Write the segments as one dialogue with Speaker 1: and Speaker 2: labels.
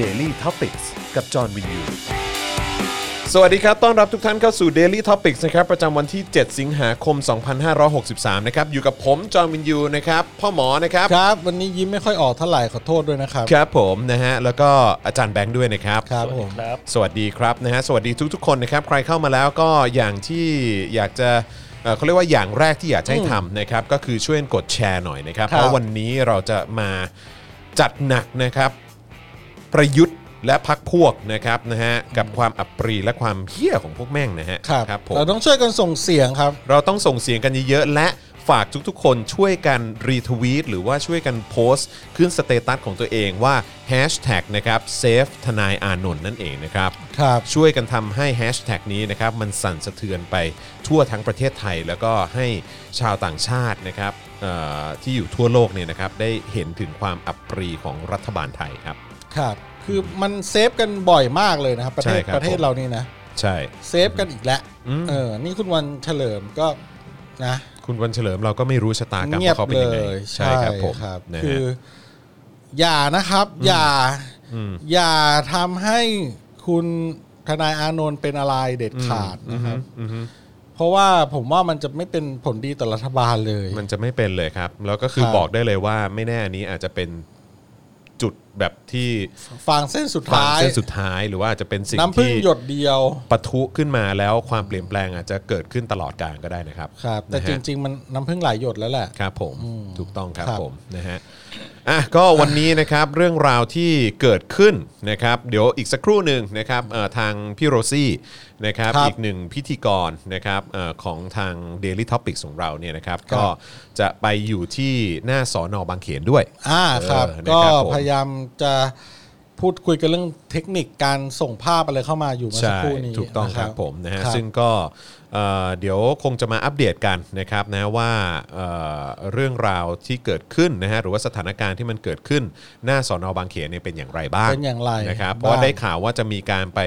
Speaker 1: Daily Topics กับจอห์นวินยู สวัสดีครับ ต้อนรับทุกท่านเข้าสู่ Daily Topics นะครับ ประจำวันที่ 7 สิงหาคม 2563 นะครับ อยู่กับผม จอห์นวินยู นะครับ พ่อหมอ นะครับ
Speaker 2: ครับวันนี้ยิ้มไม่ค่อยออกเท่าไหร่ขอโทษด้วยนะครับ
Speaker 1: ครับผม นะฮะ แล้วก็อาจารย์แบงค์ด้วยนะครับ
Speaker 2: ครับผม
Speaker 3: ครับ
Speaker 1: สวัสดีครับนะฮะสวัสดีทุกๆคนนะครับใครเข้ามาแล้วก็อย่างที่อยากจะเอ่อเขาเรียกว่าอย่างแรกที่อยากจะให้ทำนะครับก็คือช่วยกดแชร์หน่อยนะครับ
Speaker 2: ครับ
Speaker 1: เพราะวันนี้เราจะมาจัดหนักนะครับ ประยุทธ์และพักพวกนะครับนะฮะกับความอับปรีและความเหี้ยของพวกแม่งนะฮะ
Speaker 2: ครับ
Speaker 1: ครับผม
Speaker 2: เราต้องช่วยกันส่งเสียงครับ
Speaker 1: เราต้องส่งเสียงกันเยอะๆและฝากทุกๆ คนช่วยกันรีทวีตหรือว่าช่วยกันโพสต์ ขึ้นสเตตัสของตัวเองว่า hashtag นะครับเซฟทนายอานนท์นั่นเองนะครับ
Speaker 2: ครับ
Speaker 1: ช่วยกันทำให้แฮชแท็กนี้นะครับมันสั่นสะเทือนไปทั่วทั้งประเทศไทย แล้วก็ให้ชาวต่างชาตินะครับเอ่อที่อยู่ทั่วโลกเนี่ยนะครับได้เห็นถึงความอับปรีของรัฐบาลไทยครับ
Speaker 2: ครับ คือมันเซฟกันบ่อยมากเลยนะครับ ประเทศ
Speaker 1: ใช่ครับ
Speaker 2: ประเทศเรานี่นะ
Speaker 1: ใช่
Speaker 2: เซฟกันอีกแล้วเออ นี่คุณวันเฉลิมก็นะ
Speaker 1: คุณวันเฉลิมเราก็ไม่รู้ชะตากรรม
Speaker 2: เงียบ
Speaker 1: ของเขาเป็น
Speaker 2: เล
Speaker 1: ยังไง
Speaker 2: ย
Speaker 1: ใช่ครับผม
Speaker 2: ครับ
Speaker 1: นะ
Speaker 2: คื
Speaker 1: ฮะ
Speaker 2: อ อย่านะครับ อย่า อย่าทำให้คุณทนายอานนท์เป็นอะไรเด็ดขาดนะครับ
Speaker 1: อือฮึ
Speaker 2: เพราะว่าผมว่ามันจะไม่เป็นผลดีต่อรัฐบาลเลย
Speaker 1: มันจะไม่เป็นเลยครับแล้วก็คือ
Speaker 2: ครับ
Speaker 1: บอกได้เลยว่าไม่แน่อันนี้อาจจะเป็นจุดแบบที่
Speaker 2: ฟางเส้นสุด
Speaker 1: ฟาง
Speaker 2: ท้าย
Speaker 1: เส้นสุดท้ายหรือว่าอาจจะเป็นสิ่ง
Speaker 2: น้ำพึ่ง
Speaker 1: ที่
Speaker 2: หยดเดียว
Speaker 1: ปะทุขึ้นมาแล้วความเปลี่ยนแปลงอาจจะเกิดขึ้นตลอดการก็ได้นะครับ
Speaker 2: ครับ แต่
Speaker 1: นะฮะ
Speaker 2: จริง ๆ มันน้ำพึ่งหลายหยดแล้วแหละ
Speaker 1: ครับผมถูกต้องครับ
Speaker 2: ครับ
Speaker 1: ผมนะฮะอ่ะก็วันนี้นะครับเรื่องราวที่เกิดขึ้นนะครับ เดี๋ยวอีกสักครู่หนึ่งนะครับเอ่อทางพี่โรซี่นะครับ
Speaker 2: ครับ
Speaker 1: อีกหนึ่งพิธีกรนะครับเอ่อของทาง Daily Topic ของเราเนี่ยนะครับ ก็จะไปอยู่ที่หน้าสอนอบางเขนด้วย
Speaker 2: ่าครับ
Speaker 1: เออ
Speaker 2: ก็
Speaker 1: นะครับผม
Speaker 2: พยายามจะพูดคุยกันเรื่องเทคนิคการส่งภาพอะไรเข้ามาอยู่เมื่อสั
Speaker 1: ใช่
Speaker 2: กครู่นี้
Speaker 1: ถูกต้อง
Speaker 2: นะ
Speaker 1: ครับผมนะฮะ
Speaker 2: ครับ
Speaker 1: ซึ่งก็เอ่อเดี๋ยวคงจะมาอัปเดตกันนะครับนะว่าเอ่อเรื่องราวที่เกิดขึ้นนะฮะหรือว่าสถานการณ์ที่มันเกิดขึ้นหน้าสอนอบางเขนเนี่ยเป็นอย่างไรบ้าง
Speaker 2: เป็นอย่างไร
Speaker 1: นะครับ
Speaker 2: บ้าง
Speaker 1: เพราะว่าได้ข่าวว่าจะมีการไป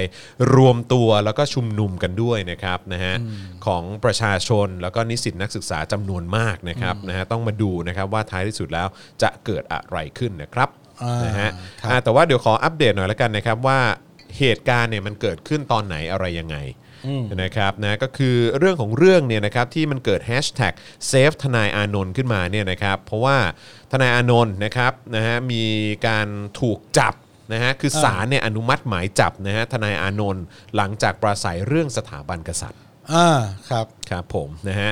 Speaker 1: รวมตัวแล้วก็ชุมนุมกันด้วยนะครับนะฮะของประชาชนแล้วก็นิสิตนักศึกษาจำนวนมากนะครับนะฮะต้องมาดูนะครับว่าท้ายที่สุดแล้วจะเกิดอะไรขึ้นนะครับ
Speaker 2: อ่าน
Speaker 1: นะฮะ
Speaker 2: ครับ
Speaker 1: อ่ะ แต่ว่าเดี๋ยวขออัปเดตหน่อยละกันนะครับว่าเหตุการณ์เนี่ยมันเกิดขึ้นตอนไหนอะไรยังไงนะครับนะก็คือเรื่องของเรื่องเนี่ยนะครับที่มันเกิดแฮชแท็กเซฟทนายอานนท์ขึ้นมาเนี่ยนะครับเพราะว่าทนายอานนท์นะครับนะฮะมีการถูกจับนะฮะคือศาลเนี่ยอนุมัติหมายจับนะฮะทนายอานนท์หลังจากปราศัยเรื่องสถาบันกษัตริย์
Speaker 2: อ่าครับ
Speaker 1: ครับผมนะฮะ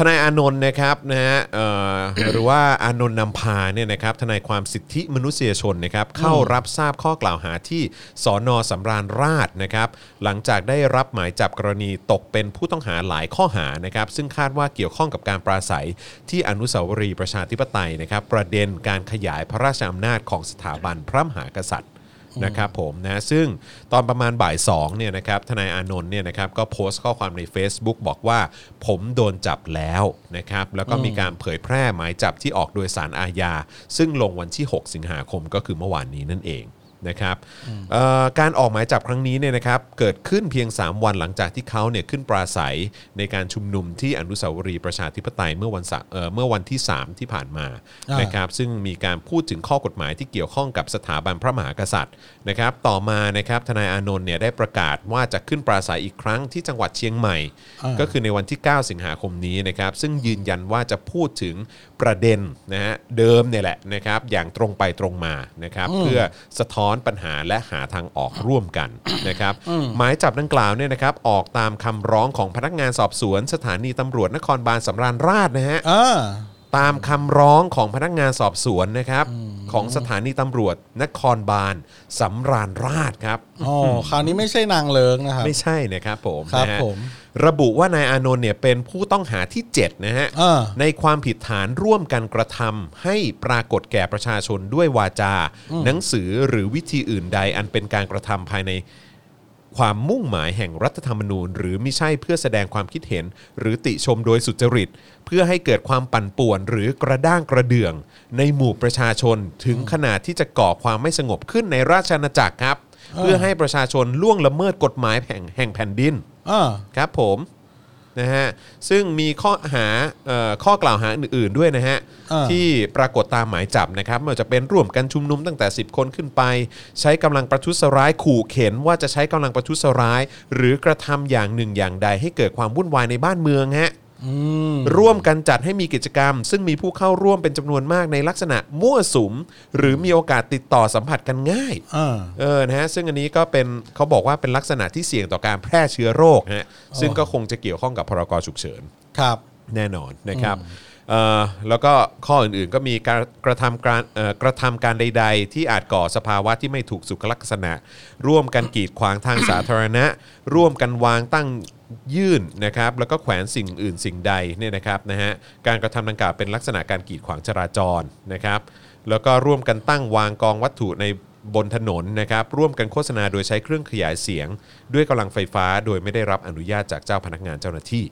Speaker 1: ทนายอานนท์นะครับนะฮะเอ่อ หรือว่าอานนท์นำพาเนี่ยนะครับทนายความสิทธิมนุษยชนนะครับเข้ารับทราบข้อกล่าวหาที่สอนอสำราญราชนะครับหลังจากได้รับหมายจับกรณีตกเป็นผู้ต้องหาหลายข้อหานะครับซึ่งคาดว่าเกี่ยวข้องกับการปราศัยที่อนุสาวรีย์ประชาธิปไตยนะครับประเด็นการขยายพระราชอำนาจของสถาบันพระมหากษัตริย์ นะครับผมนะซึ่งตอนประมาณบ่าย2เนี่ยนะครับทนายอานนท์เนี่ยนะครับก็โพสต์ข้อความใน Facebook บอกว่าผมโดนจับแล้วนะครับแล้วก็มีการเผยแพร่หมายจับที่ออกโดยสารอาญา ซึ่งลงวันที่ 6 สิงหาคมก็คือเมื่อวานนี้นั่นเองนะครับเอ่อการออกหมายจับครั้งนี้เนี่ยนะครับเกิดขึ้นเพียง 3 วันหลังจากที่เขาเนี่ยขึ้นปราศัยในการชุมนุมที่อนุสาวรีย์ประชาธิปไตยเมื่อวันเสาร์เอ่อเมื่อวันที่ 3 ที่ผ่านมา
Speaker 2: อ่าน
Speaker 1: นะครับ นะครับซึ่งมีการพูดถึงข้อกฎหมายที่เกี่ยวข้องกับสถาบันพระมหากษัตริย์นะครับต่อมานะครับทนายอานนท์เนี่ยได้ประกาศว่าจะขึ้นปราศัยอีกครั้งที่จังหวัดเชียงใหม่
Speaker 2: อ่า
Speaker 1: ก็คือในวันที่ 9 สิงหาคมนี้นะครับซึ่งยืนยันว่าจะพูดถึงประเด็นนะฮะเดิมเนี่ยแหละนะครับอย่างตรงไปตรงมานะครับเพื่อสะท้อนปัญหาและหาทางออกร่วมกัน นะครับหมายจับดังกล่าวเนี่ยนะครับออกตามคำร้องของพนักงานสอบสวน สถานีตำรวจนครบาลสำราญราษฎร์นะฮะ
Speaker 2: อ่า
Speaker 1: ตามคำร้องของพนักงานสอบสวนนะครับ ของสถานีตำรวจนครบาลสำราญราษฎร์ครับ
Speaker 2: อ๋อ คราวนี้ไม่ใช่นางเลิงนะครับ
Speaker 1: ไม่ใช่นะครับผม
Speaker 2: ครับ
Speaker 1: นะฮะ
Speaker 2: ผม
Speaker 1: ระบุว่านายอานนท์เนี่ยเป็นผู้ต้องหาที่ 7 นะฮะ
Speaker 2: เออ
Speaker 1: ในความผิดฐานร่วมกันกระทำให้ปรากฏแก่ประชาชนด้วยวาจา หนังสือหรือวิธีอื่นใดอันเป็นการกระทำภายในความมุ่งหมายแห่งรัฐธรรมนูญ หรือมิใช่เพื่อแสดงความคิดเห็น หรือติชมโดยสุจริต เพื่อให้เกิดความปั่นป่วน หรือกระด้างกระเดื่อง ในหมู่ประชาชนถึงขนาดที่จะก่อความไม่สงบขึ้นในราชอาณาจักรครับ เพื่อให้ประชาชนล่วงละเมิดกฎหมายแห่งแห่งแผ่นดิน
Speaker 2: อ่า
Speaker 1: ครับผม นะฮะซึ่งมีข้อหาเอ่อข้อกล่าวหาอื่นๆด้วยนะฮะ
Speaker 2: อ่า
Speaker 1: ที่ปรากฏตามหมายจับนะครับไม่ว่าจะเป็นร่วมกันชุมนุมตั้งแต่ 10 คนขึ้นไป ใช้กำลังประทุษร้ายขู่เข็นว่าจะใช้กำลังประทุษร้าย หรือกระทำอย่างหนึ่งอย่างใดให้เกิดความวุ่นวายในบ้านเมืองฮะ
Speaker 2: อืม
Speaker 1: ร่วมกันจัดให้มีกิจกรรม ซึ่งมีผู้เข้าร่วมเป็นจำนวนมากในลักษณะมั่วสุม หรือมีโอกาสติดต่อสัมผัสกันง่าย
Speaker 2: อ่า
Speaker 1: เออนะฮะซึ่งอันนี้ก็เป็นเขาบอกว่าเป็นลักษณะที่เสี่ยงต่อการแพร่เชื้อโรคนะฮะซึ่งก็คงจะเกี่ยวข้องกับพรกฉุกเฉิน
Speaker 2: ครับ
Speaker 1: แน่นอนนะครับเอ่อแล้วก็ข้ออื่นๆก็มีการกระทำการเอ่อกระทำการใด ๆ ที่อาจก่อสภาวะที่ไม่ถูกสุขลักษณะ ร่วมกันกีดขวางทางสาธารณะ ร่วมกันวางตั้งยื่นนะครับแล้วก็แขวนสิ่งอื่นสิ่งใดเนี่ยนะครับนะฮะการกระทำดังกล่าวเป็นลักษณะการกีดขวางจราจรนะครับแล้วก็ร่วมกันตั้งวางกองวัตถุในบนถนนนะครับร่วมกันโฆษณาโดยใช้เครื่องขยายเสียง ด้วยกำลังไฟฟ้าโดยไม่ได้รับอนุญาตจากเจ้าพนักงานเจ้าหน้าที่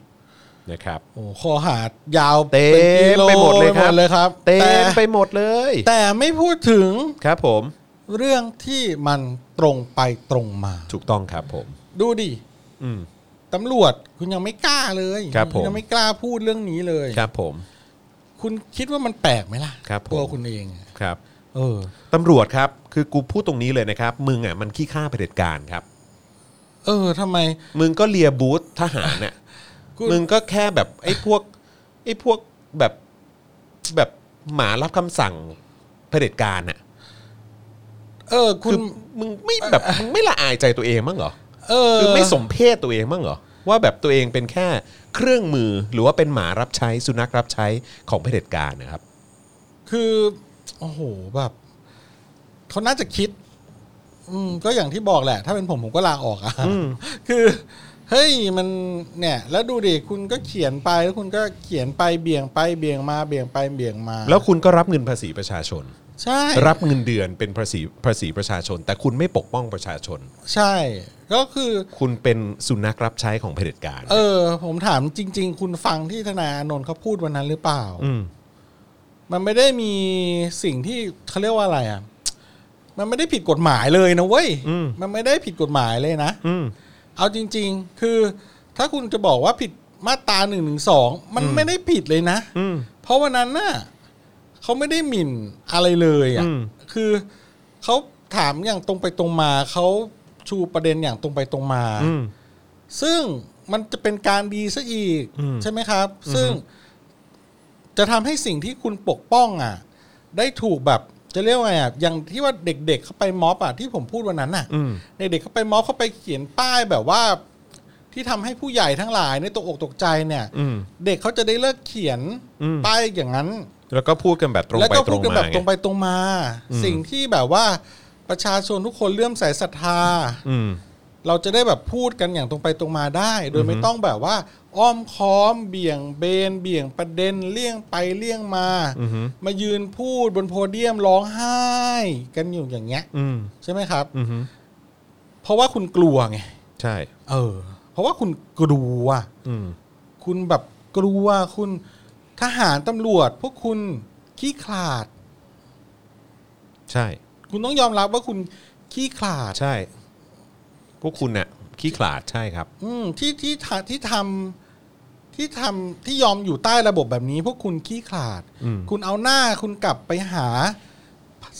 Speaker 1: นะครับ
Speaker 2: โอ้ข้อหายาว
Speaker 1: เต็ม
Speaker 2: นกิโ
Speaker 1: ไปหมดเลยครับ
Speaker 2: ไปหมดเลยครับ
Speaker 1: เต็
Speaker 2: แต่
Speaker 1: มไปหมดเลย
Speaker 2: แต่ไม่พูดถึง
Speaker 1: ครับผม
Speaker 2: เรื่องที่มันตรงไปตรงมา
Speaker 1: ถูกต้องครับผม
Speaker 2: ดูดิ
Speaker 1: อืม
Speaker 2: ตำรวจคุณยังไม่กล้าเลย
Speaker 1: ครับผม
Speaker 2: ณยังไม่กล้าพูดเรื่องนี้เลย
Speaker 1: ครับผม
Speaker 2: คุณคิดว่ามันแปลกไหมล่ะ
Speaker 1: ครับผม
Speaker 2: ตัวคุณเอง
Speaker 1: ครับ
Speaker 2: เออ
Speaker 1: ตำรวจครับคือกูพูดตรงนี้เลยนะครับ มึงอ่ะมันขี้ข้าเผด็จการครับ
Speaker 2: เออทำไม
Speaker 1: มึงก็เลียบูธทหารน่ะ
Speaker 2: คุณ
Speaker 1: มึง ก็แค่แบบไอ้พวกไอ้พวกแบบแบบหมารับคำสั่งเผด็จการน่ะ
Speaker 2: เออ คุ
Speaker 1: คื
Speaker 2: ณ
Speaker 1: อมึงไม่แบบมึงไม่ละอายใจตัวเองมั้างเหรอ
Speaker 2: เออ
Speaker 1: คือไม่สมเพศตัวเองมั้างเหรอว่าแบบตัวเองเป็นแค่เครื่องมือหรือว่าเป็นหมารับใช้สุนัขรับใช้ของเผด็จการนะครับ
Speaker 2: คือโอ้โหแบบเขาน่าจะคิด อืม ก็อย่างที่บอกแหละ ถ้าเป็นผมผมก็ลาออกอะ
Speaker 1: อืม
Speaker 2: คือ เฮ้ยมันเนี่ย แล้วดูดิคุณก็เขียนไปแล้วคุณก็เขียนไปเบี่ยงไปเบี่ยงมาเบี่ยงไปเบี่ยงมา
Speaker 1: แล้วคุณก็รับเงินภาษีประชาชน
Speaker 2: ใช่
Speaker 1: รับเงินเดือนเป็นภาษีภาษีประชาชน แต่คุณไม่ปกป้องประชาชน
Speaker 2: ใช่ ก็คือ
Speaker 1: คุณเป็นสุนัขรับใช้ของเผด็จการ
Speaker 2: เออ ผมถามจริง ๆ คุณฟังที่ธนาอานนท์เขาพูดวันนั้นหรือเปล่า
Speaker 1: ม
Speaker 2: มันไม่ได้มีสิ่งที่เขาเรียกว่าอะไรอ่ะ มันไม่ได้ผิดกฎหมายเลยนะเว้ย มันไม่ได้ผิดกฎหมายเลยนะ
Speaker 1: อืม
Speaker 2: เอาจริง ๆ คือ ถ้าคุณจะบอกว่าผิดมาตราหนึ่งหนึ่งสองมันไม่ได้ผิดเลยนะ
Speaker 1: อืม
Speaker 2: เพราะวันนั้นน่ะเขาไม่ได้หมิ่นอะไรเลยอ่ะ
Speaker 1: อืม
Speaker 2: คือเขาถามอย่างตรงไปตรงมา เขาชูประเด็นอย่างตรงไปตรงมา
Speaker 1: อืม
Speaker 2: ซึ่งมันจะเป็นการดีซะอีก
Speaker 1: อืม
Speaker 2: ใช่ไหมครับ ซึ่งจะทำให้สิ่งที่คุณปกป้องอ่ะ ได้ถูกแบบจะเรียกว่าไงอ่ะอย่างที่ว่าเด็ก ๆ เข้าไปม็อบอ่ะที่ผมพูดวันนั้นอ่ะ
Speaker 1: อืม
Speaker 2: เด็กๆเข้าไปม็อบเข้าไปเขียนป้ายแบบว่า ที่ทำให้ผู้ใหญ่ทั้งหลายในยตกอกตกใจเนี่ย
Speaker 1: อืม
Speaker 2: เด็กเขาจะได้เลิกเขียน
Speaker 1: อืม
Speaker 2: ป้ายอย่างนั้น
Speaker 1: แล้วก็พูดกันแบบตรง
Speaker 2: แล้ว
Speaker 1: ไป
Speaker 2: ก็
Speaker 1: ตร
Speaker 2: พูด
Speaker 1: ง
Speaker 2: กัน
Speaker 1: มา
Speaker 2: แบบ
Speaker 1: ไง
Speaker 2: ตรงไปตรงมา
Speaker 1: อืม
Speaker 2: สิ่งที่แบบว่าประชาชนทุกคนเลื่อมใสศรัทธา
Speaker 1: อืม
Speaker 2: เราจะได้แบบพูดกันอย่างตรงไปตรงมาได้ โดยไม่ต้องแบบว่า อ้อมค้อมเบี่ยงเบน เบี่ยงประเด็นเลี่ยงไปเลี่ยงมา
Speaker 1: อือฮึ
Speaker 2: มายืนพูดบนโพเดียมร้องไห้ กันอยู่อย่างเงี้ย
Speaker 1: อืม
Speaker 2: ใช่ไหมครับ
Speaker 1: อืม
Speaker 2: เพราะว่าคุณกลัวไง
Speaker 1: ใช่
Speaker 2: เออ เพราะว่าคุณกลัว
Speaker 1: อืม
Speaker 2: คุณแบบกลัวคุณทหารตำรวจ พวกคุณขี้ขลาด
Speaker 1: ใช่
Speaker 2: คุณต้องยอมรับว่าคุณขี้ขลาด
Speaker 1: ใช่ พวกคุณน่ะขี้ขลาดใช่ครับ
Speaker 2: อืมที่ที่ทำที่ทำที่ทำที่ยอมอยู่ใต้ระบบแบบนี้ พวกคุณขี้ขลาด
Speaker 1: อืม
Speaker 2: คุณเอาหน้าคุณกลับไปหา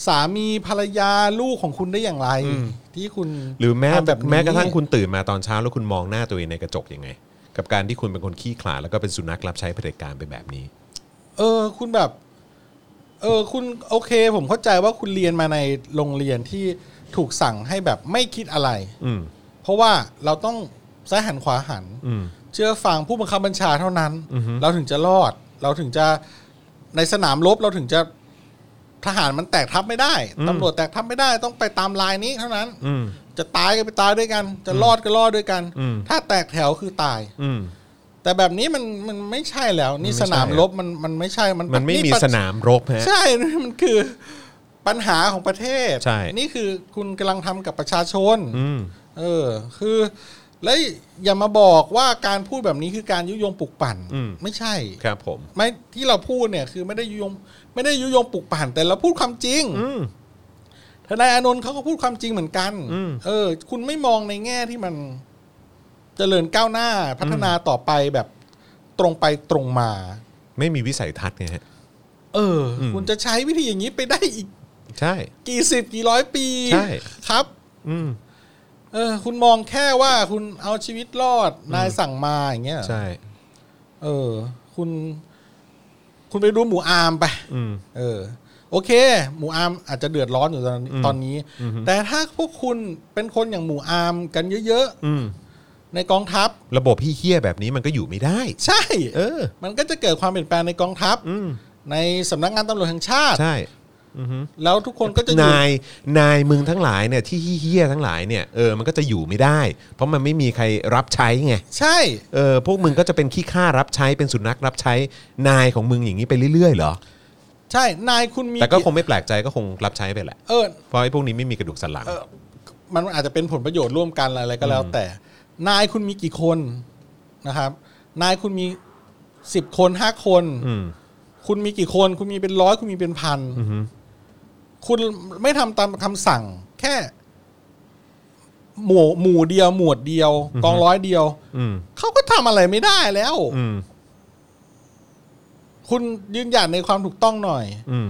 Speaker 2: สามีภรรยาลูกของคุณได้อย่างไร
Speaker 1: อืม
Speaker 2: ที่คุณ
Speaker 1: หรือแม้
Speaker 2: ทำ
Speaker 1: แบบ
Speaker 2: นี้
Speaker 1: แม้กระทั่งคุณตื่นมาตอนเช้าแล้วคุณมองหน้าตัวเองในกระจกยังไง กับการที่คุณเป็นคนขี้ขลาดแล้วก็เป็นสุนัขรับใช้เผด็จการไปแบบนี้
Speaker 2: เออ คุณแบบ เออ คุณโอเค ผมเข้าใจว่าคุณเรียนมาในโรงเรียนที่ถูกสั่งให้แบบไม่คิดอะไร
Speaker 1: อืม
Speaker 2: เพราะว่าเราต้องซ้ายหันขวาหัน
Speaker 1: อืม
Speaker 2: เชื่อฟังผู้บังคับบัญชาเท่านั้น
Speaker 1: อือฮึ
Speaker 2: เราถึงจะรอด เราถึงจะในสนามรบเราถึงจะทหารมันแตกทับไม่ได้ตำรวจแตกทับไม่ได้ต้องไปตามลายนี้เท่านั้น
Speaker 1: อืม
Speaker 2: จะตายก็ไปตายด้วยกัน จะรอดก็รอดด้วยกัน
Speaker 1: อืม
Speaker 2: ถ้าแตกแถวคือตาย
Speaker 1: อืม
Speaker 2: แต่แบบนี้มันมันไม่ใช่แล้ว นี่
Speaker 1: มันไม่ใช่
Speaker 2: สนามรบมันมันไม่ใช่มัน
Speaker 1: มันไม่มี
Speaker 2: ปัจ
Speaker 1: สนามรบฮะ
Speaker 2: ใช่ มันคือปัญหาของประเทศ
Speaker 1: ใช่
Speaker 2: นี่คือคุณกำลังทำกับประชาชน
Speaker 1: อืม
Speaker 2: เออ คือแล้วอย่ามาบอกว่าการพูดแบบนี้คือการยุยงปลุกปั่น
Speaker 1: อืม
Speaker 2: ไม่ใช่
Speaker 1: ครับผม
Speaker 2: ไม่ที่เราพูดเนี่ยคือไม่ได้ยุยงไม่ได้ยุยงปลุกปั่น แต่เราพูดความจริง
Speaker 1: อืม
Speaker 2: ทนายอานนท์เขาก็พูดความจริงเหมือนกัน
Speaker 1: อืม
Speaker 2: เออ คุณไม่มองในแง่ที่มัน เจริญก้าวหน้าพัฒนาต่อไปแบบ ตรงไปตรงมา
Speaker 1: ไม่มีวิสัยทัศน์ไงฮะ
Speaker 2: เอออ
Speaker 1: ม
Speaker 2: คุณจะใช้วิธีอย่างนี้ไปได้อีก
Speaker 1: ใช่
Speaker 2: กี่สิบกี่ร้อยปี
Speaker 1: ใช่
Speaker 2: ครับ
Speaker 1: อืม
Speaker 2: เออ คุณมองแค่ว่าคุณเอาชีวิตรอดนายสั่งมาอย่างเงี้ย
Speaker 1: ใช่
Speaker 2: เออ คุณ คุณไปดูหมูอามไป
Speaker 1: อืม
Speaker 2: เออ โอเค หมูอามอาจจะเดือดร้อนอยู่ตอนนี้
Speaker 1: อืม
Speaker 2: ตอนนี้ แต่ถ้าพวกคุณเป็นคนอย่างหมูอามกันเยอะ
Speaker 1: อืม
Speaker 2: ๆในกองทัพ
Speaker 1: ระบบพี่เฮี้ยแบบนี้มันก็อยู่ไม่ได้
Speaker 2: ใช่
Speaker 1: เออ
Speaker 2: มันก็จะเกิดความเปลี่ยนแปลงในกองทัพ
Speaker 1: อืม
Speaker 2: ในสำนักงานตำรวจแห่งชาติ
Speaker 1: ใช่อือฮึ
Speaker 2: แล้วทุกคนก็จะอยู่
Speaker 1: นายนายมึงทั้งหลายเนี่ยที่เฮี้ยๆทั้งหลายเนี่ยเออมันก็จะอยู่ไม่ได้ เพราะมันไม่มีใครรับใช้ไง
Speaker 2: ใช่
Speaker 1: เออพวกมึงก็จะเป็นขี้ข้ารับใช้เป็นสุนัขรับใช้นายของมึงอย่างนี้ไปเรื่อยๆเหรอ
Speaker 2: ใช่ นายคุณมี
Speaker 1: แต่ก็คงไม่แปลกใจก็คงรับใช้ไปแหละ
Speaker 2: เออ
Speaker 1: เพราะไอ้พวกนี้ไม่มีกระดูกสันหลัง
Speaker 2: เออ มันอาจจะเป็นผลประโยชน์ร่วมกันอะไรก็แล้ว แต่ นายคุณมีกี่คนนะครับ นายคุณมีสิบคนห้าคน
Speaker 1: อืม
Speaker 2: คุณมีกี่คนคุณมีเป็นร้อยคุณมีเป็นพัน
Speaker 1: อือฮึ
Speaker 2: คุณไม่ทำตามคำสั่ง แค่ หมู่หมู่เดียว หมวดเดียว กองร้อยเดียว
Speaker 1: อืม
Speaker 2: เขาก็ทำอะไรไม่ได้แล้ว
Speaker 1: อืม
Speaker 2: คุณยืนหยัดในความถูกต้องหน่อย
Speaker 1: อืม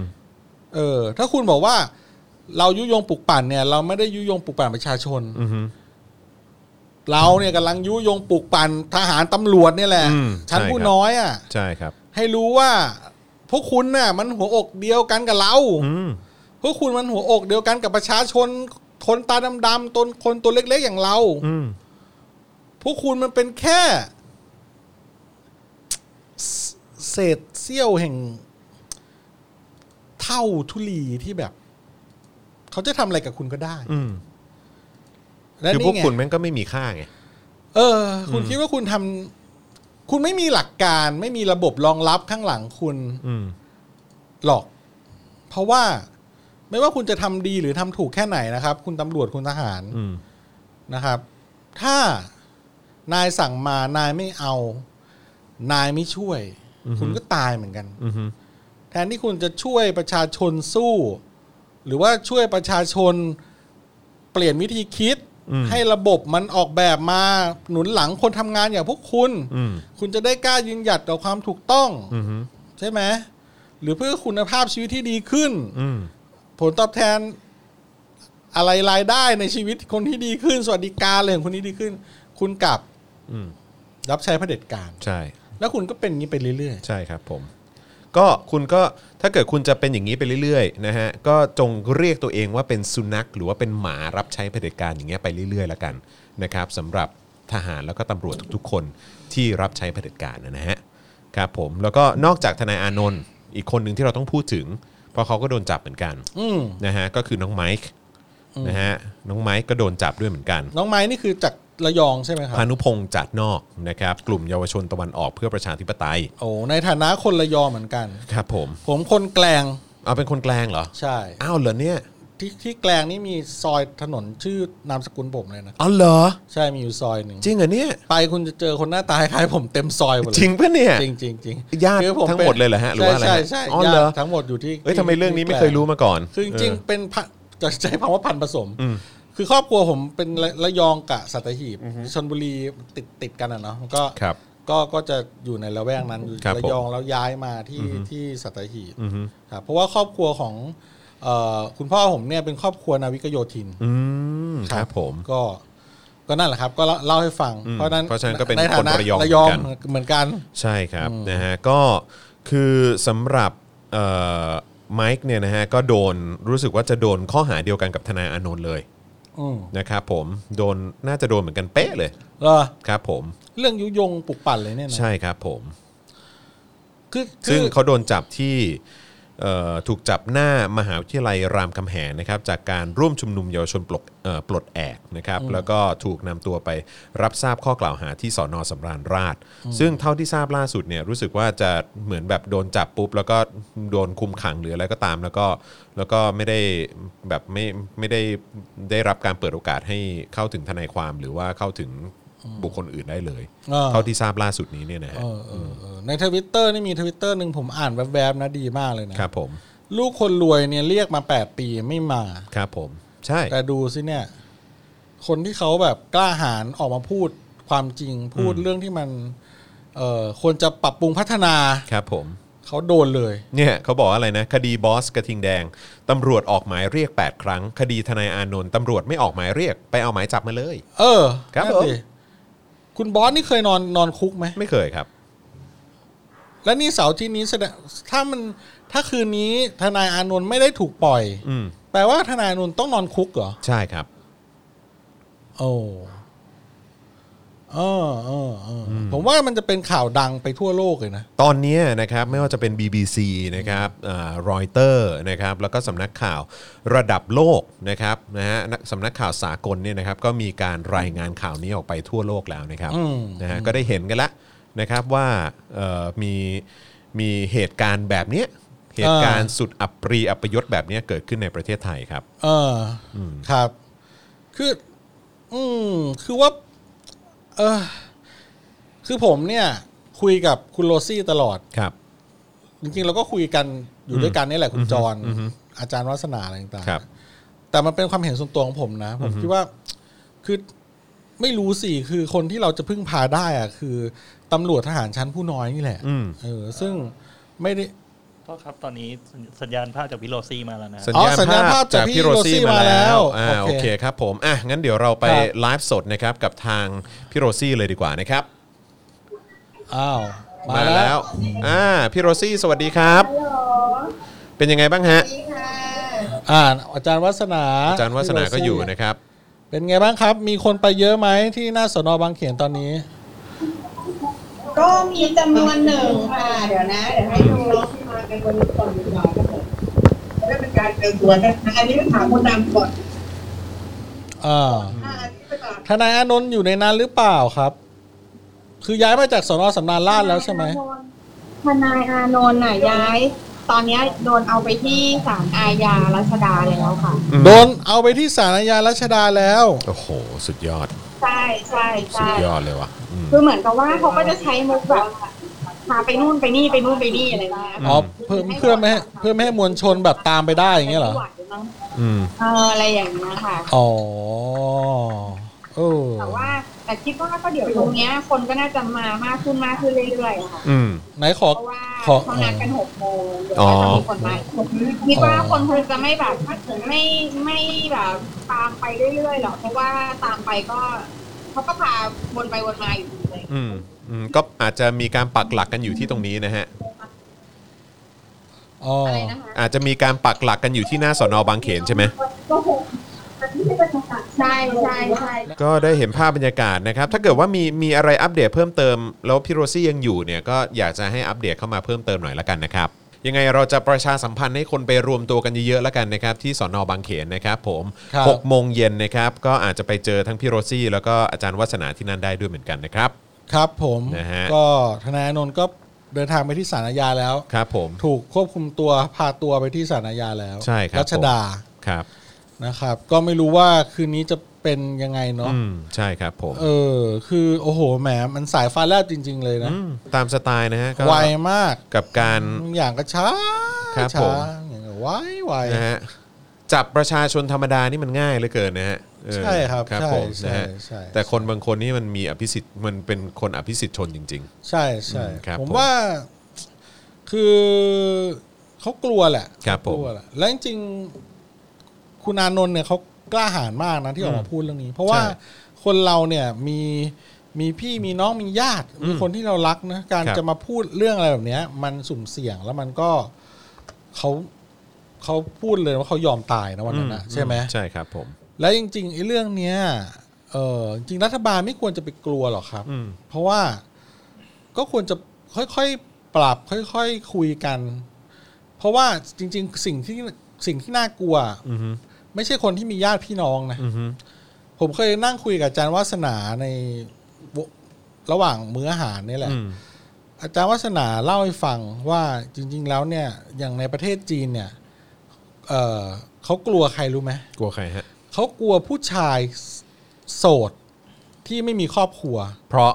Speaker 2: เออ ถ้าคุณบอกว่า เรายุยงปลุกปั่นเนี่ย เราไม่ได้ยุยงปลุกปั่นประชาชน
Speaker 1: อือฮึ
Speaker 2: เราเนี่ยกำลังยุยงปลุกปั่นทหารตำรวจเนี่ยแหละ
Speaker 1: อืม
Speaker 2: ชั้น
Speaker 1: ใช่
Speaker 2: ผู้
Speaker 1: ครับ
Speaker 2: น้อยอ่ะ
Speaker 1: ใช่ครับ
Speaker 2: ให้รู้ว่า พวกคุณน่ะ มันหัวอกเดียวกันกับเรา
Speaker 1: อืม
Speaker 2: พวกคุณมันหัวอกเดียวกันกับประชาชนคนตาดำๆตนคนตัวเล็ก ๆ อย่างเรา
Speaker 1: อืม
Speaker 2: พวกคุณมันเป็นแค่ เศษเสี้ยวแห่ง เท่าทุลีที่แบบ เขาจะทำอะไรกับคุณก็ได้
Speaker 1: อืม
Speaker 2: และ
Speaker 1: คือพวก
Speaker 2: นี่ไง
Speaker 1: คุณแม่งก็ไม่มีค่าไง
Speaker 2: เออ คุณคิดว่าคุณทำคุณไม่มีหลักการ ไม่มีระบบรองรับข้างหลังคุณ
Speaker 1: อืม
Speaker 2: หรอก เพราะว่า ไม่ว่าคุณจะทำดีหรือทำถูกแค่ไหนนะครับ คุณตำรวจคุณทหาร
Speaker 1: อืม
Speaker 2: นะครับ ถ้านายสั่งมานายไม่เอา นายไม่ช่วย คุณก็ตายเหมือนกัน
Speaker 1: อือฮึ
Speaker 2: แทนที่คุณจะช่วยประชาชนสู้ หรือว่าช่วยประชาชนเปลี่ยนวิธีคิด ให้ระบบมันออกแบบมาหนุนหลังคนทำงานอย่างพวกคุณ
Speaker 1: อืม
Speaker 2: คุณจะได้กล้ายืนหยัดต่อความถูกต้อง
Speaker 1: อือฮึ
Speaker 2: ใช่ไหมหรือเพื่อคุณภาพชีวิตที่ดีขึ้น
Speaker 1: อืม
Speaker 2: ผลตอบแทนอะไรรายได้ในชีวิตคนที่ดีขึ้น สวัสดิการอะไรของคนที่ดีขึ้น คุณกลับ
Speaker 1: อืม
Speaker 2: รับใช้เผด็จการ
Speaker 1: ใช่
Speaker 2: แล้วคุณก็เป็นอย่างนี้ไปเรื่อย
Speaker 1: ใช่ครับผม ก็คุณก็ถ้าเกิดคุณจะเป็นอย่างนี้ไปเรื่อยๆนะฮะก็จงเรียกตัวเองว่าเป็นสุนัขหรือว่าเป็นหมารับใช้เผด็จการอย่างเงี้ยไปเรื่อยๆแล้วกันนะครับสำหรับทหารแล้วก็ตำรวจทุกๆ คนที่รับใช้เผด็จการนะฮะครับผมแล้วก็นอกจากทนายอานนท์อีกคนหนึ่งที่เราต้องพูดถึง เพราะเขาก็โดนจับเหมือนกัน
Speaker 2: ๆ อืม
Speaker 1: นะฮะก็คือน้องไมค์นะฮะน้องไมค์ก็โดนจับด้วยเหมือนกัน
Speaker 2: น้องไม้นี่คือจากระยองใช่ไหมครับ
Speaker 1: พานุพงษ์จัดนอกนะครับกลุ่มเยาวชนตะวันออกเพื่อประชาธิปไตย
Speaker 2: โอ้ในฐานะคนระยองเหมือนกัน
Speaker 1: ครับผม
Speaker 2: ผมคนแกลง
Speaker 1: เอาเป็นคนแกลงเหรอ
Speaker 2: ใช่
Speaker 1: อ้าวเหรอเนี่ย
Speaker 2: ที่ที่แกลงนี่มีซอยถนนชื่อนามสกุลผมเลยนะ
Speaker 1: อ๋อเหรอ
Speaker 2: ใช่มีอยู่ซอยหนึ่ง
Speaker 1: จริงเหรอเนี่ย
Speaker 2: ไปคุณจะเจอคนหน้าตาคล้ายผมเต็มซอยหมดเลย
Speaker 1: จริงปะเนี่ย
Speaker 2: จริงจริงจริง
Speaker 1: ญาติ
Speaker 2: คือผ
Speaker 1: ทั้งหมดเลยเหรอฮะหรือ
Speaker 2: ใช่
Speaker 1: ว่าอะไรฮะ
Speaker 2: ใช่ใช่
Speaker 1: อ๋อ
Speaker 2: ญา
Speaker 1: เหรอ
Speaker 2: ติทั้งหมดอยู่ที่
Speaker 1: เอ้ยทำไมเรื่องนี้ไม่
Speaker 2: ที่แกล
Speaker 1: เคยรู้มาก่อน
Speaker 2: คือจริง
Speaker 1: เออ
Speaker 2: ๆเป็นพระจะใช้คำว่าพันธุ์ผสม คือครอบครัวผมเป็นระระยองกะสัตหีบชนบุรีติดติดกันอ่ะเนาะก็
Speaker 1: ครับ
Speaker 2: ก็ก็จะอยู่ในละแวกนั้นอยู่
Speaker 1: ครับ
Speaker 2: ระยองแล้วย้ายมาที่ที่สัตหีบ
Speaker 1: อือฮึ
Speaker 2: ครับเพราะว่าครอบครัวของเอ่อคุณพ่อผมเนี่ยเป็นครอบครัวนาวิกโยธิน
Speaker 1: อืมครับผม
Speaker 2: ก็ก็นั่นแหละครับ ก็เล่าเล่าให้ฟัง
Speaker 1: อืม
Speaker 2: เพราะฉะนั้น
Speaker 1: เพราะฉะนั้นก็เป็น
Speaker 2: ใฐา
Speaker 1: คนระยอง
Speaker 2: ระยอง
Speaker 1: เหมือนกัน
Speaker 2: เหมือนกัน
Speaker 1: ใช่ครับนะฮะก็คือสำหรับเอ่อไมค์เนี่ยนะฮะก็โดนรู้สึกว่าจะโดนข้อหาเดียวกันกับทนายอานนท์เลย
Speaker 2: อืม
Speaker 1: นะครับผมโดนน่าจะโดนเหมือนกันเป๊ะเลย
Speaker 2: เออ
Speaker 1: ครับผม
Speaker 2: เรื่องยุยงปลุกปั่นเลยเนี่ยนะ
Speaker 1: ใช่ครับผม
Speaker 2: คือคื
Speaker 1: ซึ่ง
Speaker 2: อ
Speaker 1: เขาโดนจับที่เอ่อถูกจับหน้ามหาวิทยาลัยรามคำแหงนะครับจากการร่วมชุมนุมเยาวชนปลดปลดแอกนะครับแล้วก็ถูกนำตัวไปรับทราบข้อกล่าวหาที่สอนอสำราญราษฎร์ซึ่งเท่าที่ทราบล่าสุดเนี่ยรู้สึกว่าจะเหมือนแบบโดนจับปุ๊บ แล้วก็โดนคุมขังหรืออะไรก็ตาม แล้วก็แล้วก็ไม่ได้แบบไม่ไม่ได้ได้รับการเปิดโอกาสให้เข้าถึงทนายความหรือว่าเข้าถึงบุคคลอื่นได้เลย
Speaker 2: อ่า
Speaker 1: เท่าที่ทราบล่าสุดนี้เนี่ยนะฮะ
Speaker 2: เออเออเออในทวิตเตอร์นี่มีทวิตเตอร์หนึ่งผมอ่านแวบๆนะดีมากเลยนะ
Speaker 1: ครับผม
Speaker 2: ลูกคนรวยเนี่ยเรียกมา 8 ปีไม่มา
Speaker 1: ครับผมใช่
Speaker 2: แต่ดูสิเนี่ย คนที่เขาแบบกล้าหาญออกมาพูดความจริงพูดเรื่องที่มัน เอ่อควรจะปรับปรุงพัฒนา
Speaker 1: ครับผม
Speaker 2: เขาโดนเลย
Speaker 1: เนี่ยเขาบอกอะไรนะ คดีบอสกระทิงแดงตำรวจออกหมายเรียก 8 ครั้ง คดีทนายอานนท์ตำรวจไม่ออกหมายเรียกไปเอาหมายจับมาเลย
Speaker 2: เออ
Speaker 1: ครับ
Speaker 2: นั่น
Speaker 1: ผม
Speaker 2: ดิคุณบอสนี่เคยนอนนอนคุกไหม
Speaker 1: ไม่เคยครับ
Speaker 2: และนี่เสาร์อาที่นี้แสดงถ้ามันถ้าคืนนี้ทนายอานนท์ไม่ได้ถูกปล่อย
Speaker 1: อืม
Speaker 2: แปลว่าทนายอานนท์ต้องนอนคุกเหรอ
Speaker 1: ใช่ครับ
Speaker 2: โอ้เออเออเอออผมว่ามันจะเป็นข่าวดังไปทั่วโลกเลยนะ
Speaker 1: ตอนเนี้ยนะครับไม่ว่าจะเป็น BBC นะครับรอยเตอร์นะครับแล้วก็สำนักข่าวระดับโลกนะครับนะฮะนักสำนักข่าวสากลเนี่ยนะครับก็มีการรายงานข่าวนี้ออกไปทั่วโลกแล้วนะครับ
Speaker 2: อืม
Speaker 1: นะฮะก็ได้เห็นกันละนะครับว่าเอ่อมีมีเหตุการณ์แบบเนี้ยเหตุการณ์สุดอับปรีอัปยศแบบเนี้ยเกิดขึ้นในประเทศไทยครับ
Speaker 2: เอออครับ คือ อืม คือว่า เออ คือผมเนี่ย คุยกับคุณโรซี่ตลอด
Speaker 1: ครับ
Speaker 2: จริงๆเราก็คุยกันอยู่ด้วยกันนี่แหละคุณจรอาจารย์วัฒนาอะไรต่าง
Speaker 1: ครับ
Speaker 2: ๆแต่มันเป็นความเห็นส่วนตัวของผมนะ ผมคิดว่า คือไม่รู้สิคือคนที่เราจะพึ่งพาได้อะคือตำรวจทหารชั้นผู้น้อยนี่แหละ
Speaker 1: อืม
Speaker 2: เออ ซึ่งไม่ได้
Speaker 3: พ่อครับตอนนี้สัญสัญญาณภาพจากพี่โรซี่มาแล้วนะ
Speaker 1: สัญ
Speaker 2: อ๋อ
Speaker 1: ญาณ
Speaker 2: สัญญาณ
Speaker 1: ภา
Speaker 2: ภา
Speaker 1: พ
Speaker 2: พ
Speaker 1: จา
Speaker 2: จาก กพี่
Speaker 1: พี่โร
Speaker 2: โรซี่
Speaker 1: ซี่มา
Speaker 2: มาแล้
Speaker 1: แล้ว
Speaker 2: ว
Speaker 1: อ่าโอ
Speaker 2: โอ
Speaker 1: เค
Speaker 2: เค
Speaker 1: ครับผมอ่ะงั้นเดี๋ยวเราไป
Speaker 2: ครับ
Speaker 1: ไลฟ์สดนะครับกับทางพี่โรซี่เลยดีกว่านะครับ
Speaker 2: อ้าว
Speaker 1: มาแล้ว อ่า พี่โรซี่ สวัสดีครับ
Speaker 4: ฮัลโหล
Speaker 1: เป็นยังไงบ้างฮะ
Speaker 4: สวัสดีค่ะ
Speaker 2: อ่าอาจารย์วัฒนา
Speaker 1: อาจารย์วัฒนาก็
Speaker 2: พี่โรซี่
Speaker 1: อยู่นะครับ
Speaker 2: เป็นไงบ้างครับ มีคนไปเยอะไหมที่หน้าสนอบางเขนตอนนี้
Speaker 4: ก็มีจำนวนหนึ่งค่ะ เดี๋ยวนะ เดี๋ยวให้ดูน้องที่มากันวันนี้ก่อนดีกว่าครับผมจะได้เป็นการเตือนตัวนะคะอันนี้ไม่ถามคนดำก่อน
Speaker 2: อ่า
Speaker 4: อ่าอันนี้ไปก่อน
Speaker 2: ทนายอานนท์อยู่ในนั้นหรือเปล่าครับ คือย้ายมาจากสนสำนาญราษฎร์แล้วใช่ไหม
Speaker 4: ทนายอานนท์น่ะย้าย ตอนเนี้ยโดนเอาไปที่ศาลอาญารัชดาแล้วค่ะ
Speaker 1: อืม
Speaker 2: โดนเอาไปที่ศาลอาญารัชดาแล้ว
Speaker 1: โอ้โห สุดยอด
Speaker 4: ใช่ใช่
Speaker 1: สุ
Speaker 4: ใช่
Speaker 1: ดยอดเลยว่ะอืม
Speaker 4: คือเหมือนกับว่าเขาก็จะใช้มุกแบบพาไปนู่นไปนี่ไปนู่นไปนี่อะไรอย่างเงี้ย
Speaker 2: อ๋อเพื่อเพื่อไม่ให้เพื่อไม่ให้มวลชนแบบตามไปได้อย่างเงี้ยเหรอ
Speaker 4: ไม่ไวมั้ง
Speaker 1: อืม
Speaker 4: เอออะไรอย่างเงี้ยค่ะ
Speaker 2: อ๋อเออ
Speaker 4: แต่ว่าแต่คิดว่าก็เดี๋ยวตรงเนี้ย คนก็น่าจะมามากขึ้นมากขึ้นเรื่อยๆอะค่ะ
Speaker 1: อืม
Speaker 2: ไหนขอ
Speaker 4: เพราะว่า
Speaker 2: ขอ
Speaker 4: เขานัดกันหกโมงเดี๋ยวก็จะมีคนมาคิดว่าคนคงจะไม่แบบไม่ไม่แบบตามไปเรื่อยๆหรอกเพราะว่าตามไปก็เขาก็พาวนไปวนมาอยู่เลย
Speaker 1: อืม อืม ก็อาจจะมีการปักหลักกันอยู่ที่ตรงนี้นะฮะ
Speaker 2: อ๋อ
Speaker 4: อะไรนะคะ
Speaker 1: อาจจะมีการปักหลักกันอยู่ที่หน้าสอนอบางเขนใช่ไหม
Speaker 4: ก็คงใช่ใช่ใช่
Speaker 1: ก็ได้เห็นภาพบรรยากาศนะครับ ถ้าเกิดว่ามีมีอะไรอัปเดตเพิ่มเติม แล้วพี่โรซี่ยังอยู่เนี่ยก็อยากจะให้อัปเดตเข้ามาเพิ่มเติมหน่อยละกันนะครับ ยังไงเราจะประชาสัมพันธ์ให้คนไปรวมตัวกันเยอะๆแล้วกันนะครับ ที่สอนอบางเขนนะครับผม
Speaker 2: ครับ
Speaker 1: 6โมงเย็นนะครับ ก็อาจจะไปเจอทั้งพี่โรซี่ แล้วก็อาจารย์วัฒนาที่นั่นได้ด้วยเหมือนกันนะครับ
Speaker 2: ครับผม
Speaker 1: นะฮะ
Speaker 2: ก็ทนายอานนท์ก็เดินทางไปที่ศาลอาญาแล้ว
Speaker 1: ครับผม
Speaker 2: ถูกควบคุมตัวพาตัวไปที่ศาลอาญาแล้ว
Speaker 1: ใช่ครับ
Speaker 2: รัชดา
Speaker 1: ครับ
Speaker 2: นะครับ ก็ไม่รู้ว่าคืนนี้จะเป็นยังไงเนาะ
Speaker 1: อืมใช่ครับผม
Speaker 2: เออ คือโอ้โห แหม มันสายฟ้าแลบจริง ๆ เลยนะ
Speaker 1: อืมตามสไตล์นะฮะก็
Speaker 2: ไวมาก
Speaker 1: กับการ
Speaker 2: บางอย่างก็ช้า
Speaker 1: ครับผ
Speaker 2: ช้าม อย่างก็ไวไว
Speaker 1: นะฮะจับประชาชนธรรมดานี่มันง่ายเหลือเกินนะฮะเออ
Speaker 2: ใช่ครับ
Speaker 1: ครับ
Speaker 2: ใช่
Speaker 1: ผมนะฮะ
Speaker 2: ใช่ใช่
Speaker 1: แต่คนบางคนนี่มันมีอภิสิทธิ์มันเป็นคนอภิสิทธิ์ชนจริง
Speaker 2: ใช่ใช่
Speaker 1: อืมครับ
Speaker 2: ผม
Speaker 1: ผม
Speaker 2: ว่า คือเขากลัวแหละ
Speaker 1: ครับผม
Speaker 2: เขากลัวแหละแล้วจริงๆคุณอานนท์เนี่ยเขากล้าหาญมากนะที่ออกมาพูดเรื่องนี้ เพราะว่า
Speaker 1: ใช่
Speaker 2: คนเราเนี่ยมีมีพี่มีน้องมีญาติ มีคนที่เรารักนะการ
Speaker 1: ครับ
Speaker 2: จะมาพูดเรื่องอะไรแบบเนี้ย มันสุ่มเสี่ยงแล้วมันก็เขาเขาพูดเลยว่าเขายอมตายนะ
Speaker 1: ๆ
Speaker 2: วันนั้นนะ
Speaker 1: อื
Speaker 2: ใช่ไหม
Speaker 1: ใช่ครับผม
Speaker 2: แล้วจริงๆไอ้เรื่องเนี้ย เออจริงรัฐบาลไม่ควรจะไปกลัวหรอกครับ
Speaker 1: อืม
Speaker 2: เพราะว่าก็ควรจะค่อยๆ ปรับ ค่อยๆ คุยกัน เพราะว่าจริง ๆ สิ่งที่สิ่งที่น่ากลัว
Speaker 1: อืม
Speaker 2: ไม่ใช่คนที่มีญาติพี่น้องนะ
Speaker 1: อืม
Speaker 2: ผมเคยนั่งคุยกับอาจารย์วัฒนาในวระหว่างมื้ออาหารเนี่ยแหละ อาจารย์วัฒนาเล่าให้ฟังว่าจริง ๆ แล้วเนี่ย อย่างในประเทศจีนเนี่ย เออเขากลัวใครรู้ไหม
Speaker 1: กลัวใครฮะ
Speaker 2: เขากลัวผู้ชายโสดที่ไม่มีครอบครัว
Speaker 1: เพราะ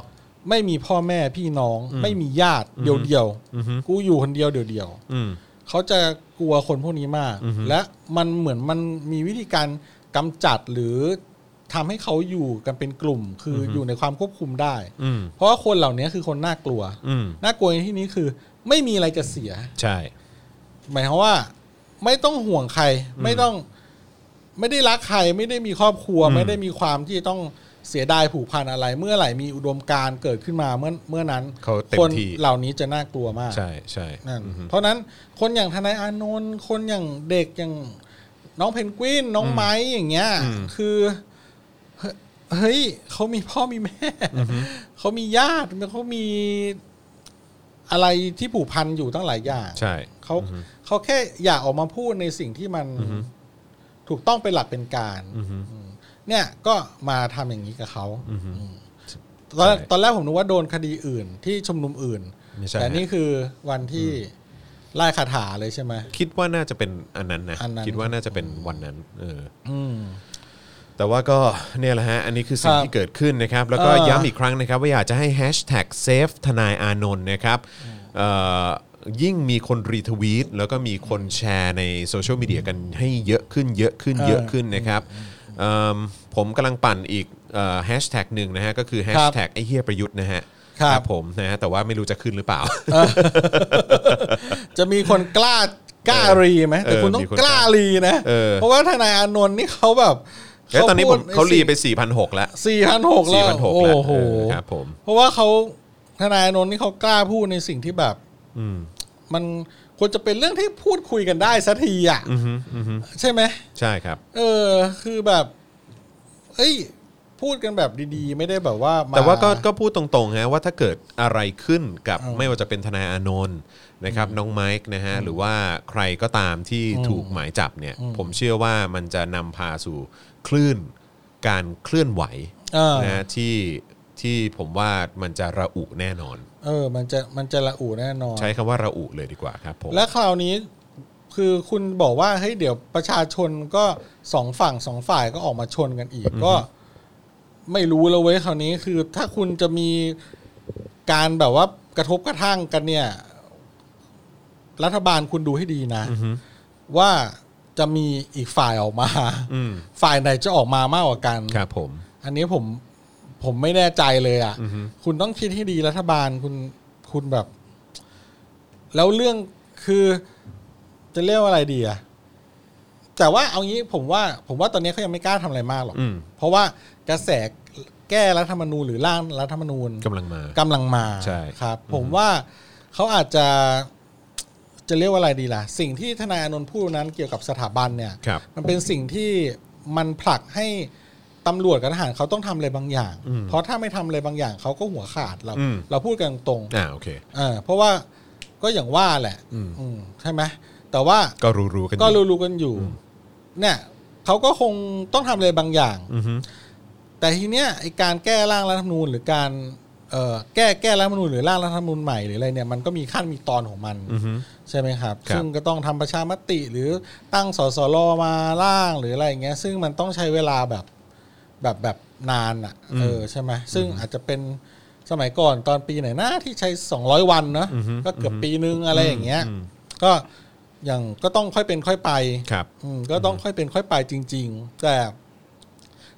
Speaker 2: ไม่มีพ่อแม่พี่น้อง
Speaker 1: อืม
Speaker 2: ไม่มีญาติ
Speaker 1: อืม
Speaker 2: เดียว
Speaker 1: อืม
Speaker 2: ๆกูอยู่คนเดียวเดียว
Speaker 1: อืม
Speaker 2: ๆเขาจะกลัวคนพวกนี้มาก
Speaker 1: อือฮึ
Speaker 2: และมันเหมือนมันมีวิธีการกำจัดหรือ ทำให้เขาอยู่กันเป็นกลุ่ม คืออ
Speaker 1: อฮึ
Speaker 2: อยู่ในความควบคุมได้
Speaker 1: อืม
Speaker 2: เพราะว่าคนเหล่านี้คือคนน่ากลัว
Speaker 1: อืม
Speaker 2: น่ากลัวในที่นี้คือ ไม่มีอะไรจะเสีย
Speaker 1: ใช่
Speaker 2: หมายความว่า ไม่ต้องห่วงใคร ไม่ต้อง ไม่ได้รักใคร ไม่ได้มีครอบครัว
Speaker 1: อืม
Speaker 2: ไม่ได้มีความที่ต้องเสียดายผูกพันอะไร เมื่อไหร่มีอุดมการณ์เกิดขึ้นมาเมื่อเมื่อนั้น
Speaker 1: เขาเต็ม
Speaker 2: คน
Speaker 1: ที่
Speaker 2: เหล่านี้จะน่ากลัวมาก
Speaker 1: ใช่ใช่
Speaker 2: นั่น
Speaker 1: อือฮึ
Speaker 2: เพราะนั้นคนอย่างทนายอานนท์คนอย่างเด็กอย่างน้องเพนกวินน้องไม้อย่างเงี้ย
Speaker 1: อืม
Speaker 2: คือเฮ้ยเฮ้ยเขามีพ่อมีแม่
Speaker 1: อือฮึ
Speaker 2: เขามีญาติเขามีอะไรที่ผูกพันอยู่ตั้งหลายอย่าง
Speaker 1: ใช่
Speaker 2: เขา
Speaker 1: อือฮึ
Speaker 2: เขาแค่อยากออกมาพูดในสิ่งที่มัน
Speaker 1: อือฮึ
Speaker 2: ถูกต้องเป็นหลักเป็นการ
Speaker 1: อือฮึ
Speaker 2: เนี่ยก็มาทำอย่างนี้กับเขา
Speaker 1: อือฮึ
Speaker 2: อืมตอนแรก
Speaker 1: ใช่
Speaker 2: ตอนแรกผมนึกว่าโดนคดีอื่น ที่ชุมนุมอื่น
Speaker 1: ไม่ใช่
Speaker 2: แต่นี่คือวันที่ไล่คาถาเลยใช่ไหม
Speaker 1: คิดว่าน่าจะเป็นอันนั้นนะ
Speaker 2: อันนั้น
Speaker 1: คิดว่าน่าจะเป็นวันนั้นเออ
Speaker 2: อืม
Speaker 1: แต่ว่าก็เนี่ยแหละฮะ อันนี้คือสิ่ง
Speaker 2: ครับ
Speaker 1: ที่เกิดขึ้นนะครับ แล้วก็
Speaker 2: เออ
Speaker 1: ย้ำอีกครั้งนะครับ ว่าอยากจะให้ hashtag save ทนายอานนท์นะครับเอ่อยิ่งมีคนรีทวีตแล้วก็มีคนแชร์ในโซเชียลมีเดียกันให้เยอะขึ้นเยอะขึ้น
Speaker 2: เออ
Speaker 1: เยอะขึ้นนะครับเอิ่มผมกำลังปั่นอีกแฮชแท็กหนึ่งนะฮะ ก็คือแฮชแท็กไอ้เฮียประยุทธ์นะฮะ
Speaker 2: ครับ
Speaker 1: ผมนะฮะแต่ว่าไม่รู้จะขึ้นหรือเปล่า
Speaker 2: จะมีคนกล้ากล้ารีไหมแต่
Speaker 1: เออ
Speaker 2: คุณต้อ
Speaker 1: มี
Speaker 2: ง
Speaker 1: คน
Speaker 2: กล้ารีนะ
Speaker 1: เออ
Speaker 2: เพราะว่าทนายอานนท์นี่เขาแบบ
Speaker 1: แล้วตอนนี้ผมเขารีไป
Speaker 2: 4
Speaker 1: 4 0 0แล้ว
Speaker 2: 0 0 6แล้ว
Speaker 1: 4,006
Speaker 2: โอ้
Speaker 1: แล้ว
Speaker 2: โห
Speaker 1: เออครับผม
Speaker 2: เพราะว่าเขาทนายอานนท์นี่เขากล้าพูดในสิ่งที่แบบ
Speaker 1: อืม
Speaker 2: มันควรจะเป็นเรื่องที่พูดคุยกันได้สักทีอ่ะ
Speaker 1: อือฮึอือฮึ
Speaker 2: ใช่ไหม
Speaker 1: ใช่ครับ
Speaker 2: เออ คือแบบเอ้ย พูดกันแบบดีๆ ไม่ได้แบบว่ามา
Speaker 1: แต่ว่าก็ก็พูดตรงๆฮะว่าถ้าเกิดอะไรขึ้นกับ
Speaker 2: เออ
Speaker 1: ไม่ว่าจะเป็นทนายอานนท์นะครับน้องไมค์นะฮะหรือว่าใครก็ตามที่ถูกหมายจับเนี่ย
Speaker 2: อืม
Speaker 1: ผมเชื่อว่ามันจะนำพาสู่คลื่นการเคลื่อนไหว
Speaker 2: เออ
Speaker 1: นะฮะที่ที่ผมว่ามันจะระอุแน่นอน
Speaker 2: เออ มันจะมันจะละอูแน่นอน
Speaker 1: ใช้คำว่าระอุเลยดีกว่าครับผม
Speaker 2: และคราวนี้คือคุณบอกว่าเฮ้ยเดี๋ยวประชาชนก็สองฝั่งสองฝ่ายก็ออกมาชนกันอีกก็ ไม่รู้แล้วเว้ยคราวนี้คือถ้าคุณจะมีการแบบว่ากระทบกระทั่งกันเนี่ย รัฐบาลคุณดูให้ดีนะ
Speaker 1: อือฮึ
Speaker 2: ว่าจะมีอีกฝ่ายออกมา
Speaker 1: อืม
Speaker 2: ฝ่ายไหนจะออกมามากกว่ากัน
Speaker 1: ครับผม
Speaker 2: อันนี้ผมผมไม่แน่ใจเลยอ่ะ
Speaker 1: อือฮึ
Speaker 2: คุณต้องคิดให้ดีรัฐบาลคุณคุณแบบ แล้วเรื่องคือ จะเรียกว่าอะไรดีอ่ะ แต่ว่าเอางี้ผมว่า ผมว่าตอนนี้เขายังไม่กล้าทำอะไรมากหรอก
Speaker 1: อืม
Speaker 2: เพราะว่ากระแสแก้รัฐธรรมนูญหรือร่างรัฐธรรมนูญ
Speaker 1: กำลังมา
Speaker 2: กำลังมา
Speaker 1: ใช่
Speaker 2: ครับ
Speaker 1: อืม
Speaker 2: ผมว่าเขาอาจจะจะเรียกว่าอะไรดีล่ะ สิ่งที่ทนายอานนท์พูดนั้นเกี่ยวกับสถาบันเนี่ย
Speaker 1: ครับ
Speaker 2: มันเป็นสิ่งที่มันผลักให้ตำรวจกับทหารเขาต้องทำอะไรบางอย่าง
Speaker 1: อืม
Speaker 2: เพราะถ้าไม่ทำอะไรบางอย่างเขาก็หัวขาดเรา
Speaker 1: อืม
Speaker 2: เราพูดกันตรง
Speaker 1: อ่าโอเค
Speaker 2: ๆเออเพราะว่าก็อย่างว่าแหละ
Speaker 1: อืม
Speaker 2: อืมใช่ไหมแต่ว่า
Speaker 1: ก็รู้ๆกันอยู่
Speaker 2: ก็รู้ๆกันอยู่ เนี่ยเขาก็คงต้องทำอะไรบางอย่าง
Speaker 1: อือฮึ
Speaker 2: แต่ทีเนี้ยไอการแก้ร่างรัฐธรรมนูญหรือการเอ่อแก้แก้รัฐธรรมนูญหรือร่างรัฐธรรมนูญใหม่หรืออะไรเนี่ยมันก็มีขั้นมีตอนของมัน
Speaker 1: อือฮึ
Speaker 2: ใช่ไหมครับ
Speaker 1: ครับ
Speaker 2: ซึ่งก็ต้องทำประชามติหรือตั้งสสรมาล่างหรืออะไรอย่างเงี้ย ซึ่งมันต้องใช้เวลาแบบแบบแบบนานอ่ะ เออใช่ไหมซึ่งอาจจะเป็นสมัยก่อนตอนปีไหนนะที่ใช้ 200 วันเนอะก็เกือบปีนึงอะไรอย่างเงี้ย
Speaker 1: ม
Speaker 2: ก็อย่างก็ต้องค่อยเป็นค่อยไป
Speaker 1: ครับ
Speaker 2: อืมก็ต้องค่อยเป็นค่อยไปจริง ๆ แต่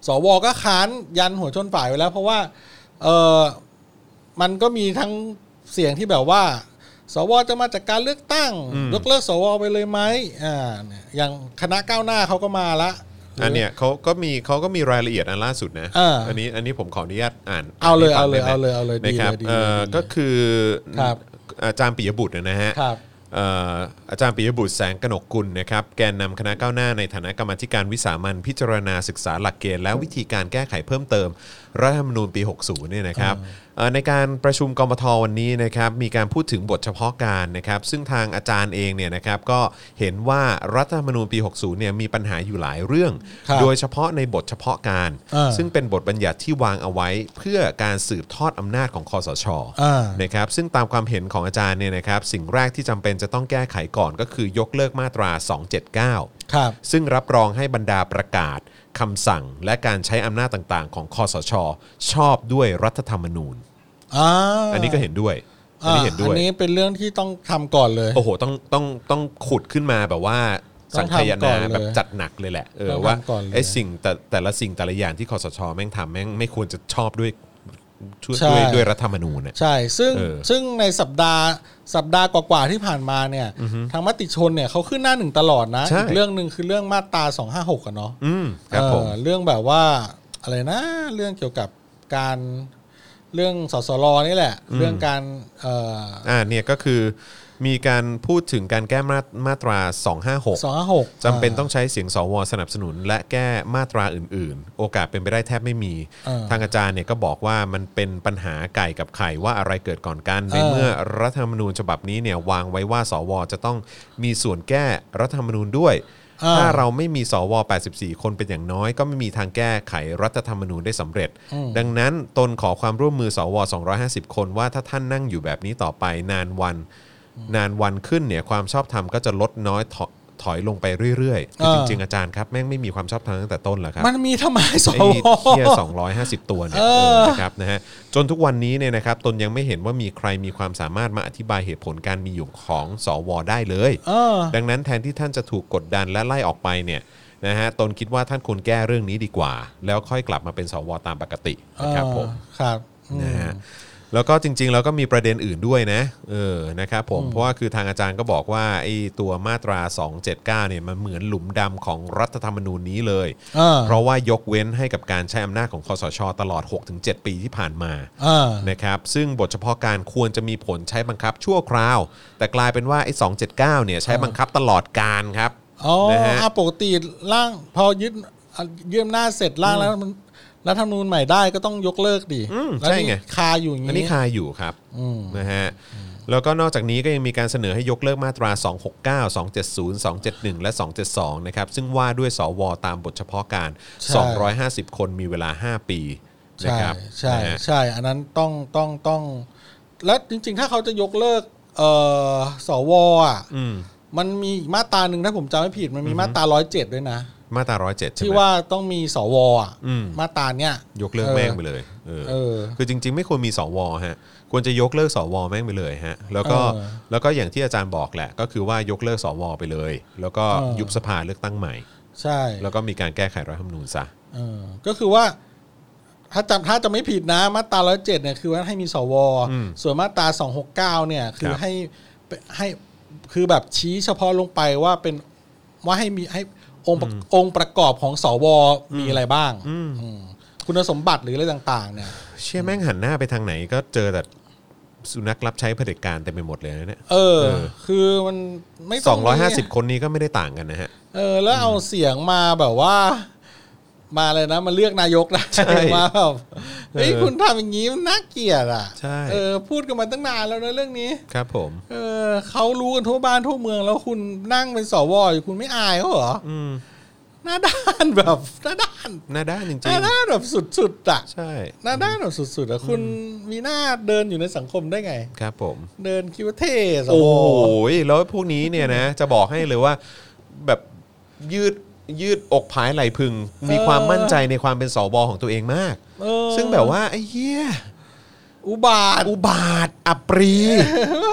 Speaker 2: สวก็ค้านยันหัวชนฝ่ายไว้แล้ว เพราะว่า เออมันก็มีทั้งเสียงที่แบบว่า สวจะมาจากการเลือกตั้ง
Speaker 1: อืม
Speaker 2: ยกเลิกสวไปเลยไหมอ่าเนี่ยอย่างคณะก้าวหน้าเขาก็มาละ
Speaker 1: อันเนี้ยเขาก็มีเขาก็มีรายละเอียดอันล่าสุดนะ
Speaker 2: เอออั
Speaker 1: นนี้อันนี้ผมขออนุญาตอ่าน
Speaker 2: เอาเลย
Speaker 1: ให้ฟั
Speaker 2: เอา
Speaker 1: ง
Speaker 2: เลย
Speaker 1: ได้ไหม
Speaker 2: เอาเลยเอาเลย
Speaker 1: นะ
Speaker 2: ดี
Speaker 1: ค
Speaker 2: เล
Speaker 1: รับ
Speaker 2: ยดี
Speaker 1: เอ่
Speaker 2: เล
Speaker 1: อ
Speaker 2: ยดีเลย
Speaker 1: ก็คือ
Speaker 2: ครับ
Speaker 1: อาจารย์ปิยบุตรนะฮะ
Speaker 2: ครับ
Speaker 1: เอ่ออาจารย์ปิยบุตรแสงกนกกุลนะครับ แกนนำคณะก้าวหน้าในฐานะกรรมาธิการวิสามันพิจารณาศึกษาหลักเกณฑ์และวิธีการแก้ไขเพิ่มเติม รัฐธรรมนูญปี 60เนี่ยนะครับเอ่อในการประชุมกมทวันนี้นะครับ มีการพูดถึงบทเฉพาะการนะครับ ซึ่งทางอาจารย์เองเนี่ยนะครับก็เห็นว่ารัฐธรรมนูญปี 60เนี่ยมีปัญหาอยู่หลายเรื่อง
Speaker 2: ครับ
Speaker 1: โดยเฉพาะในบทเฉพาะการ
Speaker 2: เออ
Speaker 1: ซึ่งเป็นบทบัญญัติที่วางเอาไว้ เพื่อการสืบทอดอำนาจของคอสช
Speaker 2: อ่า
Speaker 1: นะครับซึ่งตามความเห็นของอาจารย์เนี่ยนะครับสิ่งแรกที่จำเป็นจะต้องแก้ไขก่อนก็คือยกเลิกมาตรา 279
Speaker 2: ครับ
Speaker 1: ซึ่งรับรองให้บรรดาประกาศคำสั่ง และการใช้อำนาจต่างๆ ของคอสช ชอบด้วยรัฐธรรมนูญ
Speaker 2: อ่า
Speaker 1: อันนี้ก็เห็นด้วย อันนี้เห็นด้วย
Speaker 2: อันนี้เป็นเรื่องที่ต้องทำก่อนเลย
Speaker 1: โอ้โหต้องต้องต้องขุดขึ้นมาแบบว่า
Speaker 2: ต้
Speaker 1: สั
Speaker 2: อง ง
Speaker 1: คาย
Speaker 2: ทำก่
Speaker 1: นา
Speaker 2: อนเลย
Speaker 1: แบบจัดหนักเลยแหละเออ
Speaker 2: ต้อง
Speaker 1: ว่า
Speaker 2: ทำก่อนเลย
Speaker 1: ไอ้สิ่งแต่แต่ละสิ่งแต่ละอย่างที่คอสชแม่งทำแม่งไม่ควรจะชอบด้วยด้วย
Speaker 2: ใช่
Speaker 1: ด้วยด้วยรัฐธรรมนูญเนี่ย
Speaker 2: ใช่ ซึ่ง
Speaker 1: เออ
Speaker 2: ซึ่งในสัปดาห์สัปดาห์กว่าๆที่ผ่านมาเนี่ยทางมติชนเนี่ยเขาขึ้นหน้าหนึ่งตลอดนะ
Speaker 1: ใช่
Speaker 2: อีกเรื่องหนึ่งคือเรื่องมาตรา256อะเนาะ
Speaker 1: อืมครับผม
Speaker 2: เออเรื่องแบบว่าอะไรนะ เรื่องเกี่ยวกับการเรื่องสสรนี่แหละ เรื่องการเอ่อ
Speaker 1: อ่าเนี่ยก็คือมีการพูดถึงการแก้มามาตรา
Speaker 2: สอง
Speaker 1: 256
Speaker 2: ห้าหก
Speaker 1: จำเป็นต้องใช้เสียงสวสนับสนุน และแก้มาตราอื่น ๆ โอกาสเป็นไปได้แทบไม่มี
Speaker 2: เออ
Speaker 1: ทางอาจารย์เนี่ยก็บอกว่ามันเป็นปัญหาไก่กับไข่ว่าอะไรเกิดก่อนกัน ใน
Speaker 2: เออ
Speaker 1: เมื่อรัฐธรรมนูญฉบับนี้เนี่ยวางไว้ว่า สว จะต้องมีส่วนแก้รัฐธรรมนูญด้วย ถ้าเราไม่มีสว 84 คนเป็นอย่างน้อย ก็ไม่มีทางแก้ไขรัฐธรรมนูญได้สำเร็จ ดังนั้นตนขอความร่วมมือสว 250 คนว่าถ้าท่านนั่งอยู่แบบนี้ต่อไปนานวัน นานวันขึ้นเนี่ยความชอบธรรมก็จะลดน้อยถอถอยลงไปเรื่อยๆคือ
Speaker 2: เออ
Speaker 1: จริงๆ อาจารย์ครับแม่งไม่มีความชอบธรรมตั้งแต่ต้นแล้วครับ
Speaker 2: มันมีทำไมส
Speaker 1: ไอ้
Speaker 2: ว
Speaker 1: เทียสองร้อยห้าสิบตัวเนี่ย
Speaker 2: เออ
Speaker 1: เออนะครับนะฮะจนทุกวันนี้เนี่ยนะครับตนยังไม่เห็นว่ามีใครมีความสามารถมาอธิบายเหตุผลการมีอยู่ของสวได้เลย
Speaker 2: เออ
Speaker 1: ดังนั้นแทนที่ท่านจะถูกกดดันและไล่ออกไปเนี่ยนะฮะตนคิดว่าท่านควรแก้เรื่องนี้ดีกว่า แล้วค่อยกลับมาเป็นสวตามปกตินะครับผม
Speaker 2: เออครับอืม
Speaker 1: นะฮะแล้วก็จริงๆแล้วก็มีประเด็นอื่นด้วยนะเออนะครับผมเพราะว่าคือทางอาจารย์ก็บอกว่าไอ้ตัวมาตรา 279เนี่ยมันเหมือนหลุมดำของรัฐธรรมนูญนี้เลย
Speaker 2: เออ
Speaker 1: เพราะว่ายกเว้นให้กับการใช้อำนาจของคอสช ตลอด 6-7 ปีที่ผ่านมา
Speaker 2: เออ
Speaker 1: นะครับซึ่งบทเฉพาะการควรจะมีผลใช้บังคับชั่วคราว แต่กลายเป็นว่าไอ้279เนี่ยใช้บังคับตลอดการครับ
Speaker 2: อ๋อ
Speaker 1: นะฮะ
Speaker 2: อ่ะปกติร่างพอยึดยืมหน้าจเสร็จร่างแล้วมันรัฐธรรมนูญใหม่ได้ก็ต้องยกเลิกดิ
Speaker 1: อืม
Speaker 2: แล้ว
Speaker 1: ใช่
Speaker 2: นี่
Speaker 1: ไง
Speaker 2: คาอยู่อย่าง
Speaker 1: อันนี้
Speaker 2: นี้
Speaker 1: คาอยู่ครับ
Speaker 2: อืม
Speaker 1: นะฮะแล้วก็นอกจากนี้ก็ยังมีการเสนอให้ยกเลิกมาตรา 269 270 271 และ 272 นะครับ ซึ่งว่าด้วยสวตามบทเฉพาะการ 250 คนมีเวลา 5 ปีนะ
Speaker 2: ใช่
Speaker 1: ครับ
Speaker 2: ใช่
Speaker 1: นะฮะ
Speaker 2: ใช่ อันนั้นต้องต้องต้อง และจริง ๆ ถ้าเขาจะยกเลิกเอ่อสวอ่ะ
Speaker 1: อืม
Speaker 2: มันมีอีกมาตราหนึ่งถ้าผมจำไม่ผิดมันมีมาตราร้อยเจ็ดด้วยนะ
Speaker 1: มาตรา 107 ใช่
Speaker 2: ที่
Speaker 1: ไหม
Speaker 2: ว่าต้องมีสวอ่ะ
Speaker 1: อืม
Speaker 2: มาตราเนี้ย
Speaker 1: ยกเลิกแม่งไปเลยเออ
Speaker 2: เออ
Speaker 1: คือจริงๆ ไม่ควรมีสวฮะควรจะยกเลิกสวแม่งไปเลยฮะแล้วก็
Speaker 2: เออ
Speaker 1: แล้วก็อย่างที่อาจารย์บอกแหละ ก็คือว่ายกเลิกสวไปเลย แล้วก็
Speaker 2: เออ
Speaker 1: ยุบสภาเลือกตั้งใหม่
Speaker 2: ใช่
Speaker 1: แล้วก็มีการแก้ไขรัฐธรรมนูญซะ
Speaker 2: เออก็คือว่า ถ้าจำถ้าจะไม่ผิดนะ มาตราร้อยเจ็ดเนี่ยคือว่าให้มีสว
Speaker 1: อืม
Speaker 2: ส่วนมาตรา269 เนี่ย คื
Speaker 1: ค
Speaker 2: อ
Speaker 1: รับ
Speaker 2: ให้เป็นให้คือแบบชี้เฉพาะลงไปว่าเป็นว่าให้มีให้องค์ประองค์ประกอบของสวมีอะไรบ้างอืมคุณสมบัติหรืออะไรต่าง ๆ เนี่ย
Speaker 1: เชี่ยแม่งหันหน้าไปทางไหนก็เจอแต่สุนัขรับใช้เผด็จการเต็มไปหมดเลยนะเนี่ย
Speaker 2: เออ
Speaker 1: เออ
Speaker 2: คือมันไม่
Speaker 1: ส
Speaker 2: ต้
Speaker 1: องร้อยห้าสิบ
Speaker 2: มี
Speaker 1: คนนี้ก็ไม่ได้ต่างกันนะฮะ
Speaker 2: เออ แล้วเอาเสียงมาแบบว่า มาเลยนะ มาเลือกนายกได้
Speaker 1: ใช่
Speaker 2: มาแบบเฮ้ย
Speaker 1: เออ
Speaker 2: คุณทำอย่างนี้มันน่าเกลียดอ่ะ
Speaker 1: ใช่
Speaker 2: เออพูดกันมาตั้งนานแล้วนะเรื่องนี้
Speaker 1: ครับผม
Speaker 2: เออเขารู้กันทั่วบ้านทั่วเมืองแล้วคุณนั่งเป็นสวอยู่คุณไม่อายเขาเหรอ
Speaker 1: อืม
Speaker 2: หน้าด้านแบบหน้าด้าน
Speaker 1: หน้าด้านจริง
Speaker 2: หน้าด้านแบบสุดๆอะ
Speaker 1: ๆใช่
Speaker 2: หน้าด้านแบบสุดๆอะคุณมีหน้าเดินอยู่ในสังคมได้ไง
Speaker 1: ครับผม
Speaker 2: เดินคิดว่าเท่สว
Speaker 1: โอ้ยแล้วพวกนี้เนี่ยนะ จะบอกให้เลยว่าแบบยืดยืดอกผายไหลพึง มีความมั่นใจในความเป็นสวของตัวเองมาก
Speaker 2: เออ
Speaker 1: ซึ่งแบบว่าไอ้เหี้ย
Speaker 2: อุบาท
Speaker 1: อุบาทอัปรี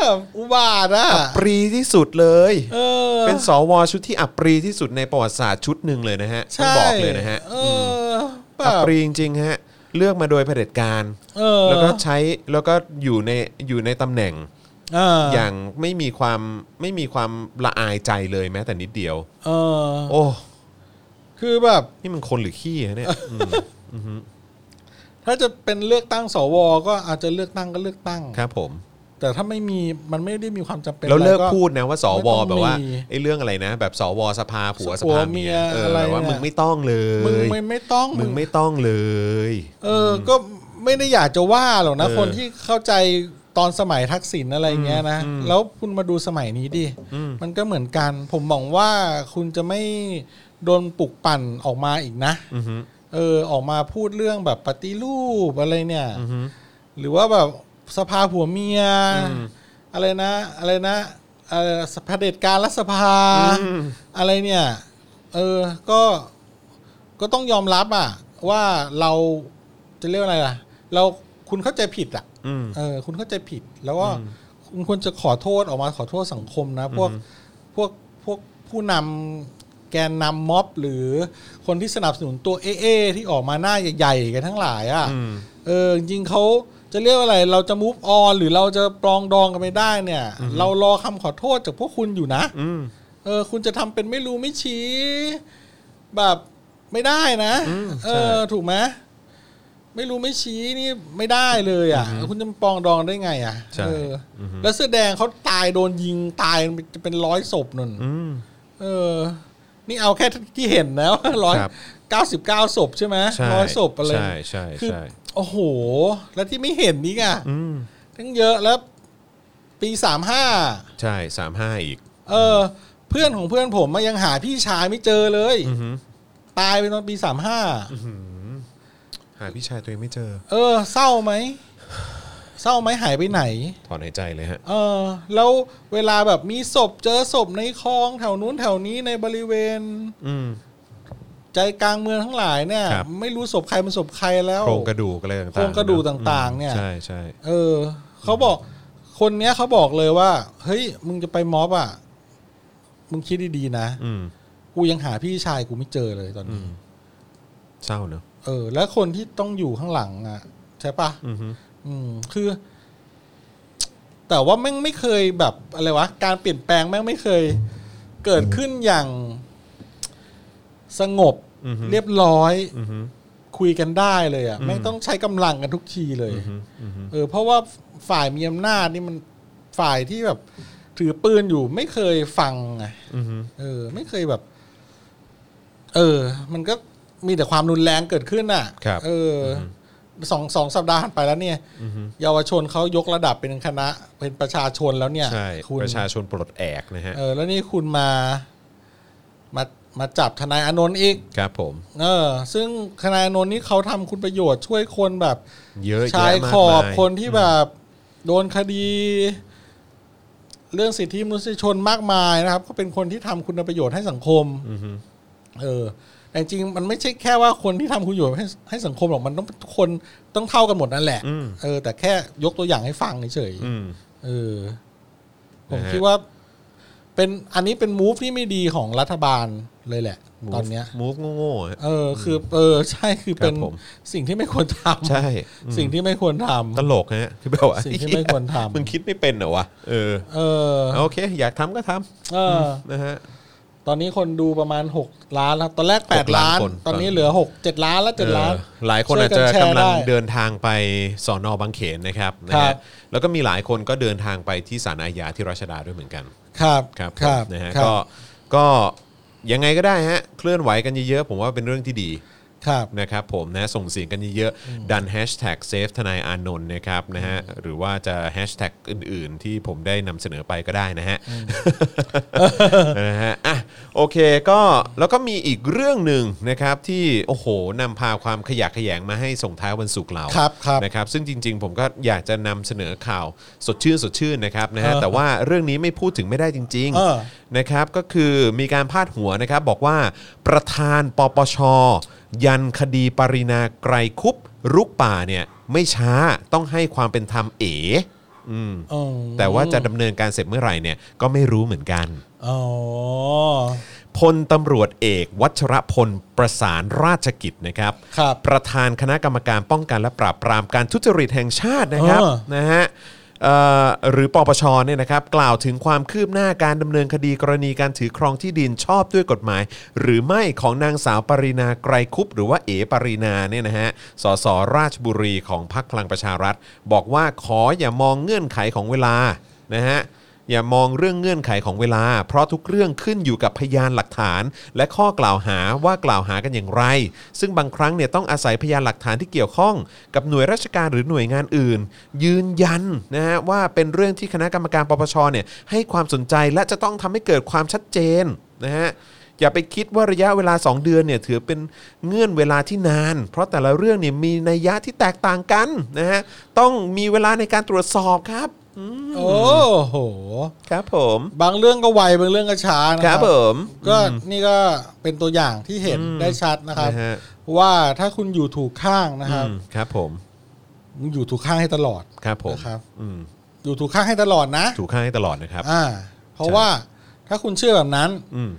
Speaker 2: แบบอุบาทอะ
Speaker 1: อัปรีที่สุดเลย
Speaker 2: เออ
Speaker 1: เป็นสวชุดที่อัปรีที่สุดในประวัติศาสตร์ชุดหนึ่งเลยนะฮะต้อง
Speaker 2: ใช่
Speaker 1: บอกเลยนะฮะ
Speaker 2: เออแบ
Speaker 1: อั
Speaker 2: บ
Speaker 1: ปรีจริงๆฮะ เลือกมาโดยเผด็จการ
Speaker 2: เออ
Speaker 1: แล้วก็ใช้แล้วก็อยู่ในอยู่ในตำแหน่ง
Speaker 2: เอออ
Speaker 1: อย่างไม่มีความไม่มีความละอายใจเลยแม้แต่นิดเดียว
Speaker 2: เออ
Speaker 1: โอ้
Speaker 2: คือแบบ
Speaker 1: นี่มันคนหรือขี้ฮะเนี่ยอืม
Speaker 2: ถ้าจะเป็นเลือกตั้งสว ก็อาจจะเลือกตั้งก็เลือกตั้ง
Speaker 1: ครับผม
Speaker 2: แต่ถ้าไม่มีมันไม่ได้มีความจำเป็น
Speaker 1: แล้วเลิก
Speaker 2: อะไร
Speaker 1: พูดนะว่าสว
Speaker 2: ไม่ต้อ
Speaker 1: แบ
Speaker 2: งมี
Speaker 1: บว่าไอ้เรื่องอะไรนะ แบบสวสภาผัวส
Speaker 2: ผัว
Speaker 1: ภาเมีย
Speaker 2: เมีย
Speaker 1: เออ
Speaker 2: อะไร
Speaker 1: แบบว่า
Speaker 2: น่ะ
Speaker 1: มึงไม่ต้องเล
Speaker 2: มึง
Speaker 1: ย
Speaker 2: ไม่ไม่ต้อง
Speaker 1: มึงไม่ต้องเลย
Speaker 2: เอออ ก็ไม่ได้อยากจะว่าหรอกนะ
Speaker 1: เออ
Speaker 2: คนที่เข้าใจตอนสมัยทักษิณอะไรเงี้ยนะ
Speaker 1: อืม
Speaker 2: แล้วคุณมาดูสมัยนี้ดิ
Speaker 1: อืม
Speaker 2: มันก็เหมือนกัน ผมมองว่าคุณจะไม่โดนปลุกปั่นออกมาอีกนะ
Speaker 1: อือฮึ
Speaker 2: เออ ออกมาพูดเรื่องแบบปฏิรูปอะไรเนี่ย
Speaker 1: อือฮึ
Speaker 2: หรือว่าแบบสภาผัวเมีย
Speaker 1: อืม
Speaker 2: อะไรนะ อะไรนะเออสภาเผด็จการรัฐสภา
Speaker 1: อืม
Speaker 2: อะไรเนี่ย เออ ก็ ก็ต้องยอมรับอะว่าเราจะเรียกว่าอะไรล่ะ เราคุณเข้าใจผิดอะ
Speaker 1: อืม
Speaker 2: เออ คุณเข้าใจผิด แล้วก็คุณควรจะขอโทษออกมาขอโทษสังคมนะ พวก พวก พวก ผู้นำแกนนำม็อบหรือคนที่สนับสนุนตัวเอเอที่ออกมาหน้าใหญ่ๆกันทั้งหลายอ่ะ
Speaker 1: อืม
Speaker 2: เออจริงๆเขาจะเรียกว่าอะไร เราจะ move on หรือเราจะปรองดองกันไม่ได้เนี่ย เรารอคำขอโทษจากพวกคุณอยู่นะ
Speaker 1: อืม
Speaker 2: เออ คุณจะทำเป็นไม่รู้ไม่ชี้ แบบไม่ได้นะ
Speaker 1: อืมใช่
Speaker 2: เออ ถูกไหมไม่รู้ไม่ชี้นี่ไม่ได้เลยอ่ะแล้วคุณจะปรองดองได้ไง อ่ะ
Speaker 1: ใช่
Speaker 2: เอออ
Speaker 1: อฮึ
Speaker 2: แล้วเสื้อแดงเขาตายโดนยิงตายจะเป็นร้อยศพนั่น
Speaker 1: อืม
Speaker 2: เออ นี่เอาแค่ที่เห็นนะว่าร้อย
Speaker 1: ครับ
Speaker 2: เก้าสิบเก้าศพใช่ไหม
Speaker 1: ใช่
Speaker 2: ร้อยศพอะไร
Speaker 1: ใช่ใช่
Speaker 2: คือ
Speaker 1: ใช่
Speaker 2: โอ้โห แล้วที่ไม่เห็นนี่ไง
Speaker 1: อืม
Speaker 2: ทั้งเยอะแล้ว ปีสามห้า
Speaker 1: ใช่สามห้าอีก
Speaker 2: เออ เพื่อนของเพื่อนผมมายังหาพี่ชายไม่เจอเลย
Speaker 1: อือหือ
Speaker 2: ตายไปตอนปีสามห้า
Speaker 1: อื้อหือหาพี่ชายตัวเองไม่เจอ
Speaker 2: เออ เศร้าไหมเศร้าไหมหายไปไหน
Speaker 1: ถอนหายใจเลยฮะ
Speaker 2: เออ แล้วเวลาแบบมีศพเจอศพในคลองแถวนู้นแถวนี้ในบริเวณ
Speaker 1: อืม
Speaker 2: ใจกลางเมืองทั้งหลายเนี่ย
Speaker 1: ครับ
Speaker 2: ไม่รู้ศพใครเป็นศพใครแล้ว
Speaker 1: โครงกระดูกอะไรต่างๆ
Speaker 2: โครงกระดูก
Speaker 1: น
Speaker 2: ต่างๆเนี่ย
Speaker 1: ใช่ใช่
Speaker 2: เออเขาบอกคนเนี้ยเขาบอกเลยว่า เฮ้ย มึงจะไปม็อบอ่ะ มึงคิดดีๆนะ
Speaker 1: อืม
Speaker 2: กูยังหาพี่ชายกูไม่เจอเลยตอน
Speaker 1: อื
Speaker 2: นี้
Speaker 1: มเศร้าเนอะ
Speaker 2: เออ แล้วคนที่ต้องอยู่ข้างหลังอ่ะ ใช่ปะ
Speaker 1: อือหือ
Speaker 2: อืม คือ แต่ว่าแม่งไม่เคยแบบอะไรวะ การเปลี่ยนแปลงแม่งไม่เคย เกิดขึ้นอย่าง สงบ
Speaker 1: อือหือ
Speaker 2: เรียบร้อย
Speaker 1: อือหือ
Speaker 2: คุยกันได้เลยอ่ะ
Speaker 1: อืม
Speaker 2: แม่งต้องใช้กำลังกันทุกทีเลย
Speaker 1: อือหืออือหือ
Speaker 2: เออเพราะว่าฝ่ายมีอำนาจนี่มันฝ่ายที่แบบ ถือปืนอยู่ไม่เคยฟังไง
Speaker 1: อือหือ
Speaker 2: เออ ไม่เคยแบบ เออ มันก็มีแต่ความรุนแรงเกิดขึ้นอ่ะ
Speaker 1: ครับ
Speaker 2: เอออสองสองสัปดาห์ผ่านไปแล้วเนี่ย
Speaker 1: อือฮึ
Speaker 2: เยาวชนเขายกระดับเป็นคณะ เป็นประชาชนแล้วเนี่ย
Speaker 1: ใช่
Speaker 2: คุณ
Speaker 1: ประชาชนปลดแอกนะฮะ
Speaker 2: เออ แล้วนี่คุณมา มามาจับทนายอานนท์อีก
Speaker 1: ครับผม
Speaker 2: เออ ซึ่งทนายอานนท์นี่เขาทำคุณประโยชน์ช่วยคนแบบ
Speaker 1: เยอะแยะมากม
Speaker 2: ชายขอบ
Speaker 1: ย
Speaker 2: คนที่แบบโดนคดี เรื่องสิทธิมนุษยชนมากมายนะครับ ก็เป็นคนที่ทำคุณประโยชน์ให้สังคม
Speaker 1: อือฮึ
Speaker 2: เออ แต่จริงๆมันไม่ใช่แค่ว่าคนที่ทำคุณประโยชน์ให้ให้สังคมหรอกมันต้องทุกคนต้องเท่ากันหมดนั่นแหละ
Speaker 1: อืม
Speaker 2: เออแต่แค่ยกตัวอย่างให้ฟังเฉยๆ
Speaker 1: อืม
Speaker 2: เออผม
Speaker 1: นะฮะ
Speaker 2: คิดว่า เป็นอันนี้เป็นมูฟที่ไม่ดีของรัฐบาลเลยแหละ ตอนเนี้ย
Speaker 1: มูฟโง่ๆฮะ
Speaker 2: เออ คือ เออ ใช่คือเป็น
Speaker 1: ครับผม
Speaker 2: สิ่งที่ไม่ควรท
Speaker 1: ใช่
Speaker 2: ำสิ่งที่ไม่ควรทำ
Speaker 1: ตลกฮะคือแบบว่า
Speaker 2: สิ่งที่ไม่ควรทำ
Speaker 1: มึงคิดไม่เป็นเหรอวะเออ
Speaker 2: เออ
Speaker 1: โอเค อยากทำก็ทำ
Speaker 2: เออ
Speaker 1: นะฮะ
Speaker 2: ตอนนี้คนดูประมาณ 6 ล้านแล้ว ตอนแรก
Speaker 1: หก
Speaker 2: 8
Speaker 1: ล้าน
Speaker 2: ล้าน
Speaker 1: คน
Speaker 2: ตอนนี้เหลือ 6 7 ล้านแล้ว 7 ล้าน
Speaker 1: เออหลายคน
Speaker 2: ช่ว
Speaker 1: อาย จ
Speaker 2: กัน
Speaker 1: จะ
Speaker 2: แชร์
Speaker 1: กำลัง
Speaker 2: ได้
Speaker 1: เดินทางไปสอนอบางเขนนะครับนะ
Speaker 2: ครั
Speaker 1: ฮะ
Speaker 2: บ
Speaker 1: แล้วก็มีหลายคนก็เดินทางไปที่ศาลอาญาที่รัชดาด้วยเหมือนกัน
Speaker 2: ครับ
Speaker 1: ครับ
Speaker 2: ครับ
Speaker 1: นะฮะ
Speaker 2: ครั
Speaker 1: ก็
Speaker 2: บ
Speaker 1: ก็ยังไงก็ได้ฮะเคลื่อนไหวกันเยอะๆผมว่าเป็นเรื่องที่ดี
Speaker 2: ครับ
Speaker 1: นะครับผมนะส่งเสียงกันเยอะๆดันแฮชแท็กเซฟทนายอานนท์นะครับนะฮะหรือว่าจะแฮชแท็กอื่นๆ ที่ผมได้นำเสนอไปก็ได้นะฮะ นะฮะอ่ะโอเคก็แล้วก็มีอีกเรื่องหนึ่งนะครับที่โอ้โหนำพาความขยะแขยงมาให้ส่งท้ายวันศุกร์เรา
Speaker 2: ครับครับ
Speaker 1: นะครับซึ่งจริง ๆ ผมก็อยากจะนำเสนอข่าวสดชื่นสดชื่นนะครับนะฮะ
Speaker 2: เออ
Speaker 1: แต่ว่าเรื่องนี้ไม่พูดถึงไม่ได้จริง
Speaker 2: เออ
Speaker 1: นะครับก็คือมีการพาดหัวนะครับบอกว่าประธานปปช ยันคดีปรินาไกรคุปรุกป่าเนี่ยไม่ช้าต้องให้ความเป็นธรรมเอ๋อืม
Speaker 2: อืม
Speaker 1: แต่ว่าจะดำเนินการเสร็จเมื่อไหร่เนี่ยก็ไม่รู้เหมือนกัน
Speaker 2: อ๋อ
Speaker 1: พลตำรวจเอกวัชรพลประสานราชกิจนะครับ
Speaker 2: ครับ
Speaker 1: ประธานคณะกรรมการป้องกันและปราบปรามการทุจริตแห่งชาตินะครับ
Speaker 2: เออ
Speaker 1: นะฮะเอ่อหรือปปชเนี่ยนะครับกล่าวถึงความคืบหน้าการดำเนินคดีกรณีการถือครองที่ดินชอบด้วยกฎหมาย หรือไม่ของนางสาวปรินาไกรคุปหรือว่าเอ๋ปรินาเนี่ยนะฮะสสราชบุรีของพรรคพลังประชารัฐ บอกว่าขออย่ามองเงื่อนไขของเวลานะฮะ อย่ามองเรื่องเงื่อนไขของเวลา เพราะทุกเรื่องขึ้นอยู่กับพยานหลักฐาน และข้อกล่าวหาว่ากล่าวหากันอย่างไร ซึ่งบางครั้งเนี่ยต้องอาศัยพยานหลักฐานที่เกี่ยวข้อง กับหน่วยราชการหรือหน่วยงานอื่น ยืนยันนะฮะว่าเป็นเรื่องที่คณะกรรมการปปชเนี่ยให้ความสนใจและจะต้องทำให้เกิดความชัดเจนนะฮะ อย่าไปคิดว่าระยะเวลา 2 เดือนเนี่ยถือเป็นเงื่อนเวลาที่นาน เพราะแต่ละเรื่องเนี่ยมีนัยยะที่แตกต่างกันนะฮะต้องมีเวลาในการตรวจสอบครับอืม
Speaker 2: โอ้โห
Speaker 1: ครับผม
Speaker 2: บางเรื่องก็ไว บางเรื่องก็ช้านะ
Speaker 1: ค
Speaker 2: ค
Speaker 1: รั
Speaker 2: รั
Speaker 1: บบ ผม
Speaker 2: ก็นี่ก็เป็นตัวอย่างที่เห็นได้ชัดนะครับ
Speaker 1: นะฮะ
Speaker 2: ว่าถ้าคุณอยู่ถูกข้างนะครับ
Speaker 1: อืมครับผม
Speaker 2: มึงอยู่ถูกข้างให้ตลอด
Speaker 1: ครับผม
Speaker 2: นะครับ
Speaker 1: อืม
Speaker 2: อยู่ถูกข้างให้ตลอดนะ
Speaker 1: ถูกข้างให้ตลอดนะครับ
Speaker 2: อ่า เพ
Speaker 1: ใช่
Speaker 2: ราะว่าถ้าคุณเชื่อแบบนั้น
Speaker 1: อืม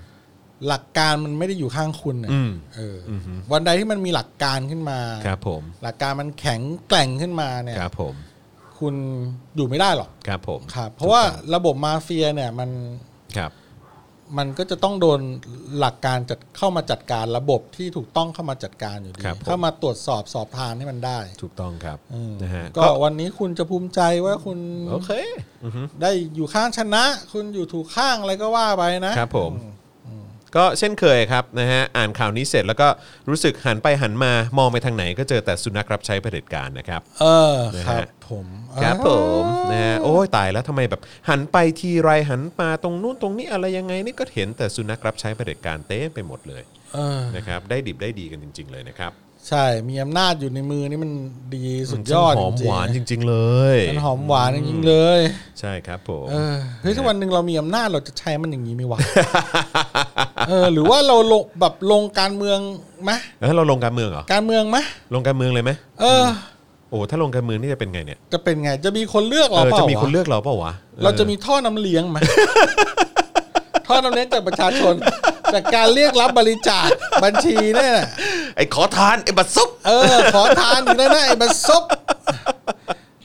Speaker 2: หลักการมันไม่ได้อยู่ข้างคุณน่ะ
Speaker 1: อืม
Speaker 2: เอออ
Speaker 1: อือฮึ
Speaker 2: วันใดที่มันมีหลักการขึ้นมา
Speaker 1: ครับผม
Speaker 2: หลักการมันแข็งแกร่งขึ้นมาเนี่ย
Speaker 1: ครับผม
Speaker 2: คุณอยู่ไม่ได้หรอก
Speaker 1: ครับผม
Speaker 2: ครับ เพราะว่าระบบมาเฟียเนี่ยมัน
Speaker 1: ครับ
Speaker 2: มันก็จะต้องโดนหลักการจัดเข้ามาจัดการระบบที่ถูกต้องเข้ามาจัดการอยู่ดี
Speaker 1: ครับผม
Speaker 2: เข้ามาตรวจสอบสอบทานให้มันได้
Speaker 1: ถูกต้องครับ
Speaker 2: อืม
Speaker 1: นะฮะ
Speaker 2: ก็วันนี้คุณจะภูมิใจว่าคุณ
Speaker 1: โอเคอือฮึ
Speaker 2: ได้อยู่ข้างชนะ คุณอยู่ถูกข้างอะไรก็ว่าไปนะครับ
Speaker 1: ผม ก็เช่นเคยครับนะฮะอ่านข่าวนี้เสร็จแล้วก็รู้สึกหันไปหันมามองไปทางไหนก็เจอแต่สุนัขรับใช้เผด็จการนะครับ
Speaker 2: เออ
Speaker 1: นะ
Speaker 2: ครั
Speaker 1: ฮะ
Speaker 2: บผม
Speaker 1: ครับ
Speaker 2: อ่า
Speaker 1: ผมนะฮะโอ้ยตายแล้วทำไมแบบ หันไปทีไรหันมาตรงนู้นตรงนี้อะไรยังไงนี่ก็เห็นแต่สุนัขรับใช้เผด็จการเต้ไปหมดเลย
Speaker 2: เออ
Speaker 1: นะครับได้ดิบได้ดีกันจริง ๆ เลยนะครับ
Speaker 2: ใช่มีอำนาจอยู่ในมือนี่มันดีสุดยอด
Speaker 1: มันช่างหอมหวานจริง ๆ เลย
Speaker 2: ๆมันหอมหวานจริงๆเลย
Speaker 1: ใช่ครับผม
Speaker 2: เออเฮ้ยถ้าวันหนึ่งเรามีอำนาจเราจะใช้มันอย่างนี้ไหมวะ เออ หรือว่าเราลงแบบลงการเมืองไหม
Speaker 1: แล้วเราลงการเมืองเหรอ
Speaker 2: การเมืองไหม
Speaker 1: ลงการเมืองเลยไหม
Speaker 2: เออ
Speaker 1: โอ้ถ้าลงการเมืองนี่จะเป็นไงเนี่ย
Speaker 2: จะเป็นไงจะมีคนเลือก
Speaker 1: เอ
Speaker 2: เรา
Speaker 1: อ
Speaker 2: เปล่า
Speaker 1: จะมีคน
Speaker 2: วะ
Speaker 1: เลือกเราเปล่าวะออ
Speaker 2: เราจะมีท่อน้ำเลี้ยงไหม ท่อน้ำเลี้ยงจากประชาชน จากการเรียกรับบริจาคบัญชีเนี่ยน่ะ
Speaker 1: ไอ้ขอทานไอ้บัตรซุป
Speaker 2: เออ ขอทานอยู่นั่นนะไอ้บัสซบ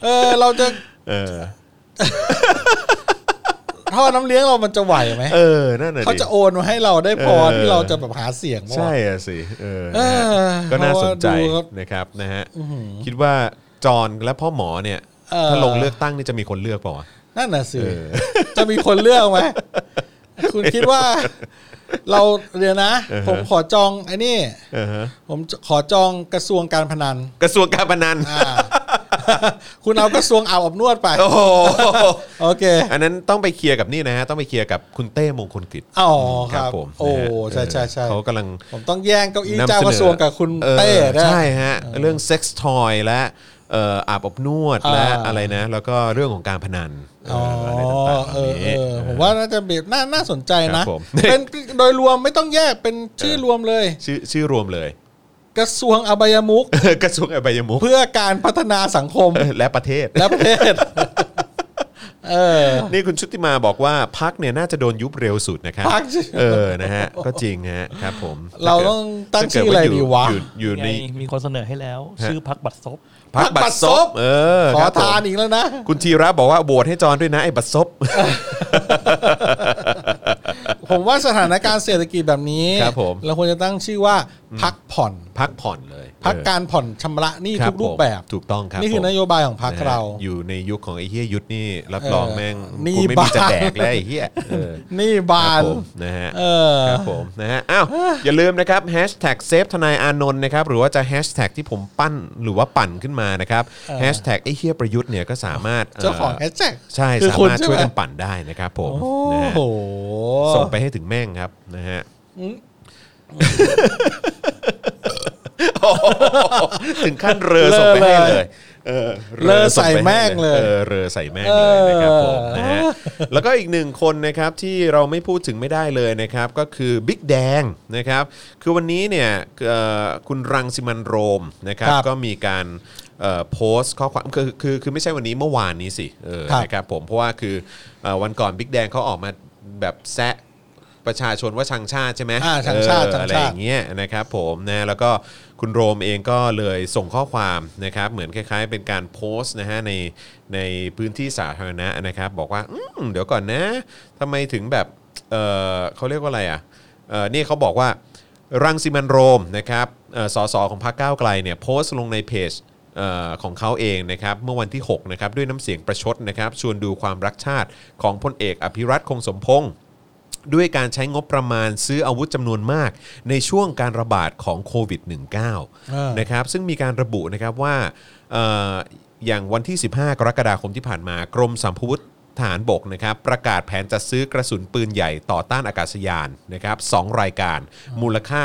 Speaker 2: เออ เราจะ
Speaker 1: เออ
Speaker 2: ท่อน้ำเลี้ยงเรามันจะไหวไหม
Speaker 1: เออ นั่นน่ะดิ
Speaker 2: เขาจะโอนมาให้เราได้พอ
Speaker 1: เออ
Speaker 2: ที่เราจะแบบหาเสียงปะวะ
Speaker 1: ใช่อะสิ เออ
Speaker 2: เอ
Speaker 1: นะ
Speaker 2: อ
Speaker 1: ฮะก็น่าสนใจ
Speaker 2: เพราะว่าดูครับ
Speaker 1: นะครับนะฮะ คิดว่าจอห์นและพ่อหมอเนี่ย
Speaker 2: เออ
Speaker 1: ถ้าลงเลือกตั้งนี่จะมีคนเลือกเปล่าวะ
Speaker 2: นั่นน่ะสิ
Speaker 1: เออ
Speaker 2: จะมีคนเลือกไหมคุณคิดว่า เราเดี๋ยวนะ ผมขอจองไอ้นี่
Speaker 1: เออฮะ
Speaker 2: ผมขอจองกระทรวงการพนัน
Speaker 1: กระทรวงการพนัน
Speaker 2: อ่า คุณเอากระทรวงอาบอบนวดไป
Speaker 1: โอ้โห
Speaker 2: โอเค
Speaker 1: อันนั้นต้องไปเคลียร์กับนี่นะฮะ ต้องไปเคลียร์กับคุณเต้มงคลกิจ
Speaker 2: อ๋อ
Speaker 1: ค
Speaker 2: ค
Speaker 1: รั
Speaker 2: รั
Speaker 1: บบ ผม
Speaker 2: โอ้
Speaker 1: นะฮะ
Speaker 2: ใช่
Speaker 1: เอ
Speaker 2: ใช่ใช่
Speaker 1: อเขากำลัง
Speaker 2: ผมต้องแย่งเก้าอี้
Speaker 1: นำสนอ
Speaker 2: เจ้ากระทรวงกับคุณ
Speaker 1: ออ
Speaker 2: เต้นะ
Speaker 1: ใช่ฮะเรื่องเซ็กซ์ทอยและเอ่ออาบอบนวด
Speaker 2: อ่า
Speaker 1: และอะไรนะ แล้วก็เรื่องของการพนันเ
Speaker 2: อ๋อ
Speaker 1: อะไรต่างๆเหล่า
Speaker 2: เออ
Speaker 1: นี้
Speaker 2: เออผมว่าน่าจะแบบน่าน่าสนใจ
Speaker 1: ครั
Speaker 2: นะ
Speaker 1: บผม
Speaker 2: เป็นโดยรวมไม่ต้องแยกเป็นชื่อรวมเลย
Speaker 1: ชื่อชื่อรวมเลย
Speaker 2: กระทรวงอบายมุข
Speaker 1: กระทรวงอบายมุข
Speaker 2: เพื่อการพัฒนาสังคม
Speaker 1: เออและประเทศ
Speaker 2: และประเทศ เออ
Speaker 1: นี่คุณชุติมาบอกว่าพักเนี่ยน่าจะโดนยุบเร็วสุดนะครับ
Speaker 2: พรรค
Speaker 1: เออนะฮะ ก็จริงฮะครับผม
Speaker 2: เราต้องตั้ง
Speaker 1: ถ้าเกิ
Speaker 2: ชื่ออะไรดีวะ
Speaker 1: อยู่อยู่
Speaker 3: ไง
Speaker 1: ใน
Speaker 3: มีคนเสนอให้แล้ว ชื่อพักบัตรซบ
Speaker 1: พัก
Speaker 2: พรรคบั
Speaker 1: บัต
Speaker 2: ต
Speaker 1: ร
Speaker 2: ร
Speaker 1: ซ
Speaker 2: ซ
Speaker 1: บบ เออ
Speaker 2: ขอ
Speaker 1: ครับผม
Speaker 2: ทานอีกแล้วนะ
Speaker 1: คุณธีระบอกว่าโหวตให้จอนด้วยนะไอ้บัตรซบ
Speaker 2: ผมว่าสถานการณ์เศรษฐกิจแบบนี้
Speaker 1: ครับผม
Speaker 2: เราควรจะตั้งชื่อว่าพักผ่อน
Speaker 1: พักผ่อนเลย
Speaker 2: พัก
Speaker 1: เออ
Speaker 2: การผ่อนชำระหนี้
Speaker 1: ค
Speaker 2: ทุ
Speaker 1: ผ
Speaker 2: ก
Speaker 1: ม
Speaker 2: รูปแบบ
Speaker 1: ถูกต้องครับ
Speaker 2: นี่คือนโยบายของพัก
Speaker 1: นะฮะ
Speaker 2: เรา
Speaker 1: อยู่ในยุคของไอ้เฮียยุทธนี่รับรอง
Speaker 2: เออ
Speaker 1: แม่ง
Speaker 2: นี่
Speaker 1: กูไม่มี
Speaker 2: บ้า
Speaker 1: จะแดกแล้วไอ้เฮียเออ
Speaker 2: หนี่
Speaker 1: ค
Speaker 2: บา
Speaker 1: รับ
Speaker 2: น
Speaker 1: ผมนะฮะ
Speaker 2: เออ
Speaker 1: ครับผมนะฮะอ้าวอย่าลืมนะครับแฮชแท็กเซฟทนายอานนท์นะครับหรือว่าจะแฮชแท็กที่ผมปั้นหรือว่าปั่นขึ้นมานะครับแฮชแท็กไอ้เฮียประยุทธ์เนี่ยก็สามารถ
Speaker 2: เจ้าของแฮ
Speaker 1: เ
Speaker 2: ชแท็ก
Speaker 1: ใช่
Speaker 2: คือ
Speaker 1: สา
Speaker 2: คุณ
Speaker 1: มารถ
Speaker 2: ใช่
Speaker 1: ช่
Speaker 2: ไห
Speaker 1: ว
Speaker 2: ม
Speaker 1: ยกันปั่นได้นะครับผม
Speaker 2: โอ้
Speaker 1: นะฮะ
Speaker 2: โห
Speaker 1: ส่งไปให้ถึงแม่งครับนะฮะ
Speaker 2: อืม
Speaker 1: โอ้โหถึงขั้นเรือส่งไปให้เลย เออ
Speaker 2: เลอใส่แม่งเลย
Speaker 1: เออเรอใส่แม่งเลยนะครับผม
Speaker 2: เออ
Speaker 1: นะฮะแล้วก็อีกหนึ่งคนนะครับที่เราไม่พูดถึงไม่ได้เลยนะครับก็คือบิ๊กแดงนะครับคือวันนี้เนี่ยเอ่อคุณรังสิมันโรมนะครับ
Speaker 2: ครับ
Speaker 1: ก็มีการเอ่อโพสต์ข้อความคือคือคือไม่ใช่วันนี้เมื่อวานนี้สิเออ
Speaker 2: ครับ
Speaker 1: นะครับผมเพราะว่าคือเอ่อวันก่อนบิ๊กแดงเขาออกมาแบบแซะประชาชนว่าชังชาติใช่ไหม
Speaker 2: อ่าชังชาติ
Speaker 1: เออ
Speaker 2: ชังชาติ
Speaker 1: อะไรอย่าง อย่างเงี้ยนะครับผมนะแล้วก็คุณโรมเองก็เลยส่งข้อความนะครับเหมือนคล้ายๆ เป็นการโพสต์นะฮะในในพื้นที่สาธารณะนะครับบอกว่าอืมเดี๋ยวก่อนนะทำไมถึงแบบเออเขาเรียกว่าอะไรอ่ะเออนี่เขาบอกว่ารังสิมันต์โรมนะครับเอ่อสสของพรรคก้าวไกลเนี่ยโพสต์ลงในเพจ เอ่อของเขาเองนะครับเมื่อวันที่ 6 นะครับ ด้วยน้ำเสียงประชดนะครับชวนดูความรักชาติของพลเอกอภิรัตคงสมพงษ์ด้วยการใช้งบประมาณซื้ออาวุธจำนวนมาก ในช่วงการระบาดของโควิด
Speaker 2: อ
Speaker 1: -19 นะครับซึ่งมีการระบุนะครับว่าเอ่ออย่างวันที่ 15 กรกฎาคมที่ผ่านมากรมสัมพวุธทหารบกนะครับประกาศแผนจะซื้อกระสุนปืนใหญ่ต่อต้านอากาศยานนะครับสองรายการมูลค่า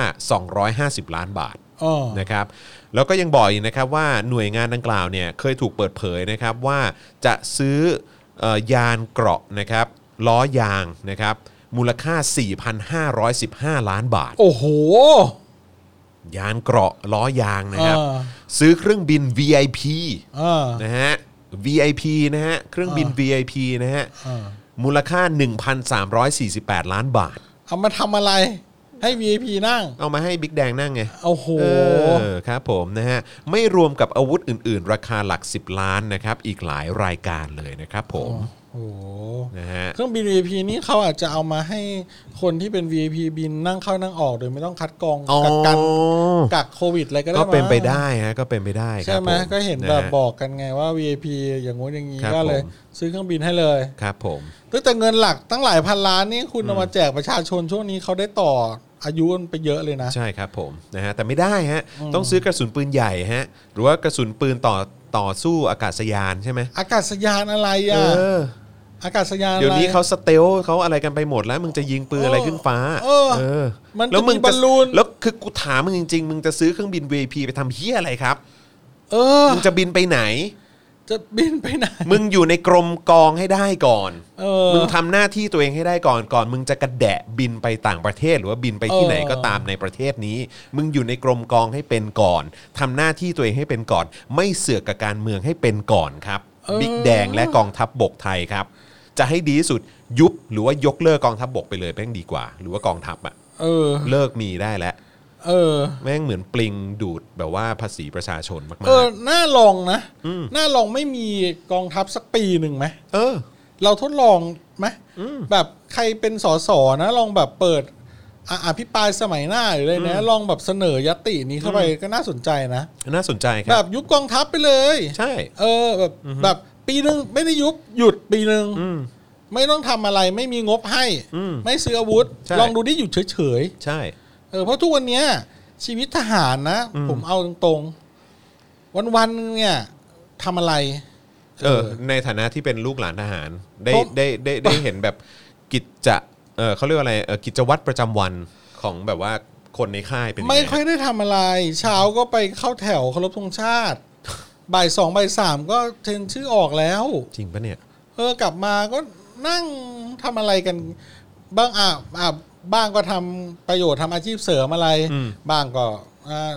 Speaker 1: 250 ล้านบาท
Speaker 2: อ๋อ
Speaker 1: นะครับแล้วก็ยังบอกอีกนะครับว่าหน่วยงานดังกล่าวเนี่ยเคยถูกเปิดเผยนะครับว่าจะซื้อเออยานเกราะนะครับล้อยางนะครับมูลค่า 4,515 ล้านบาท
Speaker 2: โอ้โห
Speaker 1: ยานเกราะล้อยางนะครับ
Speaker 2: เออ
Speaker 1: ซื้อเครื่องบิน VIP
Speaker 2: อ่า
Speaker 1: นะฮะ VIP นะฮะเครื่องบิน VIP นะฮะมูลค่า 1,348 ล้านบาท
Speaker 2: เอามาทำอะไร ให้ VIP นั่ง
Speaker 1: เอามาให้บิ๊กแดงนั่งไง
Speaker 2: โอ้โห
Speaker 1: เออครับผมนะฮะไม่รวมกับอาวุธอื่น ๆ ราคาหลัก 10 ล้านนะครับ อีกหลายรายการเลยนะครับผม
Speaker 2: โอ้โห
Speaker 1: นะฮะ
Speaker 2: เครื่องบิน VIP นี่เขาอาจจะเอามาให้คนที่เป็น VIP บินนั่งเข้านั่งออกโดยไม่ต้องคัดกรอง
Speaker 1: อ๋อ
Speaker 2: กักกันกักโควิดอะไรก็ได้
Speaker 1: ก็เป็น
Speaker 2: มั้ง
Speaker 1: ไปได้ฮะก็เป็นไปได้ครับ
Speaker 2: ใช่ไหม
Speaker 1: ผ
Speaker 2: ก็เห็นแบ
Speaker 1: ะ
Speaker 2: บ
Speaker 1: ฮะ
Speaker 2: บอกกันไงว่า VIP อย่างงู้นอย่างนี้
Speaker 1: ครับ
Speaker 2: ก็เลย
Speaker 1: ผม
Speaker 2: ซื้อเครื่องบินให้เลย
Speaker 1: ครับผม
Speaker 2: ตั้งแต่เงินหลักตั้งหลายพันล้านนี่คุณเอามาแจกประชาชนช่วงนี้เขาได้ต่ออายุกันไปเยอะเลยนะ
Speaker 1: ใช่ครับผมนะฮะแต่ไม่ได้ฮะต้องซื้อกระสุนปืนใหญ่ฮะหรือว่ากระสุนปืนต่อต่อสู้อากาศยานใช่ไหม
Speaker 2: อากาศยานอะไร
Speaker 1: เอ
Speaker 2: อ่ะ
Speaker 1: อ
Speaker 2: อากาศยานอะไร
Speaker 1: เดี๋ยวนี้เขาสเตลเขาอะไรกันไปหมดแล้ว มึงจะยิงปืนอะไรขึ้นฟ้า
Speaker 2: เออมันจะ
Speaker 1: แล้วมึง
Speaker 2: มีบอลลูน
Speaker 1: แล้วคือกูถามมึงจริงๆมึงจะซื้อเครื่องบิน VIP ไปทำเฮี้ยอะไรครับ
Speaker 2: เออ
Speaker 1: มึงจะบินไปไหน
Speaker 2: จะบินไปไหน
Speaker 1: มึงอยู่ในกรมกองให้ได้ก่อน
Speaker 2: เออ
Speaker 1: มึงทำหน้าที่ตัวเองให้ได้ก่อนก่อน มึงจะกระแดะบินไปต่างประเทศ หรือว่าบินไปที่
Speaker 2: เออ
Speaker 1: ไหนก็ตามในประเทศนี้ มึงอยู่ในกรมกองให้เป็นก่อนทำหน้าที่ตัวเองให้เป็นก่อน ไม่เสือกกับการเมืองให้เป็นก่อนครับบิ๊กแดงและกองทัพบบกไทยครับ จะให้ดีที่สุดยุบหรือว่ายกเลิกกองทัพบบกไปเลยแม่งดีกว่า หรือว่ากองทัพอะ
Speaker 2: เออ
Speaker 1: เลิกมีได้แล้ว
Speaker 2: เออ
Speaker 1: แม่งเหมือนปลิงดูดแบบว่าภาษีประชาชนมาก
Speaker 2: เออ น่าลองนะ น่าลองไม่มีกองทัพสักปีหนึ่งไหม
Speaker 1: ๆเออ
Speaker 2: เราทดลองไหม แบบใครเป็นสสนะ ลองแบบเปิดอ่ะอภิปรายสมัยหน้าหรืออะไรนะ ลองแบบเสนอยตินี้เข้าไปก็น่าสนใจนะ
Speaker 1: น่าสนใจค
Speaker 2: แบ
Speaker 1: รับบ
Speaker 2: ยุบกองทัพไปเลย
Speaker 1: ใช่
Speaker 2: เออ แบบแบบปีหนึ่งไม่ได้ยุบหยุดปีหนึ่งไม่ต้องทำอะไรไม่มีงบให้
Speaker 1: อืม
Speaker 2: ไม่ซื้ออาวุธ
Speaker 1: ใช่
Speaker 2: ลองดูที่อยู่เฉยๆ
Speaker 1: ใช่
Speaker 2: เออเพราะทุกวันเนี้ย ชีวิตทหารนะ
Speaker 1: อืม
Speaker 2: ผมเอาตรงๆ วันวันๆเนี่ยทำอะไร
Speaker 1: เออในฐานะที่เป็นลูกหลานทหาร ได้
Speaker 2: ผม
Speaker 1: ได้ได้ได้เห็นแบบกิจจะเออเขาเรียกว่าอะไรเออกิจวัตรประจำวันของแบบว่าคนในค่ายเป็นง
Speaker 2: ไม่ค่อยได้ทำอะไร เช้าก็ไปเข้าแถวเคารพธงชาติ บ่ายสองบ่ายสามก็เซ็นชื่อออกแล้ว
Speaker 1: จริงปะเนี่ย
Speaker 2: เออกลับมาก็นั่งทำอะไรกัน บ้างอ่ะอ่ะบ้างก็ทำประโยชน์ทำอาชีพเสริมอะไร
Speaker 1: อืม
Speaker 2: บ้างก็อ่า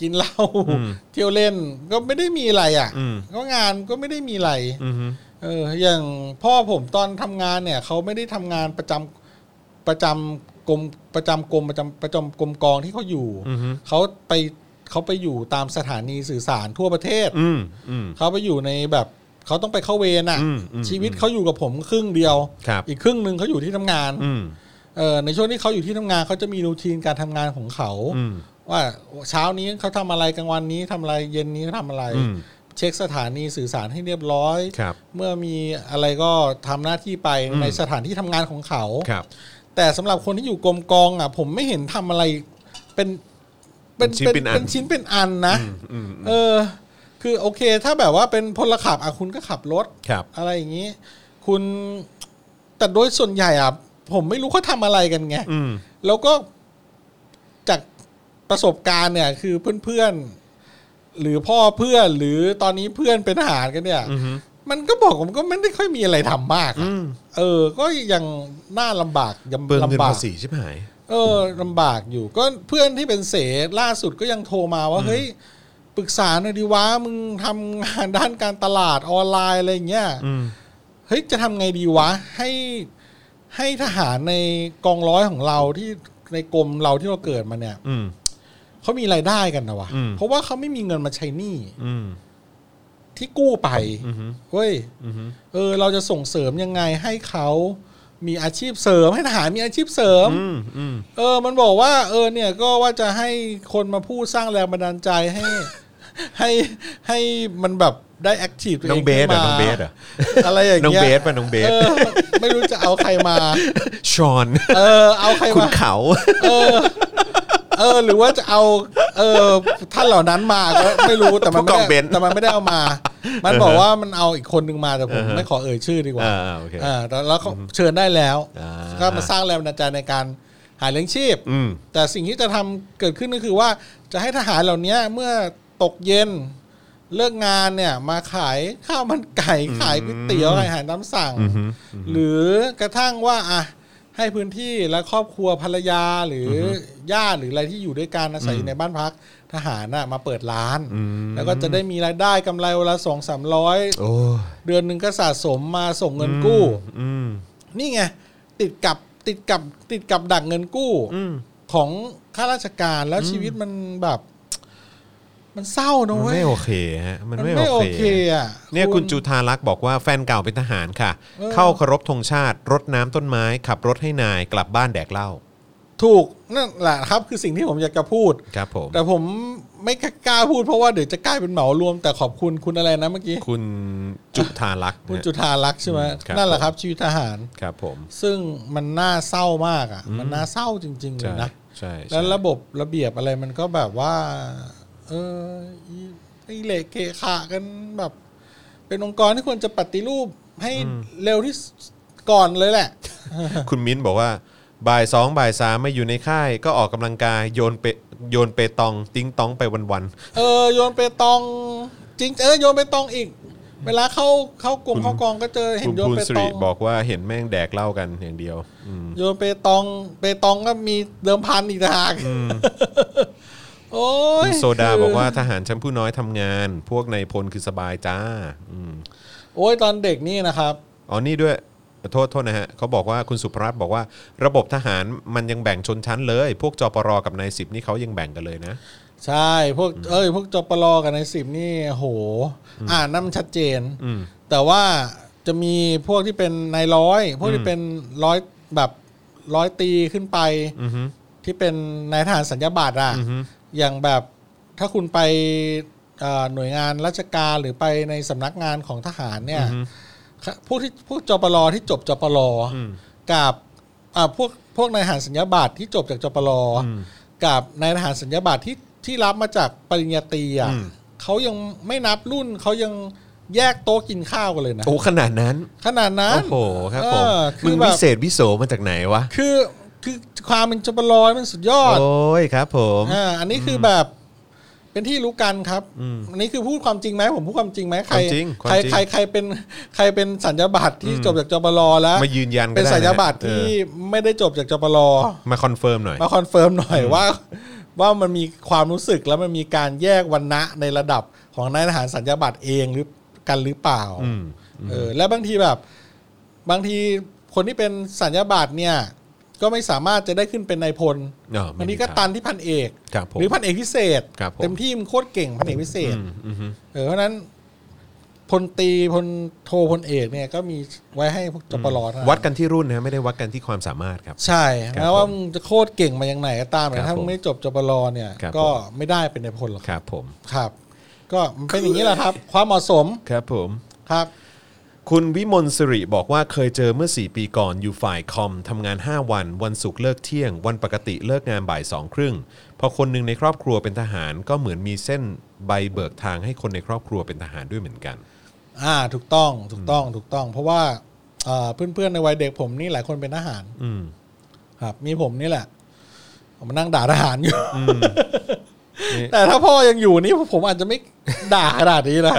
Speaker 2: กินเหล้า
Speaker 1: อืม
Speaker 2: เที่ยวเล่นก็ไม่ได้มีอะไรอ่ะ
Speaker 1: อืม
Speaker 2: ก็งานก็ไม่ได้มีอะไร
Speaker 1: อือฮึ
Speaker 2: เอออย่างพ่อผมตอนทำงานเนี่ยเขาไม่ได้ทำงานประจำประจำกรมประจำกรมประจำประจำกรมกองที่เขาอยู่
Speaker 1: อือฮึ
Speaker 2: เขาไปเขาไปอยู่ตามสถานีสื่อสารทั่วประเทศ
Speaker 1: อืมอืม
Speaker 2: เขาไปอยู่ในแบบเขาต้องไปเข้าเวร
Speaker 1: อื
Speaker 2: อะ่
Speaker 1: มอืม
Speaker 2: ะชีวิตเขาอยู่กับผมครึ่งเดียว
Speaker 1: ครับ
Speaker 2: อีกครึ่งหนึ่งเขาอยู่ที่ทำงาน
Speaker 1: อืม
Speaker 2: เออในช่วงที่เขาอยู่ที่ทำงานเขาจะมีรูทีนการทำงานของเขา
Speaker 1: อืม
Speaker 2: ว่าเช้านี้เขาทำอะไรกลางวันนี้ทำอะไรเย็นนี้ทำอะไร
Speaker 1: อืม
Speaker 2: เช็คสถานีสื่อสารให้เรียบร้อย
Speaker 1: ครับ
Speaker 2: เมื่อมีอะไรก็ทำหน้าที่ไป
Speaker 1: อืม
Speaker 2: ในสถานที่ทำงานของเขา
Speaker 1: ครับ
Speaker 2: แต่สำหรับคนที่อยู่กรมกองอ่ะ ผมไม่เห็นทำอะไรเป็นเป็น
Speaker 1: เป็นชิ้นเป็นอัน
Speaker 2: เป็นชิ้นเป็นอันนะ
Speaker 1: อืมอืม
Speaker 2: เออ คือโอเค ถ้าแบบว่าเป็นพลขับอ่ะคุณก็ขับรถ
Speaker 1: ครับ
Speaker 2: อะไรอย่างนี้ คุณแต่โดยส่วนใหญ่อ่ะ ผมไม่รู้เขาทำอะไรกันไง
Speaker 1: อืม
Speaker 2: แล้วก็จากประสบการณ์เนี่ย คือเพื่อนๆหรือพ่อเพื่อนหรือตอนนี้เพื่อนเป็นทหารกันเนี่ย
Speaker 1: อือฮึ
Speaker 2: มันก็บอกผมก็ไม่ได้ค่อยมีอะไรทำมาก
Speaker 1: อื
Speaker 2: อะ
Speaker 1: ม
Speaker 2: เออ ก็ยังน่าลำบากยัง
Speaker 1: เบิกเงิน
Speaker 2: ลำบาก
Speaker 1: ภาษีใช่ไหาย
Speaker 2: เออลำบากอยู่ ก็เพื่อนที่เป็นเสล่าสุดก็ยังโทรมาว่า เฮ้ย ปรึกษาหน่อยดีวะมึงทำงานด้านการตลาดออนไลน์อะไรอย่างเงี้ย
Speaker 1: อืม
Speaker 2: เฮ้ย จะทำไงดีวะ ให้ให้ทหารในกองร้อยของเราที่ในกรมเราที่เราเกิดมาเนี่ย
Speaker 1: อืม
Speaker 2: เขามีรายได้กันนะวะ
Speaker 1: อืม
Speaker 2: เพราะว่าเขาไม่มีเงินมาใช้หนี้
Speaker 1: อืม
Speaker 2: ที่กู้ไป
Speaker 1: อืม
Speaker 2: เฮ้ย
Speaker 1: อืม
Speaker 2: เออ เราจะส่งเสริมยังไงให้เขามีอาชีพเสริมให้ทหารมีอาชีพเสริม
Speaker 1: อืมอืม
Speaker 2: เออ มันบอกว่า เออ เนี่ยก็ว่าจะให้คนมาพูดสร้างแรงบันดาลใจให้ ให้ให้มันแบบได้แอคทีฟตัว
Speaker 1: น้
Speaker 2: เอ
Speaker 1: อง
Speaker 2: ง
Speaker 1: เบส
Speaker 2: ขึ้
Speaker 1: อ่ะ
Speaker 2: นมา
Speaker 1: น้องเบสอ่ะ
Speaker 2: อะไรอย่าง
Speaker 1: น้อง
Speaker 2: เงี้ย
Speaker 1: เบสป่ะน้องเบส
Speaker 2: เออ ไม่รู้จะเอาใครมา
Speaker 1: ชอน
Speaker 2: เอ อ เอาใคร
Speaker 1: คุณ
Speaker 2: มา
Speaker 1: เขา
Speaker 2: เออ เออ หรือว่าจะเอา เออ ท่านเหล่านั้นมาก็ไม่รู้แต่มัน
Speaker 1: ผู้ก
Speaker 2: ไม่
Speaker 1: องเบ
Speaker 2: ได้
Speaker 1: นซ์
Speaker 2: แต่มันไม่ได้เอามา มันบอกว่ามันเอาอีกคนนึงมาแต่ผม
Speaker 1: อ่าฮะ
Speaker 2: ไม่ขอเอ่ยชื่อดีกว่า
Speaker 1: อ่าอ่าโอเค
Speaker 2: อ่าแล้วแล้วเขาเชิญได้แล้ว
Speaker 1: อ่า
Speaker 2: ก็มาสร้างแรงบันดาลใจในการหาเลี้ยงชีพ
Speaker 1: อืม
Speaker 2: แต่สิ่งที่จะทำเกิดขึ้นก็คือว่าจะให้ทหารเหล่านี้เมื่อตกเย็นเลิกงานเนี่ยมาขายข้าวมันไก่ขายก๋วยเตี๋ยวขายอาหารตามสั่ง
Speaker 1: อือฮึ
Speaker 2: หรือกระทั่งว่าอ่ะให้พื้นที่และครอบครัวภรรยาหรืออญาติหรืออะไรที่อยู่ด้วยกันอาศัยอยู่ในบ้านพักทหารน่ะมาเปิดร้าน
Speaker 1: อืม
Speaker 2: แล้วก็จะได้มีรายได้กำไรเวนลาสองสามร้อย
Speaker 1: โอ้ย
Speaker 2: เดือนหนึ่งก็สะสมมาส่งเงินกู้
Speaker 1: อืม
Speaker 2: นี่ไงติดกับติดกับติดกับดักเงินกู้
Speaker 1: อืม
Speaker 2: ของข้าราชการแล้วชีวิตมันแบบ มันเศร้า
Speaker 1: มัน
Speaker 2: นะเว้ย
Speaker 1: ไม่โอเคฮะมัน
Speaker 2: มัน
Speaker 1: ไม่
Speaker 2: ไม่
Speaker 1: โอ
Speaker 2: โอ
Speaker 1: เค
Speaker 2: เคอ่ะ
Speaker 1: เนี่ยคุณจุธารักษ์บอกว่าแฟนเก่าเป็นทหารค่ะ
Speaker 2: เออ
Speaker 1: เข้าเคารพธงชาติ รดน้ำต้นไม้ ขับรถให้นายกลับบ้านแดกเหล้า
Speaker 2: ถูกนั่นแหละครับ คือสิ่งที่ผมอยากจะพูด
Speaker 1: ครับผม
Speaker 2: แต่ผมไม่กล้าพูดเพราะว่าเดี๋ยวจะกลายเป็นเหมารวม แต่ขอบคุณคุณอะไรนะเมื่อกี้
Speaker 1: คุณจุธารักษ์
Speaker 2: คุณ
Speaker 1: นะ
Speaker 2: จุธารักษ์ใช่ไหม
Speaker 1: อืมครับ
Speaker 2: นั่นแหละครับ ชีวิตทหาร
Speaker 1: ครับผม
Speaker 2: ซึ่งมันน่าเศร้ามากอ่ะ มันน่าเศร้าจริงๆเล
Speaker 1: ใช่
Speaker 2: ยนะ
Speaker 1: ใช่ใช่
Speaker 2: แล้วระบบระเบียบอะไรมันก็แบบว่า เอออีไอเหละเกะขะกันแบบ เป็นองค์กรที่ควรจะปฏิรูปให้เร็วที่สุดก่อนเลยแหละ
Speaker 1: คุณมิ้นบอกว่าบ่ายสองบ่ายสามไม่อยู่ในค่าย ก็ออกกำลังกายโยนเปโยนเปตอง ติ้งตองไปวัน
Speaker 2: เออโยนไปตองจริง เออโยนไปตองอีก เวลาเข้าเข้ากลุ่ม
Speaker 1: คุณ
Speaker 2: เข้ากองก็เจอ
Speaker 1: ๆ
Speaker 2: เห็
Speaker 1: คุณ
Speaker 2: นโยน
Speaker 1: ภูล
Speaker 2: ไป
Speaker 1: สิ
Speaker 2: ต
Speaker 1: ริ
Speaker 2: อง
Speaker 1: บอกว่าเห็นแม่งแดกเหล้ากันอย่างเดียวอืม
Speaker 2: โยนไปตองไปตองก็มีเดิมพันอีกต่างหากโอ้
Speaker 1: คุ
Speaker 2: ย
Speaker 1: ณโซดาบอกว่าทหารชั้นผู้น้อยทำงาน พวกในายพลคือสบายจ้าอืม
Speaker 2: โอ้ยตอนเด็กนี่นะครับ
Speaker 1: อ๋อนี่ด้วยโทษโทษนะฮะเขาบอกว่าคุณสุภรัตน์บอกว่า ระบบทหารมันยังแบ่งชนชั้นเลย พวกจปรกับนายสิบนี่เขายังแบ่งกันเลยนะ
Speaker 2: ใช่พวกเอ้ยพวกจปลอกับนายสิบนี่โห อ่านนั่นมันชัดเจน
Speaker 1: อืม
Speaker 2: แต่ว่าจะมีพวกที่เป็นนายร้อย พวกที่เป็นร้อยแบบร้อยตีขึ้นไป
Speaker 1: อือฮึ
Speaker 2: ที่เป็นนายทหารสัญญาบัตรอะ
Speaker 1: อือฮึ
Speaker 2: อย่างแบบถ้าคุณไปเอ่อหน่วยงานราชการหรือไปในสำนักงานของทหารเนี่ยค่ะพวกที่พวกจปลที่จบจปล
Speaker 1: อืม
Speaker 2: กับอ่าพวกพวกนายทหารสัญญาบัตรที่จบจากจปล
Speaker 1: อืม
Speaker 2: กับนายทหารสัญญาบัตรที่ที่รับมาจากปริญญาตรีอ่ะ
Speaker 1: อืม
Speaker 2: เขายังไม่นับรุ่นเขายังแยกโต๊ะกินข้าวกันเลยนะ
Speaker 1: โอ้ขนาดนั้น
Speaker 2: ขนาดนั้น
Speaker 1: โอ้โหครับผม
Speaker 2: เออคือ
Speaker 1: มึง
Speaker 2: แบบ
Speaker 1: วิเศษวิโสมาจากไหนวะ
Speaker 2: คือคือความเป็นจปลมันสุดยอด
Speaker 1: โอ้ยครับผม
Speaker 2: อ่าอันนี้คือแบบเป็นที่รู้กันครับ อันนี้คือพูดความจริงไหมผมพูดความจริงไหมใค
Speaker 1: ค
Speaker 2: ร
Speaker 1: วามจริงความ
Speaker 2: ใคร
Speaker 1: จริง
Speaker 2: ใครใครเป็นใครเป็นสัญญาบัตรที่จบจากจปลแล้ว
Speaker 1: มายืนยันก็ได้นะ
Speaker 2: เป็นสัญญาบัตรที่
Speaker 1: เอ
Speaker 2: ไม่ได้จบจากจปล
Speaker 1: มาคอนเฟิร์มหน่อย
Speaker 2: มาคอนเฟิร์มหน่อยว่า ว่ามันมีความรู้สึกแล้วมันมีการแยกวันณะในระดับของนายทหารสัญญาบัตรเองหรือกันหรือเปล่า
Speaker 1: อืม
Speaker 2: เออและบางทีแบบ บางทีคนที่เป็นสัญญาบัตรเนี่ย ก็ไม่สามารถจะได้ขึ้นเป็นนายพล
Speaker 1: อ่าไม่
Speaker 2: อันนี้
Speaker 1: มี
Speaker 2: ก็
Speaker 1: ทาง
Speaker 2: ตันที่พันเอก
Speaker 1: ครับผม
Speaker 2: หรือพันเอกพิเศษ
Speaker 1: ครับผม
Speaker 2: เต็มที่มันโคตรเก่งพันเอกพิเศษ
Speaker 1: อืมอือฮึ
Speaker 2: เออเพราะฉะนั้นพลตรีพลโทพลเอกเนี่ยก็มีไว้ให้พวกจปลเท่า
Speaker 1: วัดกันที่รุ่นนะไม่ได้วัดกันที่ความสามารถครับ
Speaker 2: ใช่
Speaker 1: ครับ
Speaker 2: แม้ว่ามึงจะโคตรเก่งมาอย่างไหนก็ตาม
Speaker 1: ครั
Speaker 2: แต่
Speaker 1: บ
Speaker 2: ถ้ามึงไม่จบจปลเนี่ย
Speaker 1: ครับ
Speaker 2: ก็ไม่ได้เป็นในายพลหรอก
Speaker 1: ครับผม
Speaker 2: ครับ ก็มันเป็นอย่างนี้แหละครับ ความเหมาะสม
Speaker 1: ครับผม
Speaker 2: ครับ
Speaker 1: คุณวิมลสิริบอกว่าเคยเจอเมื่อ 4 ปีก่อนอยู่ฝ่ายคอมทำงาน 5 วัน วันศุกร์เลิกเที่ยง วันปกติเลิกงานบ่ายสองครึ่งพอคนหนึ่งในครอบครัวเป็นทหารก็เหมือนมีเส้นใบเบิกทางให้คนในครอบครัวเป็นทหารด้วยเหมือนกัน
Speaker 2: อ่าถูกต้องถูกต้องถูกต้อง เพราะว่าเอ่อเพื่อนๆในวัยเด็กผมนี่หลายคนเป็นทหาร
Speaker 1: อืม
Speaker 2: ครับ มีผมนี่แหละผมมานั่งด่าทหารอยู่
Speaker 1: อืม
Speaker 2: แต่ถ้าพ่อยังอยู่นี่ผมอาจจะไม่ ด่าขนาดนี้นะ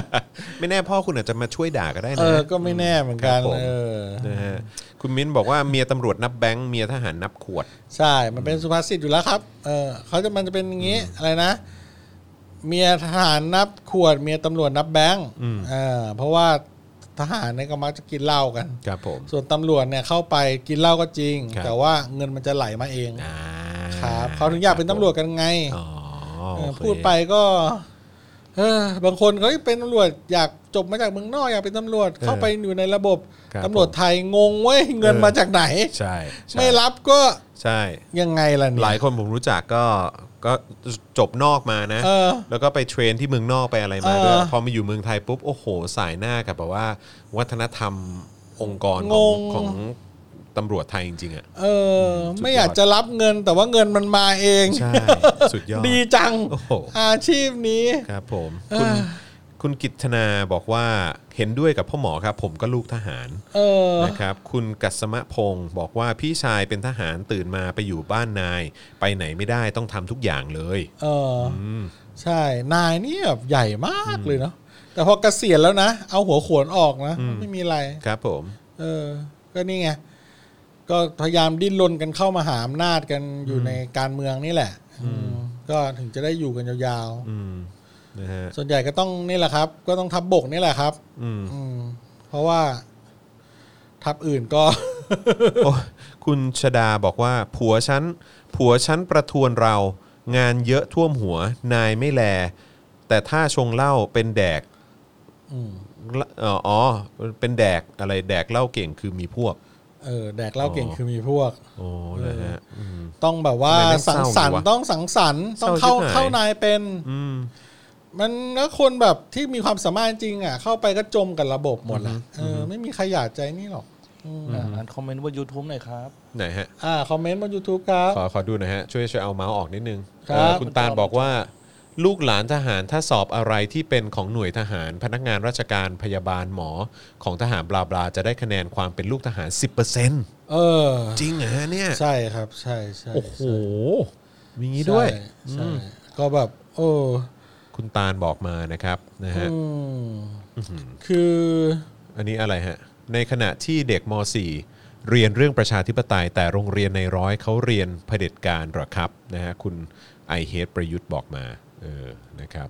Speaker 1: ไม่แน่พ่อคุณอาจจะมาช่วยด่าก็ได้นะ
Speaker 2: เออ ก็ไม่แน่เหมือนกัน
Speaker 1: ครับผม
Speaker 2: เออ
Speaker 1: นะฮะคุณมิ้นบอกว่าเมียตำรวจนับแบงค์เมียทหารนับขวด
Speaker 2: ใช่ มันเป็นสุภาษิตอยู่แล้วครับ เออเขาจะมันจะเป็นอย่างนี้ อะไรนะ เมียทหารนับขวด เมียตำรวจนับแบงค์
Speaker 1: อืม
Speaker 2: เออเพราะว่าทหารเนี่ยก็มักจะกินเหล้ากัน
Speaker 1: ครับผม
Speaker 2: ส่วนตำรวจเนี่ยเข้าไปกินเหล้าก็จริง
Speaker 1: ครับ
Speaker 2: แต่ว่าเงินมันจะไหลมาเอง
Speaker 1: อ่า
Speaker 2: ครับ เขาถึงอยากเป็นตำรวจกันไง
Speaker 1: อ๋อ
Speaker 2: เอ
Speaker 1: โอ
Speaker 2: อ
Speaker 1: เค
Speaker 2: พูดไปก็ เออบางคนเขาเป็นตำรวจอยากจบมาจากเมืองนอกอยากเป็นตำรวจเข้าไปอยู่ในระบบตำรวจไทยงงเว้ยเงินมาจากไหน
Speaker 1: ใช่ใช่
Speaker 2: ไม่รับก็
Speaker 1: ใช่
Speaker 2: ยังไงล่ะเนี่ย
Speaker 1: หลายคนผมรู้จักก็ก็จบนอกมานะ
Speaker 2: เออ
Speaker 1: แล้วก็ไปเทรนที่เมืองนอกไปอะไรมาด้วย
Speaker 2: เออ
Speaker 1: พอมาอยู่เมืองไทยปุ๊บโอ้โหสายหน้ากับแบบว่า วัฒนธรรมองค์กรข
Speaker 2: ง
Speaker 1: อง
Speaker 2: ง
Speaker 1: ของตำรวจไทยจริงๆอ่ะ
Speaker 2: เออ
Speaker 1: สุดยอด
Speaker 2: ไม่อยากจะรับเงินแต่ว่าเงินมันมาเอง
Speaker 1: ใช่ สุดยอด
Speaker 2: ดีจัง
Speaker 1: โอ้โห
Speaker 2: อาชีพนี้
Speaker 1: ครับผมคุณคุณกิตนาบอกว่าเห็นด้วยกับพ่อหมอครับ ผมก็ลูกทหาร
Speaker 2: เออ
Speaker 1: นะครับ คุณกัสมะพงศ์บอกว่าพี่ชายเป็นทหารตื่นมาไปอยู่บ้านนาย ไปไหนไม่ได้ต้องทำทุกอย่างเลย
Speaker 2: เอออ
Speaker 1: อืม
Speaker 2: ใช่ นายนี่แบบใหญ่มากเลยเนาะแต่พอเกษียณแล้วนะ เอาหัวโขนออกนะ
Speaker 1: อืม
Speaker 2: ไม่มีอะไร
Speaker 1: ครับผม
Speaker 2: เออ ก็นี่ไง ก็พยายามดิ้นรนกันเข้ามาหาอำนาจกันอยู่ในการเมืองนี่แหละ อืมก็ถึงจะได้อยู่กันยาว
Speaker 1: อืมนะฮะ
Speaker 2: ๆ ส่วนใหญ่ก็ต้องนี่แหละครับ ก็ต้องทับบกนี่แหละครับ
Speaker 1: อืม
Speaker 2: อืมเพราะว่าทับอื่นก็
Speaker 1: โอ้ยคุณชดาบอกว่า ผัวฉัน ผัวฉันประทวนเรา งานเยอะท่วมหัว นายไม่แล แต่ถ้าชงเหล้าเป็นแดก
Speaker 2: อืม
Speaker 1: ละเอ่ออ๋อ เป็นแดกอะไรแดกเหล้าเก่งคือมีพวก
Speaker 2: เออแดกเหล้าเก่ง
Speaker 1: อ๋อ
Speaker 2: คือมีพวก
Speaker 1: โอ้เลยฮะอืม
Speaker 2: ต้องแบบว่า
Speaker 1: ทำไมแม่งเศ
Speaker 2: สั
Speaker 1: ร้าง
Speaker 2: สรรค์
Speaker 1: วะ
Speaker 2: ต้องสังสรรค์ต้องเข้า
Speaker 1: เศร้าชิบหาย
Speaker 2: เข้านายเป็น
Speaker 1: อืม
Speaker 2: มันก็คนแบบที่มีความสามารถจริงอ่ะ เข้าไปก็จมกับระบบหมดละเออไม่มีใครอยากใจนี่หรอกอืม
Speaker 3: อ่ะอ่านคอมเมนต์บน YouTube หน่อยครับ
Speaker 1: ไหนฮะ
Speaker 2: อ่า คอมเมนต์บน YouTube ครับ
Speaker 1: ขอขอดูหนะฮะ ช่วยช่วยเอาเมาส์ออกนิดนึง
Speaker 2: ครับ
Speaker 1: เอ่อคุณตาลบอกว่า ลูกหลานทหารถ้าสอบอะไรที่เป็นของหน่วยทหาร พนักงานราชการพยาบาลหมอของทหารบลาบลาจะได้คะแนนความเป็นลูกทหาร 10%
Speaker 2: เออ
Speaker 1: จริงเหรอฮะเนี่ย
Speaker 2: ใช่ครับ ใช่ใช่
Speaker 1: โอ้โห
Speaker 2: ใช่
Speaker 1: มีงี้ด้วย
Speaker 2: ใช่ใช่ก็แบบโอ้
Speaker 1: คุณตาลบอกมานะครับนะฮะ
Speaker 2: อืมคือ
Speaker 1: อันนี้อะไรฮะ ในขณะที่เด็กม .4 เรียนเรื่องประชาธิปไตย แต่โรงเรียนในร้อยเขาเรียนเผด็จการเหรอครับนะฮะคุณไอเฮดประยุทธ์บอกมาเออนะครับ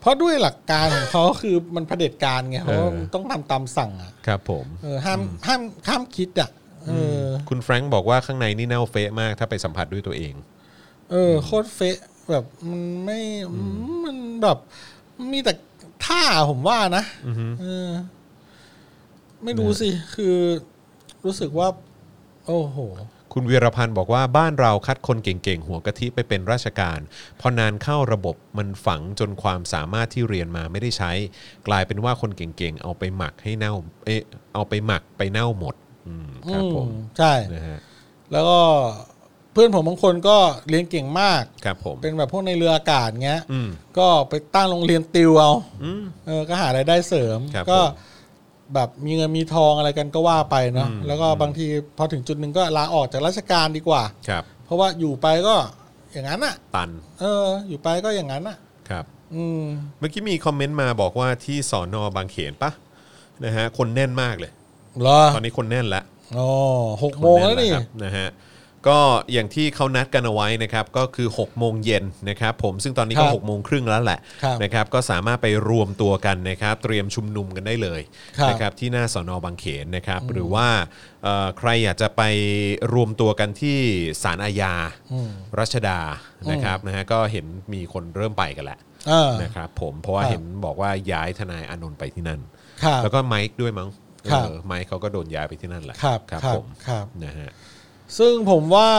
Speaker 2: เพราะด้วยหลักการของเขาคือมันเผด็จการไงเพราะว่า
Speaker 1: เออ
Speaker 2: ต้องทำตามสั่งอ่ะ
Speaker 1: ครับผม
Speaker 2: เออห้ามห้ามห้ามคิดอ่ะเอออ
Speaker 1: คุณแฟรงค์บอกว่าข้างในนี่เน่าเฟะมากถ้าไปสัมผัสด้วยตัวเอง
Speaker 2: เออโคตรเฟะแบบมันไม่มันแบบมีแต่ท่าผมว่านะเออ ไม่รู้สิ คือรู้สึกว่า โอ้โห
Speaker 1: คุณวีรพันธ์บอกว่าบ้านเราคัดคนเก่งๆ หัวกะทิไปเป็นราชการ พอนานเข้าระบบมันฝังจนความสามารถที่เรียนมาไม่ได้ใช้ กลายเป็นว่าคนเก่งๆ เอาไปหมักให้เน่าเอะเอาไปหมักไปเน่าหมด อืมครับผม
Speaker 2: อืมใช่
Speaker 1: นะฮะ
Speaker 2: แล้วก็เพื่อนผมบางคนก็เรียนเก่งมาก
Speaker 1: ครับผม
Speaker 2: เป็นแบบพวกในเรืออากาศเงี้ย
Speaker 1: อืม
Speaker 2: ก็ไปตั้งโรงเรียนติวเอา
Speaker 1: อืม
Speaker 2: เออ ก็หารายได้เสริม
Speaker 1: ครับ
Speaker 2: ก็
Speaker 1: ผม
Speaker 2: แบบมีเงินมีทองอะไรกันก็ว่าไปเนาะ
Speaker 1: อืม
Speaker 2: แล้วก็บางทีพอถึงจุดหนึ่งก็ลาออกจากราชการดีกว่า
Speaker 1: ครับ
Speaker 2: เพราะว่าอยู่ไปก็อย่างนั้นอ่ะ
Speaker 1: ตัน
Speaker 2: เออ อยู่ไปก็อย่างนั้นอ่ะ
Speaker 1: ครับ
Speaker 2: อืม
Speaker 1: เมื่อกี้มีคอมเมนต์มาบอกว่าที่สอนอบางเขนปะนะฮะคนแน่นมากเลย
Speaker 2: เหรอ
Speaker 1: ตอนนี้คนแน่นละ
Speaker 2: อ๋อหกโมงแล้วนี่
Speaker 1: ครับนะฮะก็อย่างที่เขานัดกันเอาไว้นะครับก็คือ6โมงเย็นนะครับผมซึ่งตอนนี้ก็
Speaker 2: ครับ
Speaker 1: 6โมงครึ่งแล้วแหละ
Speaker 2: ครับ
Speaker 1: นะครับก็สามารถไปรวมตัวกันนะครับ เตรียมชุมนุมกันได้เลย
Speaker 2: ครับ
Speaker 1: นะครับที่หน้าสอนอบางเขนนะครับ หรือว่าเอ่อใครอยากจะไปรวมตัวกันที่ศาลอาญา
Speaker 2: อืม
Speaker 1: รัชดานะครับนะฮะก็เห็นมีคนเริ่มไปกันแล้ว
Speaker 2: เออ
Speaker 1: นะครับผมเพราะว่า
Speaker 2: ครับ
Speaker 1: เห็นบอกว่าย้ายทนายอานนท์ไปที่นั่น
Speaker 2: ครับ
Speaker 1: แล้วก็ไมค์ด้วยมั้ง
Speaker 2: ครับ
Speaker 1: เออไมค์เขาก็โดนย้ายไปที่นั่นแหละ
Speaker 2: ครับ
Speaker 1: ครับ
Speaker 2: ครับ
Speaker 1: ผม
Speaker 2: ครับ
Speaker 1: นะฮะ
Speaker 2: ซึ่งผมว่า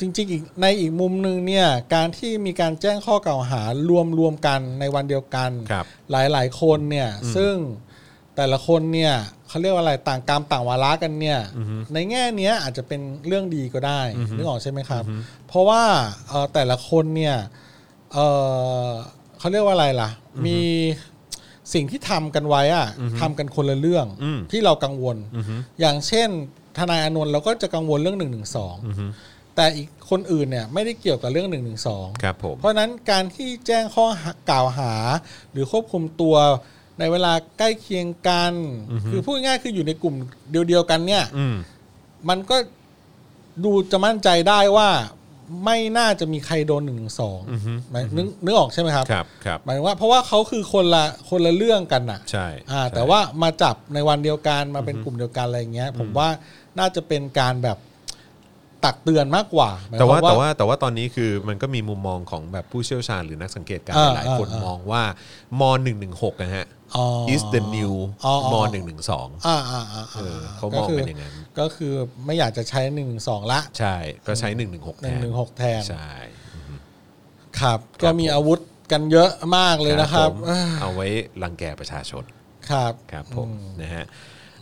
Speaker 2: จริงๆอีกในอีกมุมหนึ่งเนี่ย การที่มีการแจ้งข้อกล่าวหารวมรวมๆกันในวันเดียวกัน
Speaker 1: ครับ
Speaker 2: หลายหลายๆคนเนี่ย ซึ่งแต่ละคนเนี่ยเขาเรียกว่าอะไรต่างกรรมต่างวาระกันเนี่ย ในแง่เนี้ยอาจจะเป็นเรื่องดีก็ได้นึกออกใช่ไหมครับ เพราะว่าเอ่อแต่ละคนเนี่ยเอ่อเขาเรียกว่าอะไรล่ะ มีสิ่งที่ทำกันไว้อะทำกันคนละเรื่อง
Speaker 1: อืม
Speaker 2: ที่เรากังวล อย่างเช่น ทนายอานนท์เราก็จะกังวลเรื่องหนึ่งหนึ่งสองแต่อีกคนอื่นเนี่ยไม่ได้เกี่ยวกับเรื่องหนึ่งหนึ่งสอง
Speaker 1: ครับผม
Speaker 2: เพราะฉะนั้นการที่แจ้งข้อกล่าวหา หรือควบคุมตัวในเวลาใกล้เคียงกัน คือพูดง่ายๆคืออยู่ในกลุ่มเดียวๆกันเนี่ย
Speaker 1: อืม
Speaker 2: มันก็ดูจะมั่นใจได้ว่าไม่น่าจะมีใครโดนหนึ่งสอง
Speaker 1: อือฮึ
Speaker 2: หมายนึกนึกออกใช่ไหมครับ
Speaker 1: ครับครับ
Speaker 2: หมายถึงว่าเพราะว่าเขาคือคนละคนละเรื่องกันน่ะ
Speaker 1: ใช่
Speaker 2: อ่า
Speaker 1: ใช่
Speaker 2: แต่ว่ามาจับในวันเดียวกันมาเป็นกลุ่มเดียวกันอะไรอย่างเงี้ย ผมว่าน่าจะเป็นการแบบตักเตือนมากกว่าหมยค
Speaker 1: แต่
Speaker 2: ม
Speaker 1: ว่าแต่ว่าแต่ว่าตอนนี้คือมันก็มีมุมมองของแบบผู้เชี่ยวชาญหรือนักสังเกตการณ์
Speaker 2: อ่า
Speaker 1: หลายคน
Speaker 2: อ่าม
Speaker 1: มองว่าม116นะฮะ
Speaker 2: อ๋อ
Speaker 1: is the new
Speaker 2: อ๋ออ๋อ
Speaker 1: ม112
Speaker 2: อ่าอ่าอ่า
Speaker 1: เออ
Speaker 2: อ่
Speaker 1: เขาม
Speaker 2: ก็
Speaker 1: อง
Speaker 2: คื
Speaker 1: เป็นอย่างนั้น
Speaker 2: ก็คือไม่อยากจะใช้หนึ่งสองละ
Speaker 1: ใช่ ก็ใช้ 116
Speaker 2: ห
Speaker 1: แท
Speaker 2: นึ่ง
Speaker 1: น
Speaker 2: หนึ่งหกแทน
Speaker 1: ใช่
Speaker 2: ครับ ก็มีอาวุธกันเยอะมากเลยนะครับ
Speaker 1: ผม
Speaker 2: เอ้ย
Speaker 1: เอาไว้รังแกประชาชน
Speaker 2: ครับ
Speaker 1: ครับผม
Speaker 2: อื
Speaker 1: นะฮะ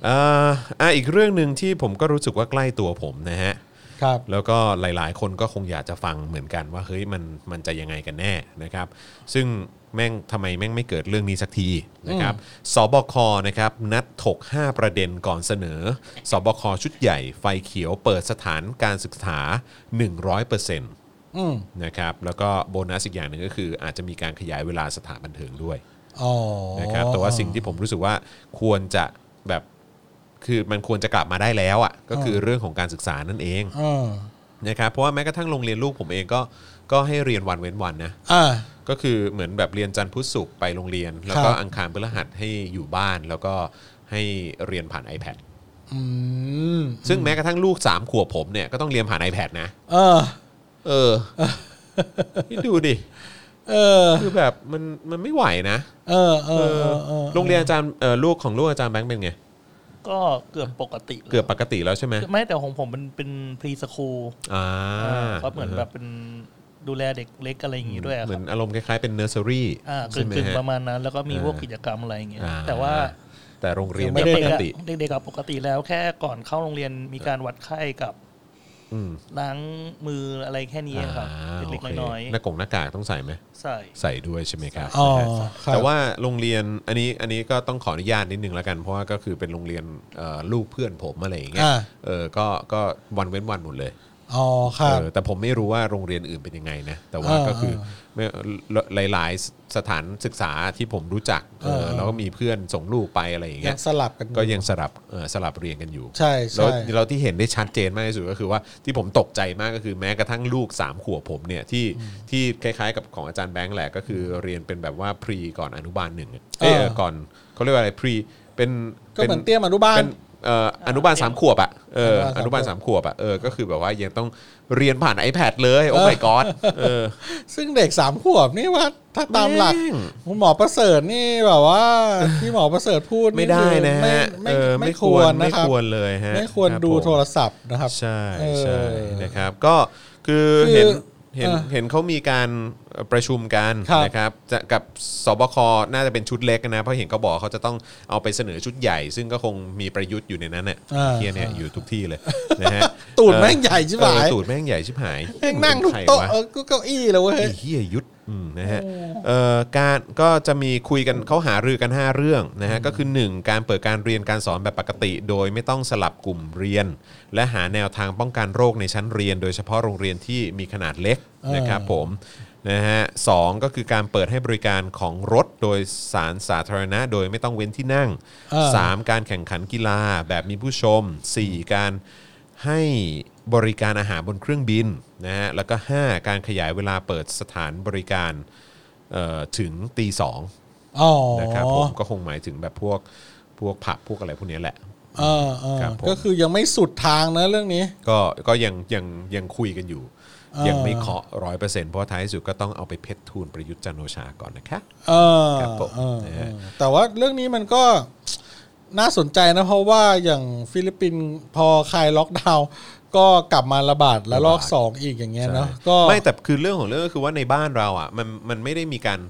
Speaker 1: เอ่ออ่ะอีกเรื่องหนึ่งที่ผมก็รู้สึกว่าใกล้ตัวผมนะฮะ
Speaker 2: ครับ
Speaker 1: แล้วก็หลาย ๆ คนก็คงอยากจะฟังเหมือนกันว่าเฮ้ยมันมันจะยังไงกันแน่นะครับ ซึ่งแม่งทำไมแม่งไม่เกิดเรื่องนี้สักทีนะครับสบคนะครับนัดถก 5 ประเด็นก่อนเสนอสบคชุดใหญ่ไฟเขียวเปิดสถานการศึกษา 100%น
Speaker 2: อืม
Speaker 1: ะครับแล้วก็โบนัสอีกอย่างหนึ่งก็คือ อาจจะมีการขยายเวลาสถานบันเทิงด้วย
Speaker 2: อ๋อ
Speaker 1: นะครับแต่ว่าสิ่งที่ผมรู้สึกว่าควรจะแบบคือมันควรจะกลับมาได้แล้วอ่ะก็คือเรื่องของการศึกษานั่นเอง
Speaker 2: อ่า
Speaker 1: นะครับเพราะว่าแม้กระทั่งโรงเรียนลูกผมเองก็ก็ให้เรียนวันเว้นวันนะ
Speaker 2: อ่า
Speaker 1: ก็คือเหมือนแบบเรียนจันทร์พุธศุกร์ไปโรงเรียน แล้วก็
Speaker 2: ครับ
Speaker 1: อังคารพฤหัสให้อยู่บ้าน แล้วก็ให้เรียนผ่าน iPad
Speaker 2: อืม
Speaker 1: ซึ่งแม้กระทั่งลูก3ขวบผมเนี่ยก็ต้องเรียนผ่าน iPad นะ
Speaker 2: เออ
Speaker 1: เออนี่ดูดิ
Speaker 2: เออ
Speaker 1: คือแบบมันมันไม่ไหวนะ
Speaker 2: เออเออเออเออ
Speaker 1: โรงเรียนอาจารย์เอ่อลูกของลูกอาจารย์แบงค์เป็นไง
Speaker 3: ก็เกือบปกติ
Speaker 1: เกือบปกติแล้วใช่ไหม
Speaker 3: ไม่แต่ของผมมันเป็นพรีสคูล
Speaker 1: อ่า
Speaker 3: ก็เหมือนแบบเป็นดูแลเด็กเล็กอะไรอย่างงี้ด้วยอะ
Speaker 1: เห
Speaker 3: ค
Speaker 1: มื
Speaker 3: รั
Speaker 1: อบ นอารมณ์คล้ายๆเป็นเนอร์เซอรี่
Speaker 3: อ่า
Speaker 1: ใช่ไหม
Speaker 3: กึ่ง
Speaker 1: ฮะ
Speaker 3: ๆประมาณนั้น แล้วก็มี
Speaker 1: อ่า
Speaker 3: พวกกิจกรรมอะไรอย่างเงี้ย
Speaker 1: อ่
Speaker 3: แต่ว่า
Speaker 1: แต่โรงเรียน
Speaker 2: ไม่ได้
Speaker 1: ป
Speaker 3: เด็ก
Speaker 1: ก
Speaker 3: ๆอะ
Speaker 1: ติ
Speaker 3: เด็กๆอะปกติแล้วแค่ก่อนเข้าโรงเรียนมีการวัดไข้กับ
Speaker 1: อืม
Speaker 3: ล้างมืออะไรแค่นี้ครับ
Speaker 1: อ่า
Speaker 3: เล็ก
Speaker 1: โค
Speaker 3: ๆน้อย
Speaker 1: หน้ากงหน้ากากต้องใส่ไหม
Speaker 3: ๆใส่
Speaker 1: ใส่ด้วยใช่ไหมครับ
Speaker 2: อ๋อ
Speaker 1: นะฮะ
Speaker 2: ครับ
Speaker 1: แต่ว่าโรงเรียนอันนี้อันนี้ก็ต้องขออนุญาตนิดนึงแล้วกันเพราะว่าก็คือเป็นโรงเรียนเอ่อลูกเพื่อนผมอะไรอย่างเงี้ย
Speaker 2: อ่า
Speaker 1: เออก็ก็วันเว้นวันหมดเลย
Speaker 2: อ๋อครับ
Speaker 1: เออแต่ผมไม่รู้ว่าโรงเรียนอื่นเป็นยังไงนะแต่ว่า
Speaker 2: อ่า
Speaker 1: ก็คือไม่หลายๆสถานศึกษาที่ผมรู้จักเออ
Speaker 2: เออ
Speaker 1: แล้วก็มีเพื่อนส่งลูกไปอะไรอย่าง
Speaker 2: ยั
Speaker 1: เงี้
Speaker 2: ง
Speaker 1: ย
Speaker 2: สลับกันอยู่
Speaker 1: ก็ยังสลับเอ่อสลับเรียนกันอยู่
Speaker 2: ใช่
Speaker 1: แล้ว
Speaker 2: ใช่
Speaker 1: เราที่เห็นได้ชัดเจนมากที่สุดก็คือว่าที่ผมตกใจมากก็คือแม้กระทั่งลูก3ามขวบผมเนี่ยที่ที่คล้ายๆกับของอาจารย์แบงค์แหละก็คือเรียนเป็นแบบว่าพรีก่อนอนุบาลหนึ่งอะเอย
Speaker 2: เออ
Speaker 1: เออก่อนเขาเรียกว่าอะไรพรีเป็น
Speaker 2: ก็เหมือนเตี้ยมอนุบาล
Speaker 1: เป็นเอ่ออนุบาลสามขวบอ่ะเอออ
Speaker 2: อนุ
Speaker 1: นุบา
Speaker 2: บา
Speaker 1: ล
Speaker 2: ล
Speaker 1: สา
Speaker 2: สาม ม
Speaker 1: ข
Speaker 2: ข
Speaker 1: ว
Speaker 2: ว
Speaker 1: บบ อ่ะเออก็คือแบบว่ายังต้องเรียนผ่าน iPad เลยโอ้ my god เออ
Speaker 2: ซึ่งเด็กสามขวบนี่ว่าถ้าตามหลัก
Speaker 1: แม่ง
Speaker 2: คุณหมอประเสริฐนี่แบบว่า ที่หมอประเสริฐพูด
Speaker 1: ไม่
Speaker 2: นี่
Speaker 1: ได้
Speaker 2: คือ
Speaker 1: นะ
Speaker 2: ไม่
Speaker 1: ฮะ
Speaker 2: ไม่
Speaker 1: เออ
Speaker 2: ไม่ควรนะ
Speaker 1: ไม่
Speaker 2: ครับ
Speaker 1: ควรเลยฮะ
Speaker 2: ไม่ควร
Speaker 1: บ
Speaker 2: ดู
Speaker 1: ผม
Speaker 2: โทรศัพท์นะครับ
Speaker 1: ใช่
Speaker 2: เออ
Speaker 1: ใช่นะครับก็คือ
Speaker 2: คือ
Speaker 1: เห็นเห็น
Speaker 2: อ่ะ
Speaker 1: เห็นเขามีการประชุมกัน
Speaker 2: ครับ
Speaker 1: นะครับจะกับสบคน่าจะเป็นชุดเล็กนะ เพราะเห็นเขาบอกเขาจะต้องเอาไปเสนอชุดใหญ่ ซึ่งก็คงมีประยุทธ์อยู่ในนั้นเนี่ย
Speaker 2: อ่า
Speaker 1: เฮียเนี่ยอยู่ทุกที่เลยนะฮะ
Speaker 2: ตูดแม่งใหญ่ชิบหาย
Speaker 1: เออตูดแม่งใหญ่ชิบหาย
Speaker 2: แม่งนั่งทุกโต๊ะ
Speaker 1: ใครว
Speaker 2: เออก็เก้าอี้เลยเว้ย
Speaker 1: ไอ้เฮียยุทธอืมนะฮะเอ่อการก็จะมีคุยกันเขาหารือกัน 5 เรื่องนะฮะก็คือ 1 การเปิดการเรียนการสอนแบบปกติ โดยไม่ต้องสลับกลุ่มเรียน และหาแนวทางป้องกันโรคในชั้นเรียน โดยเฉพาะโรงเรียนที่มีขนาดเล็ก
Speaker 2: เออ
Speaker 1: นะครับผมนะฮะสองก็คือการเปิดให้บริการของรถโดยสารสาธารณะ โดยไม่ต้องเว้นที่นั่ง
Speaker 2: เออ
Speaker 1: 3 การแข่งขันกีฬาแบบมีผู้ชม 4 การให้บริการอาหารบนเครื่องบินนะฮะแล้วก็ 5 การขยายเวลาเปิดสถานบริการเอ่อถึงตีสอง
Speaker 2: อ๋อ
Speaker 1: นะครับผมก็คงหมายถึงแบบพวกพวกผับพวกอะไรพวกเนี้ยแหละ
Speaker 2: เออเออ
Speaker 1: ครับผม
Speaker 2: ก็คือยังไม่สุดทางนะเรื่องนี้
Speaker 1: ก็ก็ยังยังยังคุยกันอยู่
Speaker 2: เออ
Speaker 1: ยังไม่เคาะร้อยเปอร์เซ็นต์เพราะว่าท้ายที่สุดก็ต้องเอาไปเพชรทูลประยุทธ์จันทร์โอชาก่อนนะคะ
Speaker 2: เออ
Speaker 1: ครับผม
Speaker 2: เออ
Speaker 1: นะ
Speaker 2: เอ
Speaker 1: ฮะ
Speaker 2: อแต่ว่าเรื่องนี้มันก็น่าสนใจนะ เพราะว่าอย่างฟิลิปปินส์พอคลายล็อกดาวน์ก็กลับมาระบาดและลอกสองอีกอย่างเงี้ยเนาะ
Speaker 1: ใช่
Speaker 2: ก็
Speaker 1: ไม่แต่คือเรื่องของเรื่องก็คือว่าในบ้านเราอ่ะมันมันไม่ได้มีการ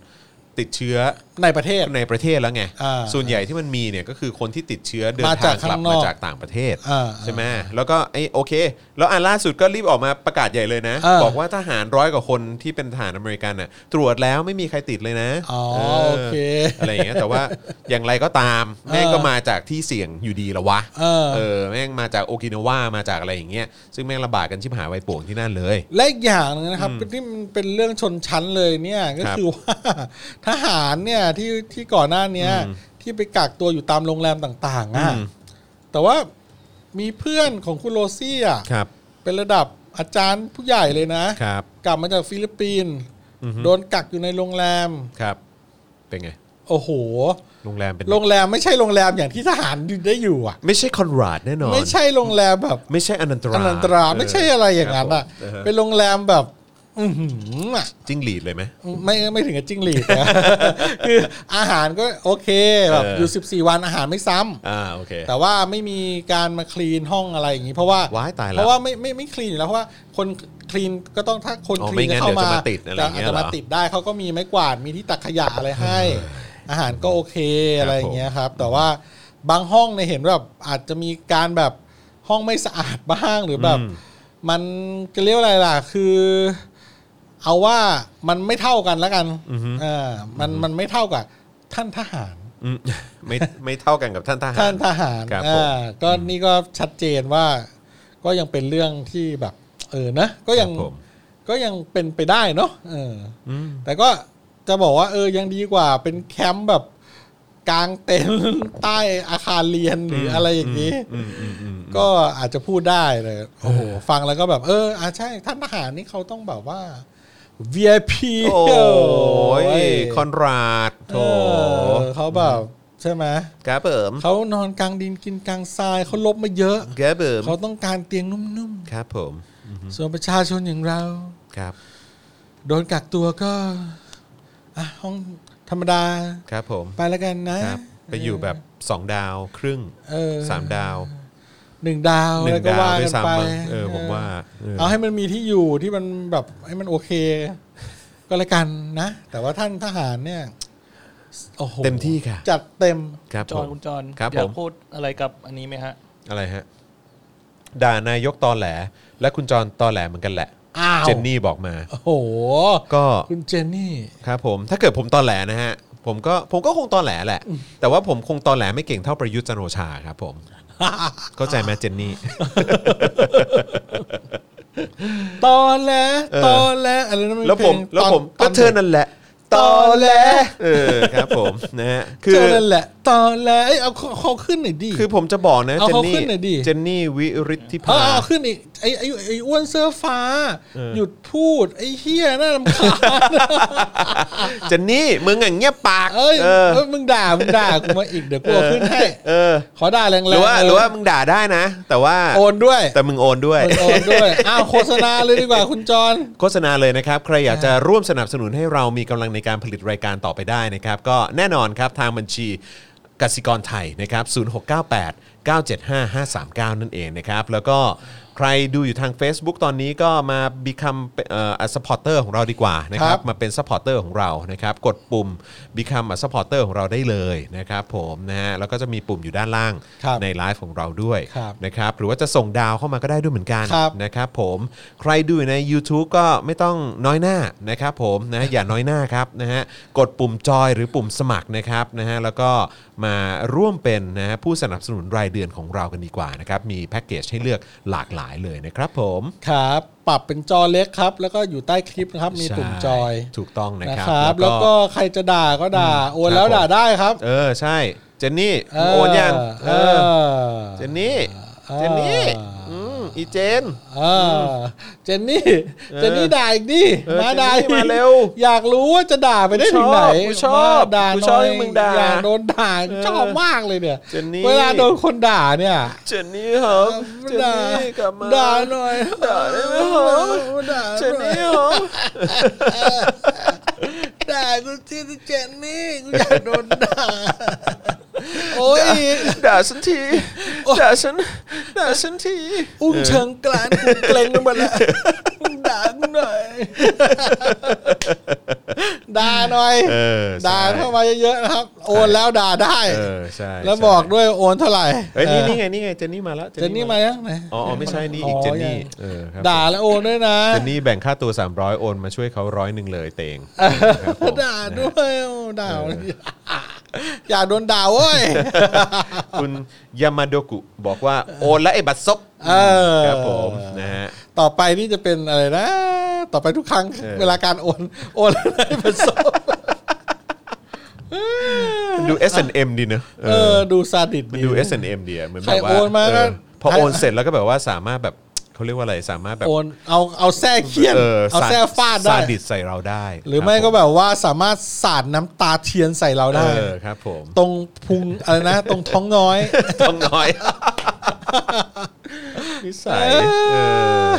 Speaker 1: ติดเชื้อ
Speaker 2: ในประเทศ
Speaker 1: ในประเทศแล้วไง
Speaker 2: อ่า
Speaker 1: ส่วนใหญ่ที่มันมีเนี่ยก็คือคนที่ติดเชื้อเดิน
Speaker 2: มา
Speaker 1: ทา
Speaker 2: จาง ก
Speaker 1: กลับ
Speaker 2: ข้างน
Speaker 1: มา
Speaker 2: อก
Speaker 1: จากต่างประเทศ
Speaker 2: อ่า
Speaker 1: ใช่ไหมแล้วก็ไอ้โอเค แล้วอันล่าสุดก็รีบออกมาประกาศใหญ่เลยนะ
Speaker 2: อ่า
Speaker 1: บอกว่าทหารร้อยกว่าคนที่เป็นทหารอเมริกันน่ะตรวจแล้วไม่มีใครติดเลยนะ
Speaker 2: อ๋อโอเค
Speaker 1: อะไรอย่างเงี้ยแต่ว่า อย่างไรก็ตามแม่งก็มาจากที่เสี่ยงอยู่ดีละวะ
Speaker 2: เออ
Speaker 1: เออแม่งมาจากโอกินาวามาจากอะไรอย่างเงี้ยซึ่งแม่งระบาดกันชิบหายไวป่วงที่นั่นเลย
Speaker 2: และอีกอย่างหนึงนะครับที่มันเป็นเรื่องชนชั้นเลยเนี่ยก็
Speaker 1: ครับ
Speaker 2: คือว่า ทหารเนี่ยที่ที่ก่อนหน้าเนี้ย
Speaker 1: อืม
Speaker 2: ที่ไปกักตัวอยู่ตามโรงแรมต่างๆอ่ะ
Speaker 1: อืม
Speaker 2: แต่ว่ามีเพื่อนของคุณโรซี่อ่ะ
Speaker 1: ครับ
Speaker 2: เป็นระดับอาจารย์ผู้ใหญ่เลยนะ
Speaker 1: ครับ
Speaker 2: กลับมาจากฟิลิปปินส์
Speaker 1: อือฮึ
Speaker 2: โดนกักอยู่ในโรงแรม
Speaker 1: ครับ เป็นไง
Speaker 2: โอ้โห
Speaker 1: โรงแรมเป็น
Speaker 2: โรงแรมไม่ใช่โรงแรมอย่างที่ทหารได้อยู่อ่ะ
Speaker 1: ไม่ใช่คอนราดแน่นอน
Speaker 2: ไม่ใช่โรงแรมแบบ
Speaker 1: ไม่ใช่อนันตรา
Speaker 2: อนันตรา
Speaker 1: เ
Speaker 2: ไม่ใช่อะไรอย่างนั้นอ่ะ
Speaker 1: ครับผมเอ
Speaker 2: เป็
Speaker 1: อน
Speaker 2: โรงแรมแบบ อือหืออะ
Speaker 1: จิ้งหรีดเลยไหม
Speaker 2: ไม่ไม่ถึงกับจิ้งหรีดนะ คืออาหารก็โอเคแบบ
Speaker 1: เอออ
Speaker 2: อยู่ 14 วันอาหารไม่ซ้ำ
Speaker 1: อ่าโอเค
Speaker 2: แต่ว่าไม่มีการมาคลีนห้องอะไรอย่างนี้เพราะว่า
Speaker 1: ว้ายตายละ
Speaker 2: เพราะว่าไม่ไม่ไม่คลีนอยู่แล้วเพราะว่าคนคลีนก็ต้องถ้าคน
Speaker 1: อ๋อ
Speaker 2: ค
Speaker 1: ไม่
Speaker 2: ลีน
Speaker 1: งั้น
Speaker 2: จะ
Speaker 1: เดี๋
Speaker 2: เข้า
Speaker 1: ยวจะ
Speaker 2: มา
Speaker 1: มาติดอะไรอย่างเงี้ย
Speaker 2: จ
Speaker 1: เหรอ
Speaker 2: มาติดได้เขาก็มีไม้กวาดมีที่ตักขยะอะไรให้ อาหารก็โอเคอะไรอย่างเงี้ยครับ แต่ว่าบางห้องเนี่ยเห็นแบบอาจจะมีการแบบห้องไม่สะอาดบ้างหรือแบบ
Speaker 1: อืม
Speaker 2: มันจะเรียกว่าอะไรล่ะคือ เอาว่ามันไม่เท่ากันแล้วกัน
Speaker 1: อือฮึ
Speaker 2: อ่ามันมันไม่เท่ากับท่านทหาร
Speaker 1: อืมไม่ไม่เท่ากันกับท่านทหาร
Speaker 2: ท่านทหาร
Speaker 1: ครับผม
Speaker 2: อ่าก็นี่ก็ชัดเจนว่า ก็ยังเป็นเรื่องที่แบบ เออนะก็ยัง
Speaker 1: ครับผม
Speaker 2: ก็ยังเป็นไปได้เนาะเออ
Speaker 1: อืม
Speaker 2: แต่ก็จะบอกว่า เออยังดีกว่าเป็นแคมป์แบบกลางเต็นท์ ใต้อาคารเรียนหรืออะไรอย่างนี้
Speaker 1: อืมอืมอืมอืม
Speaker 2: ก็อาจจะพูดได้เลยโอ้โหฟังแล้วก็แบบ เอออ่ะใช่ท่านทหารนี่เขาต้องแบบว่า VIP
Speaker 1: โอ้ยคอนราด
Speaker 2: โถ
Speaker 1: โถ
Speaker 2: เขาแบบใช่ไหม
Speaker 1: กระเบิม
Speaker 2: เขานอนกลางดินกินกลางทรายเขาลบมาเยอะ
Speaker 1: กระเบิม
Speaker 2: เขาต้องการเตียงนุ่ม
Speaker 1: ครับผม
Speaker 2: ๆ ส่วนประชาชนอย่างเรา
Speaker 1: ครับ
Speaker 2: โดนกักตัวก็อ่ะห้องธรรมดา
Speaker 1: ครับผม
Speaker 2: ไปแล้วกันนะครับ
Speaker 1: ไปอยู่แบบ 2 ดาวครึ่ง
Speaker 2: เออ
Speaker 1: สามดาว
Speaker 2: หนึ่งดาว
Speaker 1: หนึ่
Speaker 2: แล้ว
Speaker 1: ง
Speaker 2: ก็
Speaker 1: ดาว
Speaker 2: ว่า
Speaker 1: ด้ว
Speaker 2: กั
Speaker 1: ย
Speaker 2: นไป
Speaker 1: ซ้ำมั้งเออผมว่าเออ
Speaker 2: เอาให้มันมีที่อยู่ที่มันแบบให้มันโอเค ก็แล้วกันนะ แต่ว่าท่านทหารเนี่ยโอ้โห
Speaker 1: เต็มที่ค่ะ
Speaker 2: จัดเต็ม
Speaker 1: ครับ
Speaker 3: จ
Speaker 1: ผ
Speaker 3: อน
Speaker 1: ม
Speaker 3: คุณจอน
Speaker 1: ครับ
Speaker 3: อยา
Speaker 1: ผ
Speaker 3: ก
Speaker 1: ม
Speaker 3: พูดอะไรกับอันนี้ไหมฮะ
Speaker 1: อะไรฮะด่านายกตอแหล และคุณจรตอแหลเหมือนกันแหละ
Speaker 2: อ้าว
Speaker 1: เจนนี่บอกมา
Speaker 2: โอ้โห
Speaker 1: ก็
Speaker 2: คุณเจนนี่
Speaker 1: ครับผมถ้าเกิดผมตอแหลนะฮะ ผมก็ผมก็คงตอแหลแหละ แต่ว่าผมคงตอแหลไม่เก่งเท่าประยุทธ์จันทร์โอชาครับผม เข้าใจไหมเจนนี่
Speaker 2: ตอนแล้ว
Speaker 1: เออ
Speaker 2: ตอนแล้วอะไรนะน
Speaker 1: แล้วผม
Speaker 2: เพง
Speaker 1: แล้วผม
Speaker 2: ต
Speaker 1: ก็
Speaker 2: น
Speaker 1: เธอนั่นแหละตอแหลเออครับผมนะฮะคื
Speaker 2: เธ
Speaker 1: อ
Speaker 2: อนั่นแหละ ตอนแล้วเอ้ยเอาเขาเขาขึ้นหน่อยดิ
Speaker 1: คือผมจะบอกนะ
Speaker 2: เอา
Speaker 1: เจน
Speaker 2: เขา
Speaker 1: นี่
Speaker 2: ขึ้นหน่อยดิ
Speaker 1: เจนนี่วิริทธิ
Speaker 2: เอา
Speaker 1: ภา
Speaker 2: เอาขึ้นอีกไอ้ไอ้ไอ้อ้วนเสื้อฟ้า
Speaker 1: เออ
Speaker 2: หยุดพูด ไอ้เฮียน่ารำคาญ
Speaker 1: เจนนี่มึงอย่างเงียบปาก
Speaker 2: เอ้ย
Speaker 1: เออ
Speaker 2: เอ้ยมึงด่ามึงด่ากูมาอีกเดี๋ยวกูเอาขึ้นให้
Speaker 1: เออ
Speaker 2: ขอด่าแรงๆ
Speaker 1: หรือว่า
Speaker 2: เลย
Speaker 1: หรือว่ามึงด่าได้นะ แต่ว่า
Speaker 2: โอนด้วย
Speaker 1: แต่มึงโอนด้วย
Speaker 2: โอนด้วยอ้าวโฆษณาเลยดีกว่าคุณจอน
Speaker 1: โฆษณาเลยนะครับ ใครอยากจะร่วมสนับสนุนให้เรามีกำลังในการผลิตรายการต่อไปได้นะครับ ก็แน่นอนครับทางบัญชีกสิกรไทยนะครับ 0698 975539 นั่นเองนะครับ แล้วก็ใครดูอยู่ทาง Facebook ตอนนี้ก็มา become เอ่อ a supporter ของเราดีกว่านะครั
Speaker 2: ครับ บ
Speaker 1: มาเป็น supporter ของเรานะครับ กดปุ่ม become a supporter ของเราได้เลยนะครับผมนะฮะแล้วก็จะมีปุ่มอยู่ด้านล่าง
Speaker 2: ครับ
Speaker 1: ในไลฟ์ของเราด้วย
Speaker 2: ครับ
Speaker 1: นะครับ หรือว่าจะส่งดาวเข้ามาก็ได้ด้วยเหมือนกัน
Speaker 2: ครับ
Speaker 1: นะครับผมใครดูอยู่ใน YouTube ก็ไม่ต้องน้อยหน้านะครับผม นะอย่าน้อยหน้าครับนะฮะกดปุ่มจอยหรือปุ่มสมัครนะครับนะฮะแล้วก็มาร่วมเป็นนะฮะผู้สนับสนุนรายเดือนของเรากันดีกว่านะครับมีแพ็กเกจให้เลือกหลากหลายเลยนะครับผม
Speaker 2: ครับปรับเป็นจอเล็กครับ แล้วก็อยู่ใต้คลิปนะครับ มีปุ่มจอย
Speaker 1: ใช่ถูกต้องนะ
Speaker 2: นะ
Speaker 1: ครั
Speaker 2: ครับ แล้วก็ใครจะด่าก็ด่า โอ
Speaker 1: ค
Speaker 2: น
Speaker 1: รับ
Speaker 2: แล้ว
Speaker 1: ผม
Speaker 2: ด่าได้ครับ
Speaker 1: เออใช่เจนนี่โอนยังเอ
Speaker 2: เอ
Speaker 1: อ
Speaker 2: อ
Speaker 1: เจนนี่
Speaker 2: เออ
Speaker 1: เจนนี่อืมอีเจน
Speaker 2: เออเจนนี่ เจนนี่ด่าอีกดิ
Speaker 1: เออ
Speaker 2: มาด่า
Speaker 1: เจนนี่มาเร็ว
Speaker 2: อยากรู้ว่าจะด่าไปได้ถึงไหน
Speaker 1: กูชอบ
Speaker 2: มาด่า
Speaker 1: กู
Speaker 2: ห
Speaker 1: ช
Speaker 2: น่
Speaker 1: อบ
Speaker 2: อย
Speaker 1: ให้มึงด่า
Speaker 2: อยากโดนด่า
Speaker 1: เออ
Speaker 2: ชอบมากเลยเนี่ย
Speaker 1: เจนนี่
Speaker 2: เวลาโดนคนด่าเนี่ย
Speaker 1: เจนนี่ครับเจน
Speaker 2: ด่า
Speaker 1: นี่กลับมา
Speaker 2: ด่าหน่อย
Speaker 1: ด่าได้ไหมครับ
Speaker 2: ด่า
Speaker 1: เจน
Speaker 2: หน่อย
Speaker 1: นี่ครับ
Speaker 2: ด่ากูที่เจนนี่กูอยากโดนด่าโอ้ย
Speaker 1: ด่าฉันทีด่าฉันด่าฉันที
Speaker 2: อุ้งเชิงกลานกูเกรงไปหมดแล้วมึงด่ากูหน่อยด่าหน่อย
Speaker 1: เออใช่
Speaker 2: ด่าเข้ามาเยอะๆนะครับ โอนแล้วด่าได้
Speaker 1: เออใช่
Speaker 2: แล้วบอกด้วยโอนเท่าไหร่
Speaker 1: เฮ้ยนี่นี่
Speaker 2: เออ
Speaker 1: ไงนี่ไงเจนนี่มาแล้ว
Speaker 2: เจนนี่มายังไหน
Speaker 1: อ๋ออ๋อไม่ใช่นี่อีกเจนนี่เออครับ
Speaker 2: ด่าแล้วโอนด้วยนะ
Speaker 1: เจนนี่แบ่งค่าตัว 300 โอนมาช่วยเขาร้อยหนึ่งเลยเตงครับผม
Speaker 2: ด่าด้วยโอ้ด่า อยากโดนด่าเว้ย
Speaker 1: คุณยามาโดกุบอกว่าโอนแล้วไอ้บัตรซบ
Speaker 2: เออ
Speaker 1: ครับผมนะฮะ
Speaker 2: ต่อไปนี่จะเป็นอะไรนะ ต่อไปทุกครั้ง
Speaker 1: เออ
Speaker 2: เวลาการโอน โอนแล้วได้ผส ม
Speaker 1: ดู S&M ดีเนอะเอ
Speaker 2: เอ
Speaker 1: อ
Speaker 2: อดูซาดิส
Speaker 1: มัน
Speaker 2: ดี
Speaker 1: ดู S&M ดีอะเหมือนแบ
Speaker 2: ใคร
Speaker 1: บว่า
Speaker 2: โอนมาก็
Speaker 1: เออพอโอนเสร็จแล้วก็แบบว่าสามารถแบบเขาเรียกว่าอะไรสามารถแบบ
Speaker 2: โอนเอาเอาแส้เคี่ยน
Speaker 1: เออ
Speaker 2: เอาแส้ฟาด
Speaker 1: ซา
Speaker 2: ได้
Speaker 1: ดิสใส่เราได้
Speaker 2: หรือไม่
Speaker 1: ค
Speaker 2: ก็
Speaker 1: บผ
Speaker 2: แบบว่าสามารถสาดน้ำตาเทียนใส่เราได้
Speaker 1: เออครับผม
Speaker 2: ตรงพุงอะไรนะ ตรงท้องน้อย
Speaker 1: ต้องน้ อยนิสัยเออ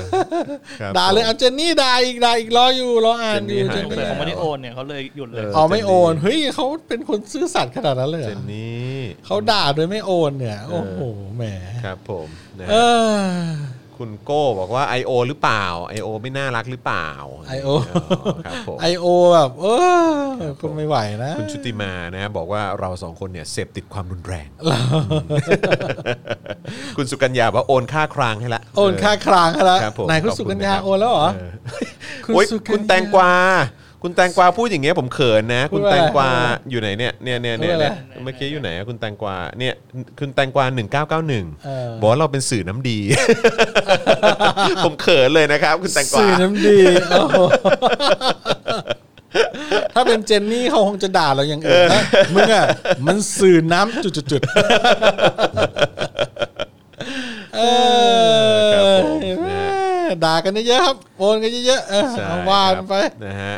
Speaker 1: ครับ
Speaker 2: ด่าเลยเอาเจนนี่ด่าอีกด่าอีกรออยู่รออ่านอยู่
Speaker 1: เจ
Speaker 2: เจ
Speaker 1: น
Speaker 2: น
Speaker 1: นี่หย
Speaker 2: นี่
Speaker 3: แต่เขาไม่ได้โอนเนี่ยเขาเลยหยุดเลย
Speaker 1: เออ
Speaker 2: อ๋อไม่โอนเฮ้ยเขาเป็นคนซื่อสัตย์ขนาดนั้นเลยเหร
Speaker 1: เจ
Speaker 2: อน
Speaker 1: นี่
Speaker 2: เขาด่าโดยไม่โอนเนี่ย โอ้โหแหม
Speaker 1: ครับผมนะ
Speaker 2: เออ
Speaker 1: คุณโก้บอกว่า I.O. หรือเปล่า I.O. ไม่น่ารักหรือเปล่า
Speaker 2: I.O.
Speaker 1: ครับผม
Speaker 2: ไอโอแบบเออก็ไม่ไหวนะ
Speaker 1: คุณชุติมานะบอกว่าเราสองคนเนี่ยเสพติดความรุนแรง คุณสุกัญญาบอกว่าโอนค่าครางให้ละ
Speaker 2: โอนค่าครางให้ละ
Speaker 1: ครับผม
Speaker 2: นายคุณ
Speaker 1: ขอบ
Speaker 2: สุกัญ
Speaker 1: ะ
Speaker 2: ญา
Speaker 1: รับ
Speaker 2: โอนแล้วเหรอคุณ
Speaker 1: เโอ๊ย
Speaker 2: สุกัญญา
Speaker 1: คุณแตงกวา คุณแตงกวาพูดอย่างเงี้ยผมเขินนะ คุณแตงกวาอยู่ไหนเนี่ยเนี่ยเนี่ยเนี่ยเนี่ย
Speaker 2: พูดอะไร
Speaker 1: เมื่อกี้อยู่ไหนอะคุณแตงกวาเนี่ยคุณแตงกวา
Speaker 2: เออ
Speaker 1: 1991บอกว่าเราเป็นสื่อน้ำดี ผมเขินเลยนะครับ คุณแตงกวา
Speaker 2: สื่อน้ำดีโอ้โหถ้าเป็นเจนนี่เขาคงจะด่าเราอย่างอื่นนะมึงอ่ะมันสื่อน้ำจุดๆเออ
Speaker 1: ครับผมนะฮะ
Speaker 2: ด่ากันเยอะๆครับโอนกันเยอะๆเออ
Speaker 1: ใช่
Speaker 2: เอาว่ากันไป
Speaker 1: ครับนะฮะ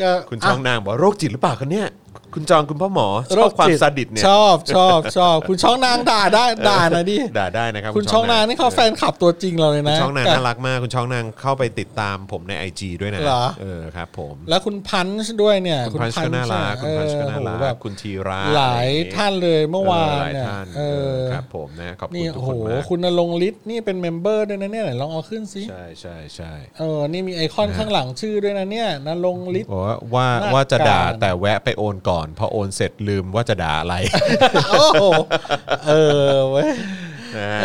Speaker 2: ก็
Speaker 1: คุณช่อง
Speaker 2: ะ
Speaker 1: นางบอกว่าโรคจิตหรือเปล่าคนเนี่ย คุณจองคุณพ่อหมอช
Speaker 2: โร
Speaker 1: อบ
Speaker 2: ค
Speaker 1: ความ
Speaker 2: จิต
Speaker 1: ซาดิสเนี่ย
Speaker 2: ชอบชอบชอบคุณช่องนางด่าได้ด่าหนะดิ
Speaker 1: ด่าได้นะครับ
Speaker 2: คุณช่องนางนี่เขาแฟนคลับตัวจริงเราเล
Speaker 1: คุ
Speaker 2: ย
Speaker 1: ณ
Speaker 2: นะ
Speaker 1: ช่องนางน่ารักมาก คุณช่องนางเข้าไปติดตามผมใน IG ด้วยนะ
Speaker 2: เหรอ
Speaker 1: เออครับผม
Speaker 2: แล้วคุณพันช์ด้วยเนี่ย
Speaker 1: คุณพันช์ก็น่ารักคุณพันช์ก็น่ารั
Speaker 2: เออโหแบ
Speaker 1: ก
Speaker 2: บ
Speaker 1: คุณธีระ
Speaker 2: หลายท่านเลยเมื่อวาน
Speaker 1: หลาย
Speaker 2: เนี่ย
Speaker 1: ท่าน
Speaker 2: เออ
Speaker 1: ครับผมนะขอบคุ
Speaker 2: นี่
Speaker 1: ณทุกค
Speaker 2: โอ้โห
Speaker 1: นมาก
Speaker 2: คุณนรงฤทธิ์นี่เป็นเมมเบอร์ด้วยนะเนี่ยไหนลองเอาขึ้นสิ
Speaker 1: ใช่ใช่ใช่
Speaker 2: เออนี่มีไอคอนข้างหลังชื่อด้วยนะเนี่ยนรงฤทธิ์
Speaker 1: บอกว่าว่า
Speaker 2: หน้า
Speaker 1: ว่าจะด่า
Speaker 2: การ
Speaker 1: แต่แวะไปโอนก่อน พอโอนเสร็จลืมว่าจะด่าอะไร
Speaker 2: โอ้โหเออเว้ย
Speaker 1: นะฮะ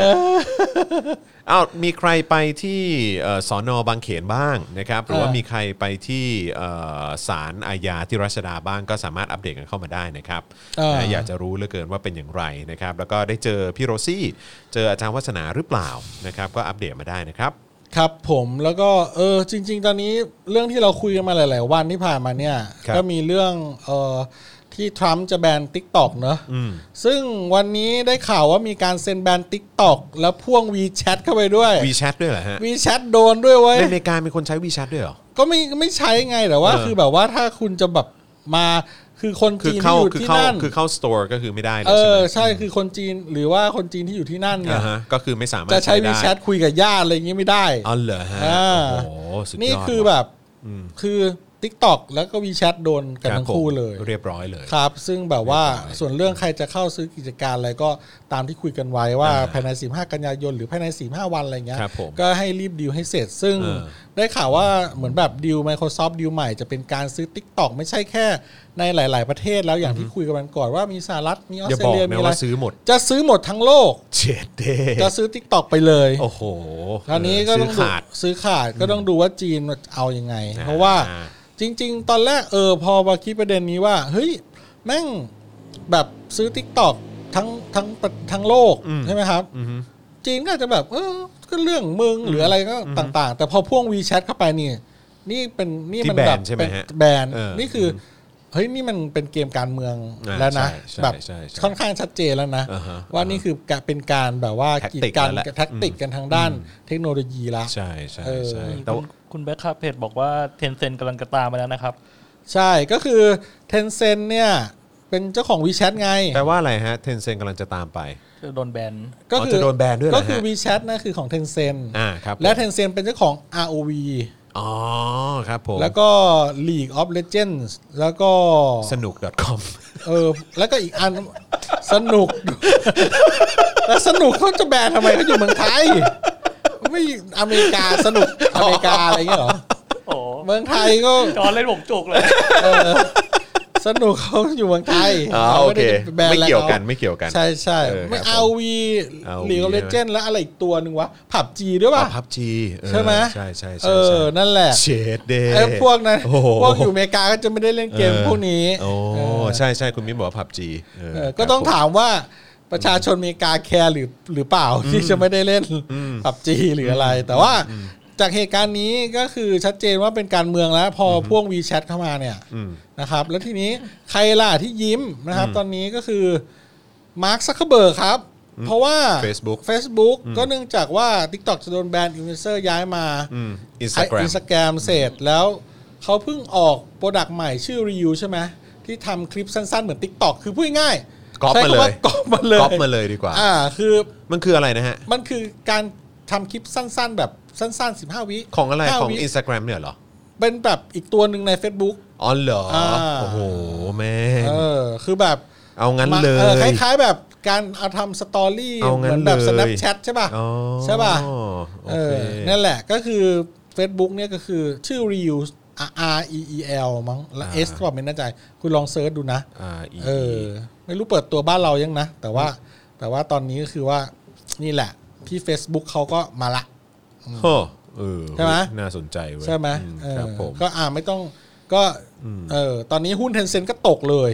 Speaker 1: อ้าวมีใครไปที่เอ่อสอนอบางเขนบ้างนะครับหรือว่า
Speaker 2: เออ
Speaker 1: มีใครไปที่เอ่อศาลอาญาที่รัชดาบ้างก็สามารถอัปเดตกันเข้ามาได้นะครับนะอยากจะรู้เหลือเกินว่าเป็นอย่างไรนะครับ แล้วก็ได้เจอพี่โรซี่ เจออาจารย์วัฒนาหรือเปล่านะครับ ก็อัปเดตมาได้นะครับ
Speaker 2: ครับผมแล้วก็เออจริง ๆ ตอนนี้เรื่องที่เราคุยกันมาหลาย ๆ วันที่ผ่านมาเนี่ย
Speaker 1: ครับ
Speaker 2: ก็มีเรื่องเออที่ทรัมป์จะแบน t ิ k t o k เนอะ
Speaker 1: อืม
Speaker 2: ซึ่งวันนี้ได้ข่าวว่ามีการเซ็นแบน t ิ k t o k แล้วพ่วง WeChat เข้าไปด้วย
Speaker 1: วีแชทด้วยเหรอฮะ
Speaker 2: WeChat โดนด้วยเว้ย
Speaker 1: ในอเมริกามีคนใช้วีแชทด้วยเหรอ
Speaker 2: ก็ไม่ไม่ใช้ไงแต่ว่า
Speaker 1: เออ
Speaker 2: คือแบบว่าถ้าคุณจะแบบมาคือคน
Speaker 1: คือ
Speaker 2: จีน
Speaker 1: เข้า
Speaker 2: ที่อยู่
Speaker 1: คือ
Speaker 2: ที่
Speaker 1: เข้า
Speaker 2: นั่น
Speaker 1: คือเข้าสโตร์ก็คือไม่ได้เลย
Speaker 2: เอ
Speaker 1: ใช่ไห
Speaker 2: อ
Speaker 1: ม
Speaker 2: ใช่คือคนจีนหรือว่าคนจีนที่อยู่ที่นั่นเนี่
Speaker 1: อ่าย ฮะก็คือไม่สามารถ
Speaker 2: จะใช้
Speaker 1: ได้
Speaker 2: วีแชทคุยกับญาติอะไรอย่างงี้ไม่ได้
Speaker 1: อ๋อเหรอฮะ
Speaker 2: อ่า
Speaker 1: โอ้โหสุดยอด
Speaker 2: นี่คือ
Speaker 1: ว่ะ
Speaker 2: แบบ
Speaker 1: อืม
Speaker 2: คือ t ิ k t o k แล้วก็ WeChat โดนกันทั้ง
Speaker 1: รับผม
Speaker 2: คู่เลย
Speaker 1: เรียบร้อยเลย
Speaker 2: ครับ ซึ่งแบบว่า
Speaker 1: เรียบร้อย
Speaker 2: ส่วนเรื่องใครจะเข้าซื้อกิจการอะไรก็ตามที่คุยกันไว้ว่า
Speaker 1: อ่า
Speaker 2: ภายใน 15 กันยายนหรือภายใน 45 วันอะไรเงี้ย
Speaker 1: ครับผม
Speaker 2: ก็ให้รีบดีลให้เสร็จ ซึ่ง
Speaker 1: เออ
Speaker 2: ได้ข่าวว่าเหมือนแบบดีล Microsoft ดีลใหม่จะเป็นการซื้อ TikTok ไม่ใช่แค่ในหลาย ๆ ประเทศแล้วอย่างที่คุยกันวันก่อนว่ามีสหรัฐมีออส
Speaker 1: อย่า
Speaker 2: เตร
Speaker 1: บอก
Speaker 2: เลียมี
Speaker 1: นะ
Speaker 2: อะไร
Speaker 1: ว่าซื้อหมด
Speaker 2: จะซื้อหมดทั้งโลก
Speaker 1: เจ็ดเด
Speaker 2: จะซื้อ TikTok ไปเลย
Speaker 1: โอ้โห
Speaker 2: คราวนี้ก็
Speaker 1: ซื้อ
Speaker 2: ต้องดู
Speaker 1: ขาด
Speaker 2: ซื้อขาดก็ต้องดูว่าจีนเอายังไง เพราะว่า
Speaker 1: อ่
Speaker 2: จริง ๆ ตอนแรกเออพอมาคิดประเด็นนี้ว่า เฮ้ย แม่งแบบซื้อ t ิ k t o k ทั้งทั้งทั้งโลก ใช่ไหมครับ
Speaker 1: อือฮึ
Speaker 2: จีนก็อาจจะแบบ เออ ก็เรื่องมึงหรืออะไรก็ต่าง ๆ แต่พอพ่วง WeChat เข้าไปนี่ นี่เป็นนี่มันแบบ
Speaker 1: ที่แบนใช่ไหมฮะ
Speaker 2: เป็นแบน
Speaker 1: เออ
Speaker 2: นี่คือ เฮ้ย นี่มันเป็นเกมการเมือง
Speaker 1: อ่า
Speaker 2: แล้วนะ
Speaker 1: ใช่
Speaker 2: แบบ
Speaker 1: ใช่ใช่
Speaker 2: ค่อนข้างชัดเจนแล้วนะ
Speaker 1: อ่าฮะ
Speaker 2: ว่านี่คือกะเป็นการแบบว่ากีดกัน
Speaker 1: แท็กติกแล้วแหละ
Speaker 2: แท็กติกกันทางด้านเทคโนโลยีละ
Speaker 1: ใช่ใช่ใช่
Speaker 2: เออ
Speaker 1: แต่
Speaker 3: คุ
Speaker 1: ว่า
Speaker 3: ณคุณแบ็คคาเพจบอกว่าเทนเซนกำลังจะตามมาแล้วนะครับ
Speaker 2: ใช่ก็คือ Tencent เนี่ย เป็นเจ้าของ WeChat ไง
Speaker 1: แปลว่าอะไรฮะเทนเซนกำลังจะตามไป
Speaker 3: จะโดนแบน
Speaker 2: ก็
Speaker 1: อ๋อจะโดนแบนด้วยเหรอ
Speaker 2: ก็คือ
Speaker 1: ฮะ
Speaker 2: WeChat นะคือของ Tencent
Speaker 1: อ่าครับ
Speaker 2: และ
Speaker 1: ผม
Speaker 2: Tencent เป็นเจ้าของ ROV
Speaker 1: อ๋อครับผม
Speaker 2: แล้วก็ League of Legends แล้วก็
Speaker 1: สนุก .com
Speaker 2: เออแล้วก็อีกอัน สนุก แล้วสนุกเขาจะแบนทำไมเขาอยู่เมืองไทย ไม่อเมริกาสนุกอเมริกาอะไรอย่างเงี้ยเหรอ
Speaker 3: โอ้
Speaker 2: เมืองไทยก็
Speaker 3: จอนเล่นผมจุกเลย
Speaker 2: เออสนุกเขาอยู่เมืองไทย
Speaker 1: อ๋อ
Speaker 2: รา
Speaker 1: โอ
Speaker 2: ไม่
Speaker 1: เค
Speaker 2: ได้แบน
Speaker 1: ไม่
Speaker 2: อะไร
Speaker 1: เกี่ยว
Speaker 2: ขา
Speaker 1: กันไม่เกี่ยวกัน
Speaker 2: ใช่ใช่
Speaker 1: เออค
Speaker 2: ไม่
Speaker 1: รับผม
Speaker 2: เอาวีห
Speaker 1: ROV
Speaker 2: รือเลเจนแล้วอะไรอีกตัวหนึ่งวะผับจีด้วยป่ะ
Speaker 1: พับจี
Speaker 2: ใช่ไหม
Speaker 1: ใช่ใช่
Speaker 2: เอ
Speaker 1: ใช่
Speaker 2: อ นั่นแหละ
Speaker 1: เชดเด
Speaker 2: ไอ้พวกนั้น
Speaker 1: โอ้โห
Speaker 2: พวกอยู่อเมริกาก็จะไม่ได้เล่นเกม
Speaker 1: ออ
Speaker 2: พวกนี้
Speaker 1: โอ้
Speaker 2: เออ
Speaker 1: ใช่ใช่คุณมิ้นบอกว่าพับจี
Speaker 2: เออก็ต้องถามว่าประชาชนอเมริกาแคร์หรือหรือเปล่าที่จะไม่ได้เล่นผับจีหรืออะไร แต่ว่าจากเหตุการณ์นี้ก็คือชัดเจนว่าเป็นการเมืองแล้ว พออพ่วงวีแชทเข้ามาเนี่ย
Speaker 1: อืม
Speaker 2: นะครับแล้วทีนี้ใครล่ะที่ยิ้มนะครับ ตอนนี้ก็คือมาร์คซักเคเบิร์ครับ เพราะว่า
Speaker 1: Facebook
Speaker 2: Facebook ก็เนื่องจากว่า TikTok จะโดนแบนอินฟลูเอนเซอร์ย้ายมา
Speaker 1: อืมอินส
Speaker 2: ไอ
Speaker 1: ตาแกรม
Speaker 2: นสตาแกรมเสร็จแล้วเขาเพิ่งออกโปรดักต์ใหม่ชื่อ Reu ใช่ไหมที่ทำคลิปสั้นๆ เหมือน TikTok คือพูดง่ายๆ
Speaker 1: ก๊อป
Speaker 2: ใช้
Speaker 1: มา
Speaker 2: คำ
Speaker 1: เล
Speaker 2: ว่
Speaker 1: ย
Speaker 2: ก๊อปมาเลย
Speaker 1: ก๊อปมาเลยดีกว่า
Speaker 2: อ่าคือ
Speaker 1: มันคืออะไรนะฮะ
Speaker 2: มันคือการทำคลิปสั้นๆ แบบสั้นๆ 15 วิ
Speaker 1: ของอะไร
Speaker 2: ห้า
Speaker 1: ของ
Speaker 2: วิ
Speaker 1: Instagram เนี่ยเหรอ
Speaker 2: เป็นแบบอีกตัวหนึ่งใน Facebook
Speaker 1: อ๋อเหรออา โอ้โหแม่ง
Speaker 2: เออคือแบบ
Speaker 1: เอางั้น
Speaker 2: มา
Speaker 1: เลย
Speaker 2: ออคล้ายๆแบบการเอาทำสตอรี่
Speaker 1: เอางั้น
Speaker 2: เหมือนแบบ
Speaker 1: เลย
Speaker 2: Snapchat ใช่ป่ะ
Speaker 1: อ๋อ
Speaker 2: ใช่ป่ะ
Speaker 1: โอ
Speaker 2: เอ
Speaker 1: เค
Speaker 2: อนั่นแหละก็คือ Facebook เนี่ยก็คือชื่อ reuse R E E L มั้งและ S บอกไม่แน่ใจ คุณลองเซิร์ชดูนะ
Speaker 1: อ่าอี
Speaker 2: เออ ไม่รู้เปิดตัวบ้านเรายังนะ แต่ว่าแต่ว่าตอนนี้ก็คือว่านี่แหละ ที่ Facebook เขาก็มาละ
Speaker 1: โอ้เออ
Speaker 2: ใช่ไหม
Speaker 1: น่าสนใจเว้ย
Speaker 2: ใช่ไหม
Speaker 1: อื
Speaker 2: เออ
Speaker 1: ครับผม
Speaker 2: ก็อ่าไม่ต้องก็เออตอนนี้หุ้นเทนเซ็นก็ตกเลย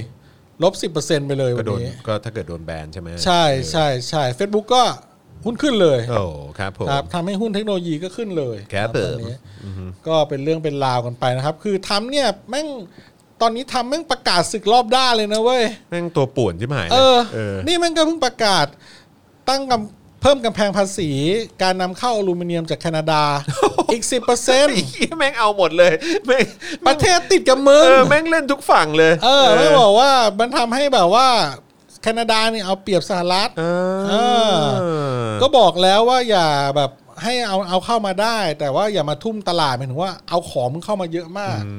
Speaker 2: ลบ 10%ไปเลยวั
Speaker 1: ก็
Speaker 2: น
Speaker 1: โดน
Speaker 2: นี้
Speaker 1: ก็ถ้าเกิดโดนแบนใช่ไหม
Speaker 2: ใช่ใช่ใช่ Facebook ก็หุ้นขึ้นเลย
Speaker 1: โอ้ครับผม
Speaker 2: ครับทำให้หุ้นเทคโนโลยีก็ขึ้นเลย
Speaker 1: ครับ
Speaker 2: ต
Speaker 1: ผม
Speaker 2: อนนี้ก็เป็นเรื่องเป็นราวกันไปนะครับ คือทำเนี่ยแม่งตอนนี้ทำแม่งประกาศศึกรอบด้านเลยนะเว้ย
Speaker 1: แม่งตัวป่วนใช่ไหม
Speaker 2: เออ
Speaker 1: เออ
Speaker 2: นี่แม่งก็เพิ่งประกาศตั้งกำ เพิ่มกำแพงภาษีการนำเข้าอลูมิเนียมจากแคนาดา อีก
Speaker 1: ไอ้เหี้ยแม่งเอาหมดเลยแม่ง
Speaker 2: 10%ประเทศติดกับมึ
Speaker 1: เอง อแม่งเล่นทุกฝั่งเลย
Speaker 2: เออไม่บอกว่ามันทำให้แบบว่า แคนาดาเนี่ยเอาเปรียบสหรัฐ
Speaker 1: เออ
Speaker 2: เออ ก็บอกแล้วว่าอย่าแบบให้เอาเอาเข้ามาได้ แต่ว่าอย่ามาทุ่มตลาดหมายถึงว่าเอาของมึงเข้ามาเยอะมาก
Speaker 1: อื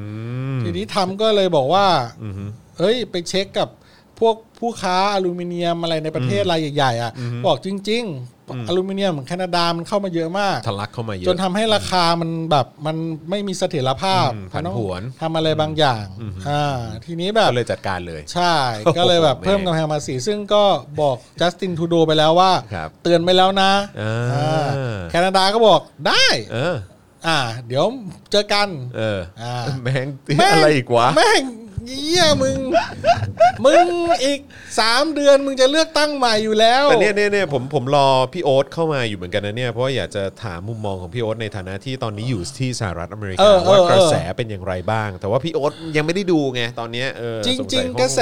Speaker 1: ม
Speaker 2: ทีนี้ทำก็เลยบอกว่า
Speaker 1: อืม
Speaker 2: เอ้ย ไปเช็คกับพวกผู้ค้าอลูมิเนียมอะไรในประเทศรายใหญ่ๆอ่ะบอกจริง
Speaker 1: อืม
Speaker 2: ๆ อลูมิเนียมของแคนาดามันเข้ามาเยอะมาก
Speaker 1: ทะลักเข้ามาเยอะ
Speaker 2: จนทำให้ราคามันแบบมันไม่มีเสถียรภาพ
Speaker 1: อืมผันผวน
Speaker 2: ทำอะไรบางอย่างอ่าทีนี้แบบ
Speaker 1: ก็เลยจัดการเลย
Speaker 2: ใช่ ก็เลยแบบ
Speaker 1: โอ้โห
Speaker 2: เพิ่มกำแพงภาษีซึ่งก็บอกจัสตินทูโดไปแล้วว่า
Speaker 1: ครับ
Speaker 2: เตือนไปแล้วนะ
Speaker 1: อ่า
Speaker 2: อ่าแคนาดาก็บอกได้
Speaker 1: เออ
Speaker 2: อ่า เดี๋ยวเจอกัน
Speaker 1: เออ
Speaker 2: อ่า
Speaker 1: แม่งอะไรอีกวะ
Speaker 2: แม่งเยี่ยมึง มึงอีกสามเดือนมึงจะเลือกตั้งใหม่อยู่แล้ว
Speaker 1: แต่เนี่ยเนี่ยเนี่ยผมผมรอพี่โอ๊ตเข้ามาอยู่เหมือนกันนะเนี่ยเพราะว่าอยากจะถามมุมมองของพี่โอ๊ตในฐานะที่ตอนนี้อยู่ที่สหรัฐอเม
Speaker 2: เอ
Speaker 1: ริา
Speaker 2: กอเออ
Speaker 1: ว่า
Speaker 2: เออ
Speaker 1: กระแสเป็นอย่างไรบ้าง แต่ว่าพี่โอ๊ตยังไม่ได้ดูไงตอนเนี้ยเออ
Speaker 2: จ
Speaker 1: สง
Speaker 2: ริ
Speaker 1: สัย
Speaker 2: งๆ
Speaker 1: เขา
Speaker 2: กระแส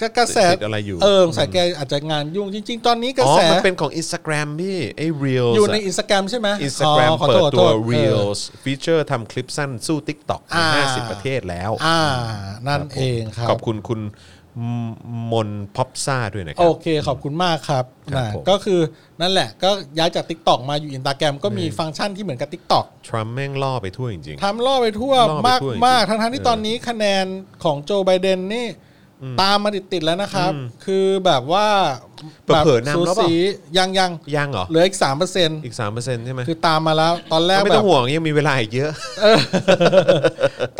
Speaker 2: กระกระแส
Speaker 1: ติดอะไรอยู่
Speaker 2: เออสงสายแกอาจจะงานยุ่งจริง ๆ ตอนนี้กระ
Speaker 1: อ๋อ
Speaker 2: แส
Speaker 1: มันเป็นของ Instagram พี่ไอ้ Reels
Speaker 2: อยู่ในอินสตาแกรมใช่ไหม
Speaker 1: อินสตาแกรม
Speaker 2: อ๋อขอ
Speaker 1: เปิ
Speaker 2: โท
Speaker 1: ด
Speaker 2: ษ
Speaker 1: ตัว
Speaker 2: ขอโทษเออ
Speaker 1: Reels ฟีเจอร์ทำคลิปสั้นสู้ TikTok ใน
Speaker 2: อ่า
Speaker 1: 50 ประเทศแล้ว
Speaker 2: อ่า นั่นเองครับ
Speaker 1: ขอบคุณคุณมมนพ็อปซ่าด้วยนะครับ
Speaker 2: โอเค ขอบคุณมากครับ
Speaker 1: ครับ
Speaker 2: นะ
Speaker 1: ผม
Speaker 2: ก็คือนั่นแหละก็ย้ายจาก Tik t o อกมาอยู่อินตาแกรมก็มีฟังก์ชันที่เหมือนกับ Tik t o อก
Speaker 1: ทรัมป์แม่งล่อไปทั่วจริง
Speaker 2: ทำล่อไปทั่ว
Speaker 1: ล่อไป
Speaker 2: มาก
Speaker 1: ทั่ว
Speaker 2: มาก
Speaker 1: จริงๆ
Speaker 2: ทั้งทั้งๆที่ตอนนี้คะแนนของโจไบเดนนี่ตามมาติดติดๆแล้วนะครับ คือแบบว่า
Speaker 1: เผลอๆนำ
Speaker 2: สู
Speaker 1: แล้วเปล่า
Speaker 2: สียังยัง
Speaker 1: ๆ ยังเหรอ
Speaker 2: เหลืออีกสามเปอร์เซ็นต์
Speaker 1: อีก3%ใช่ไหม
Speaker 2: คือตามมาแล้ว ตอนแรก
Speaker 1: ไม่
Speaker 2: แบ
Speaker 1: ต้อบ งห่วงยังมีเวลาอีกเยอะ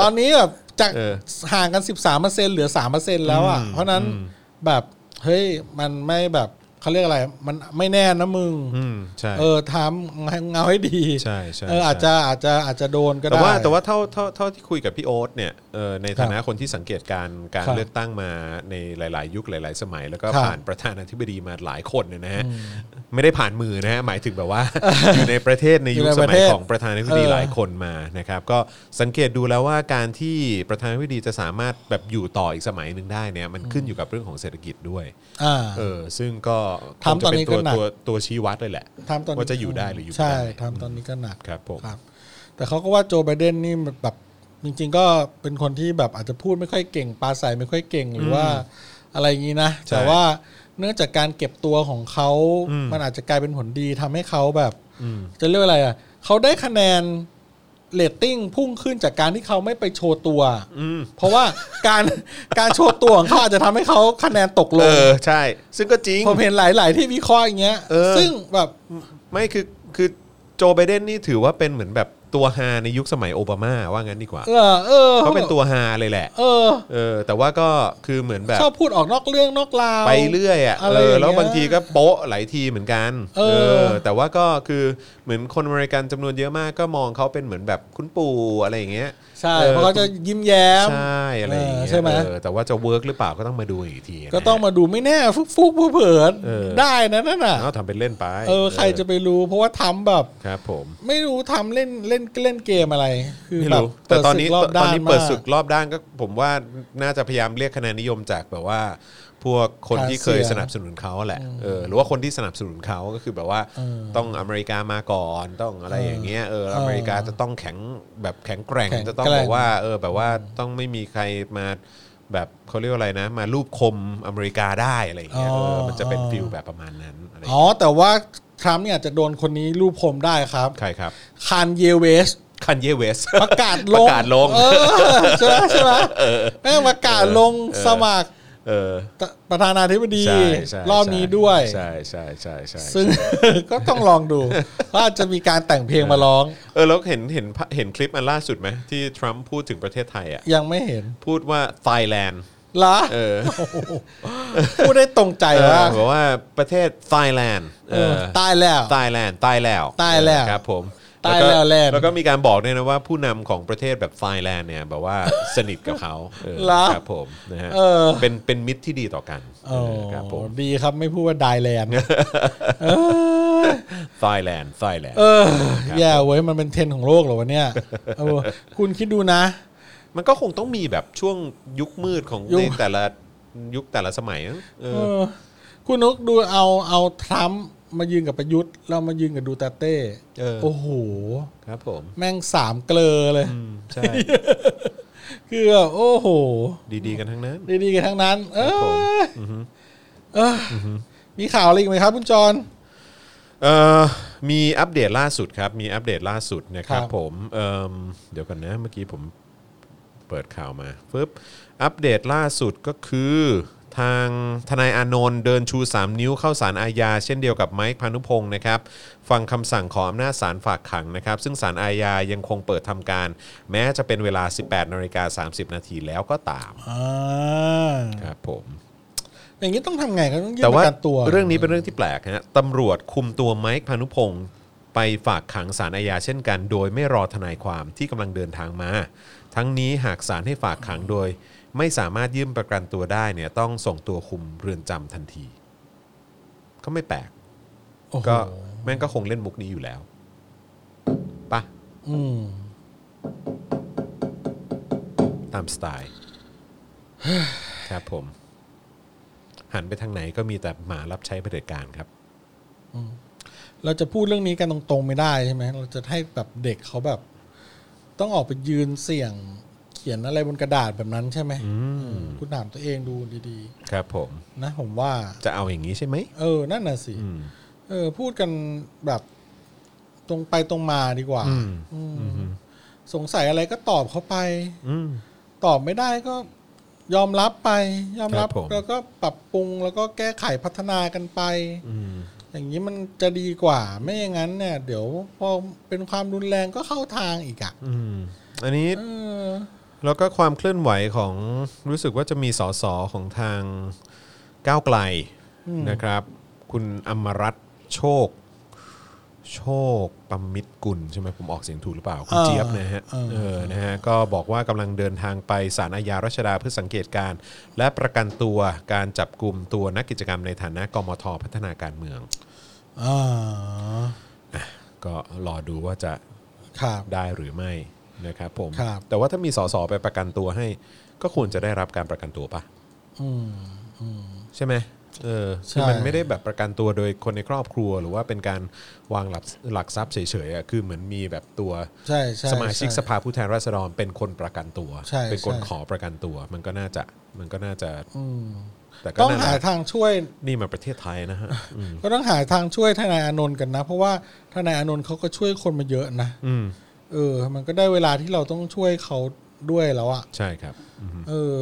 Speaker 2: ตอนนี้แบบจาก
Speaker 1: เออ
Speaker 2: ห่างกันสิบสามเปอร์เซ็นต์เหลือสามเปอร์เซ็นต์แล้วอ่ะ
Speaker 1: อืม
Speaker 2: เพราะนั้น
Speaker 1: อืม
Speaker 2: แบบเฮ้ยมันไม่แบบเขาเรียกอะไร มันไม่แน่นะมึง
Speaker 1: อืมใช่
Speaker 2: เออทำเงาให้ดี
Speaker 1: ใช่ใช่
Speaker 2: เออ
Speaker 1: ใช่
Speaker 2: อาจจะอาจจะอาจจะโดนก็ได้
Speaker 1: แต่ว่าแต่ว่าเท่าเท่าเท่าที่คุยกับพี่โอ๊ตเนี่ยเออในฐานะคนที่สังเกตการณ์การ
Speaker 2: ครับ
Speaker 1: เลือกตั้งมาในหลาย ๆ ยุคหลาย ๆ สมัย แล้วก็
Speaker 2: ครับ
Speaker 1: ผ่านประธานาธิบดีมาหลายคนเนี่ยนะฮะไม่ได้ผ่านมือนะฮะหมายถึง แบบว่า อยู่ในประเทศในยุค
Speaker 2: อยู่
Speaker 1: สมั
Speaker 2: ในประ
Speaker 1: ย
Speaker 2: เทศ
Speaker 1: ของประธานาธิบดี
Speaker 2: เออ
Speaker 1: หลายคนมานะครับก็สังเกตดูแล้วว่าการที่ประธานาธิบดีจะสามารถแบบอยู่ต่ออีกสมัยหนึ่งได้เนี่ยมันขึ้นอยู่กับเรื่องของเศรษฐกิจด้วย
Speaker 2: อ่า
Speaker 1: เออซึ่งก็คง
Speaker 2: ทำต
Speaker 1: จะ
Speaker 2: อน
Speaker 1: เป็
Speaker 2: นี้
Speaker 1: น
Speaker 2: ก็
Speaker 1: ตัว
Speaker 2: หนัก
Speaker 1: ตัวตัวชี้วัดเลยแหละ
Speaker 2: ทำตอนนี้
Speaker 1: ว่าจะอยู่ได้หรืออยู่ไม่
Speaker 2: ใช่
Speaker 1: ได้
Speaker 2: ทำตอนนี้ก็หนัก
Speaker 1: ครับผม
Speaker 2: ครับ แต่เขาก็ว่าโจไบเดนนี่แบบจริง ๆ ก็เป็นคนที่แบบอาจจะพูดไม่ค่อยเก่งปลาใสไม่ค่อยเก่งหรือว่าอะไรอย่างนี้นะ
Speaker 1: ใช่
Speaker 2: แต่ว่าเนื่องจากการเก็บตัวของเขา
Speaker 1: อืม
Speaker 2: มันอาจจะกลายเป็นผลดีทำให้เขาแบบ
Speaker 1: อืม
Speaker 2: จะเรียกว่าอะไรอ่ะเขาได้คะแนนเลตติ้งพุ่งขึ้นจากการที่เขาไม่ไปโชว์ตัว
Speaker 1: อืม
Speaker 2: เพราะว่า การการโชว์ตัวของเขาอาจจะทำให้เขาคะแนนตกล
Speaker 1: เอง อ ใช่ ซึ่งก็จริง
Speaker 2: ผมเห็นหลาย ๆ ที่วิเคราะห์อย่างเงี้ย
Speaker 1: เออ
Speaker 2: ซึ่งแบบ
Speaker 1: ไม่คือคือโจไบเดนนี่ถือว่าเป็นเหมือนแบบตัวฮาในยุคสมัยโอบามาว่างั้นดีกว่า
Speaker 2: เออเออ
Speaker 1: เขาเป็นตัวฮาเลยแหละ
Speaker 2: เออ
Speaker 1: เออ แต่ว่าก็คือเหมือนแบบ
Speaker 2: ชอบพูดออกนอกเรื่องนอกราว
Speaker 1: ไปเรื่อยอ่ะ
Speaker 2: อะไร
Speaker 1: เออ
Speaker 2: อย่างเงี้ย
Speaker 1: แล้วบางทีก็โป๊ะหลายทีเหมือนกัน
Speaker 2: เออ
Speaker 1: แต่ว่าก็คือเหมือนคนอเมริกันจำนวนเยอะมากก็มองเขาเป็นเหมือนแบบคุณปู่อะไรอย่างเงี้ย
Speaker 2: ใช่เพราะเขาจะยิ้มแย้ม
Speaker 1: ใช่อะไรอย่างเงี้ย
Speaker 2: เออใช่ไหม
Speaker 1: เออแต่ว่าจะเวิร์กหรือเปล่าก็ต้องมาดูอีกทีนะ
Speaker 2: ก็ต้องมาดูไม่แน่ฟุกฟุกๆเผื่อๆ
Speaker 1: เออ
Speaker 2: ได้นะนั่นน่ะ
Speaker 1: เอาทำเป็นเล่นไป
Speaker 2: เออใครจะไปรู้ เพราะว่าทำแบบ
Speaker 1: ครับผม
Speaker 2: ไม่รู้ทำเล่นเล่นเล่นเกมอะไร คือ
Speaker 1: ไม่
Speaker 2: แบบ
Speaker 1: รู้แต่ตอนนี้
Speaker 2: เปิดศึก
Speaker 1: ต
Speaker 2: รบด้า
Speaker 1: อนนี้
Speaker 2: มาก
Speaker 1: เปิดศึกรอบด้านก็ผมว่าน่าจะพยายามเรียกคะแนนนิยมจากแบบว่า พวกคนที่เคย
Speaker 2: หาเสียง
Speaker 1: สนับสนุนเขาแหละเออหรือว่าคนที่สนับสนุนเขาก็คือแบบว่า
Speaker 2: เออ
Speaker 1: ต้องอเมริกามาก่อนต้องอะไรอย่างเงี้ยเอออเมริกาจะต้องแข็งแบบแข็งแกร่ง
Speaker 2: แข็ง
Speaker 1: จะต้อง
Speaker 2: แกร่
Speaker 1: แบ
Speaker 2: ง
Speaker 1: บว่าเออแบบว่าต้องไม่มีใครมาแบบเขาเรียกว่าอะไรนะ มารูปคมอเมริกาได้อะไรอย่างเงี้ยเออมันจะเป็นฟิลแบบประมาณนั้นอะไรอย่าง
Speaker 2: อ๋อ
Speaker 1: เงี้ย
Speaker 2: แต่ว่าทรัมป์เนี่ยจะโดนคนนี้รูปผมได้ครับ
Speaker 1: ใครครับ
Speaker 2: คานเยเวส
Speaker 1: คันเยเวส
Speaker 2: ประกาศลง
Speaker 1: ประกาศลง
Speaker 2: เออใช่ไหมใช่ไหมแม่งประกาศลงสมัคร
Speaker 1: เออ
Speaker 2: ประธานาธิบดี
Speaker 1: ใช่ใช่
Speaker 2: รอบนี้ด้วย
Speaker 1: ใช่ใช่ใช่ใช่
Speaker 2: ซึ่ง ก็ต้องลองดูว่าจะมีการแต่งเพลงมาร้อง
Speaker 1: เออแล้วเห็นเห็นเห็นคลิปอันล่าสุดไหมที่ทรัมป์พูดถึงประเทศไทยอ่ะ
Speaker 2: ยังไม่เห็น
Speaker 1: พูดว่าไทยแลนด์
Speaker 2: เหรอ
Speaker 1: เออ
Speaker 2: พูดได้ตรงใจ
Speaker 1: เอ
Speaker 2: ว่า
Speaker 1: อบอกว่าประเทศไทยแลนด์เออ
Speaker 2: ตายแล้ว
Speaker 1: ไทยแลนด์ไทยแล้ว
Speaker 2: ไทยแล้ว
Speaker 1: เออครับผม
Speaker 2: ไทยแล้วแลนด์
Speaker 1: แล้วก็มีการบอกด้วยนะว่าผู้นำของประเทศแบบไทยแลนด์เนี่ยแบบว่า สนิทกับเขาเออ
Speaker 2: เหรอ
Speaker 1: ครับผมนะฮะ
Speaker 2: เออ
Speaker 1: เป็นเป็นมิตรที่ดีต่อกัน
Speaker 2: โอ้
Speaker 1: เออครับผม
Speaker 2: ดีครับไม่พูดว่าดายแลนด์เออ
Speaker 1: ไทยแลนด์ไทยแลนด์
Speaker 2: เออแย่เว้ยมันเป็นเทรนด์ของโลกเหรอวะเนี่ยเออคุณคิดดูนะ
Speaker 1: มันก็คงต้องมีแบบช่วงยุคมืดของ
Speaker 2: ยุค
Speaker 1: ในแต่ละยุคแต่ละสมัยนะเออ
Speaker 2: เออคุณนุกดูเอาเอาทรัมป์ มายืนกับประยุทธ์เรามายืนกับดูตาเต้
Speaker 1: เออ
Speaker 2: โอ้โห
Speaker 1: ครับผม
Speaker 2: แม่งสามเกลอเลย
Speaker 1: อืมใช่
Speaker 2: คือแบบโอ้โห
Speaker 1: ดีๆกันทั้งนั้น
Speaker 2: ดีๆกันทั้งนั้น เอ
Speaker 1: ครับผม
Speaker 2: ย
Speaker 1: อือฮึ
Speaker 2: เอยมีข่าวอะไรอีกไหมครับคุณจอน
Speaker 1: เอ่อมีอัปเดตล่าสุดครับ มีอัปเดตล่าสุดนะครับ
Speaker 2: ครับ
Speaker 1: ผมเอิ่มเดี๋ยวก่อนนะ เมื่อกี้ผมเปิดข่าวมาปึ๊บอัปเดตล่าสุดก็คือทางทนายอานนท์เดินชู 3 นิ้วเข้าสารอาญาเช่นเดียวกับไมค์พานุพงศ์นะครับ ฟังคำสั่งขออำนาจศาลฝากขังนะครับ ซึ่งศาลอาญายังคงเปิดทำการ แม้จะเป็นเวลา 18นาฬิกา30 นาทีแล้วก็ตาม
Speaker 2: อ่า
Speaker 1: ครับผม
Speaker 2: อย่างนี้ต้องทำไงครับต้องยื่
Speaker 1: แต่
Speaker 2: นป
Speaker 1: ว่า
Speaker 2: ระกันตัว
Speaker 1: เรื่องนี้เป็นเรื่องที่แปลกฮะตำรวจคุมตัวไมค์พานุพงศ์ไปฝากขังสารอาญาเช่นกัน โดยไม่รอทนายความที่กำลังเดินทางมา ทั้งนี้หากสารให้ฝากขังโดย ไม่สามารถยื่นประกันตัวได้เนี่ยต้องส่งตัวคุมเรือนจำทันที ก็ไม่แปลก
Speaker 2: โอ้โห
Speaker 1: ก็แม่งก็คงเล่นมุกนี้อยู่แล้วปะ
Speaker 2: อืม
Speaker 1: ตามสไตล์ ครับผม หันไปทางไหนก็มีแต่หมารับใช้เผด็จการครับ
Speaker 2: เราจะพูดเรื่องนี้กันตรงๆไม่ได้ใช่ไหมเราจะให้แบบเด็กเขาแบบ ต้องออกไปยืนเสี่ยงเขียนอะไรบนกระดาษแบบนั้นใช่ไหม
Speaker 1: อืม
Speaker 2: คุณถามตัวเองดูดี
Speaker 1: ครับผม
Speaker 2: ๆ นะผมว่า
Speaker 1: จะเอาอย่างนี้ใช่ไหม
Speaker 2: เออ นั่นน่ะสิ
Speaker 1: อืม
Speaker 2: เออ พูดกันแบบตรงไปตรงมาดีกว่า
Speaker 1: อืม
Speaker 2: อืม
Speaker 1: อืม
Speaker 2: สงสัยอะไรก็ตอบเขาไป
Speaker 1: อืม
Speaker 2: ตอบไม่ได้ก็ยอมรับไป ยอมรับ
Speaker 1: ครับผม
Speaker 2: แล้วก็ปรับปรุงแล้วก็แก้ไขพัฒนากันไป
Speaker 1: อืม
Speaker 2: อย่างนี้มันจะดีกว่า ไม่อย่างนั้นเนี่ย เดี๋ยวพอเป็นความรุนแรงก็เข้าทางอีกอะ่ะ
Speaker 1: อืมอันนี้
Speaker 2: เออ
Speaker 1: แล้วก็ความเคลื่อนไหวของรู้สึกว่าจะมีสสของทางก้าวไกล
Speaker 2: อืม
Speaker 1: นะครับ คุณอมรัตน์โชค โชคปัมมิตรกุลใช่ไหมผมออกเสียงถูกหรือเปล่า คุณเจี๊ยบนะฮะเออนะฮะก็บอกว่ากำลังเดินทางไปศาลอาญารัชดาเพื่อสังเกตการณ์และประกันตัวการจับกลุ่มตัวนักกิจกรรมในฐานะกมทพัฒนาการเมือง
Speaker 2: อ่า
Speaker 1: ก็รอดูว่าจะ
Speaker 2: ครับ
Speaker 1: ได้หรือไม่นะครับผม
Speaker 2: ครับ
Speaker 1: แต่ว่าถ้ามีสสไปประกันตัวให้ ก็ควรจะได้รับการประกันตัวปะ
Speaker 2: อืมอืม
Speaker 1: ใช่ไหมเออคือ
Speaker 2: ใช่
Speaker 1: มันไม่ได้แบบประกันตัวโดยคนในครอบครัว หรือว่าเป็นการวางหลักหลักทรัพย์เฉยๆอ่ะคือเหมือนมีแบบตัว
Speaker 2: ใช่ใช่
Speaker 1: สมาชิก
Speaker 2: ใ
Speaker 1: สภาผู้แทนราษฎรเป็นคนประกันตัว
Speaker 2: ใช่
Speaker 1: เป็นคน
Speaker 2: ใช่
Speaker 1: ขอประกันตัว มันก็น่าจะมันก็น่าจะ
Speaker 2: อืม
Speaker 1: แต่ก็
Speaker 2: ต้อง
Speaker 1: นั่นแห
Speaker 2: หา
Speaker 1: ละ
Speaker 2: ทางช่วย
Speaker 1: นี่มาประเทศไทยนะฮะอืม
Speaker 2: ก็ต้องหาทางช่วยทนายอานนท์กันนะ เพราะว่าทนายอานนท์เขาก็ช่วยคนมาเยอะนะ
Speaker 1: อืม
Speaker 2: เออ มันก็ได้เวลาที่เราต้องช่วยเขาด้วยแล้วอะ
Speaker 1: ใช่ครับอืม
Speaker 2: เออ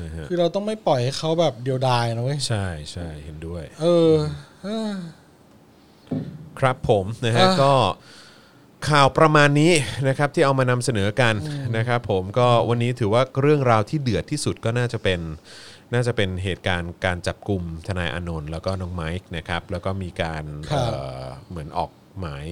Speaker 1: นะฮะ
Speaker 2: คือเราต้องไม่ปล่อยให้เขาแบบเดียวดายนะเว้ย
Speaker 1: ใช่ใช่เห็นด้วย
Speaker 2: เออเออ
Speaker 1: ครับผมนะฮะ
Speaker 2: อ่า
Speaker 1: ก็ข่าวประมาณนี้นะครับที่เอามานำเสนอกันนะครับผมก็วันนี้ถือว่าเรื่องราวที่เดือดที่สุดก็น่าจะเป็นน่าจะเป็นเหตุการณ์การจับกลุ่มทนายอานนท์แล้วก็น้องไมค์นะครับแล้วก็มีการ
Speaker 2: ครับ
Speaker 1: เอ่อเหมือนออกหมาย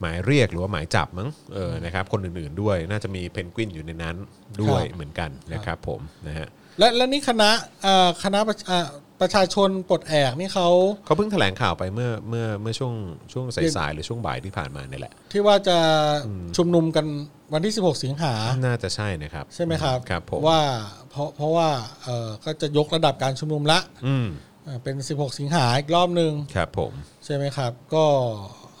Speaker 1: หมายเรียกหรือว่าหมายจับมั้งเออนะครับคนอื่นๆด้วยน่าจะมีเพนกวินอยู่ในนั้นด้วยเหมือนกันนะครับผมนะฮะ
Speaker 2: และและนี่คณะเอ่อคณะประชาประชาชนปลดแอกนี่เขา
Speaker 1: เขาเพิ่งแถลงข่าวไปเมื่อเมื่อเมื่อช่วงช่วงสายๆหรือช่วงบ่ายที่ผ่านมาเนี่ยแหละ
Speaker 2: ที่ว่าจะชุมนุมกันวันที่ 16 สิงหา
Speaker 1: น่าจะใช่นะครับ
Speaker 2: ใช่ไหมครับ
Speaker 1: ครับผม
Speaker 2: ว่าเพราะเพราะว่าเออก็จะยกระดับการชุมนุมละ
Speaker 1: อืม
Speaker 2: เอ่อเป็น 16 สิงหาอีกรอบหนึ่ง
Speaker 1: ครับผม
Speaker 2: ใช่ไหมครับ ก็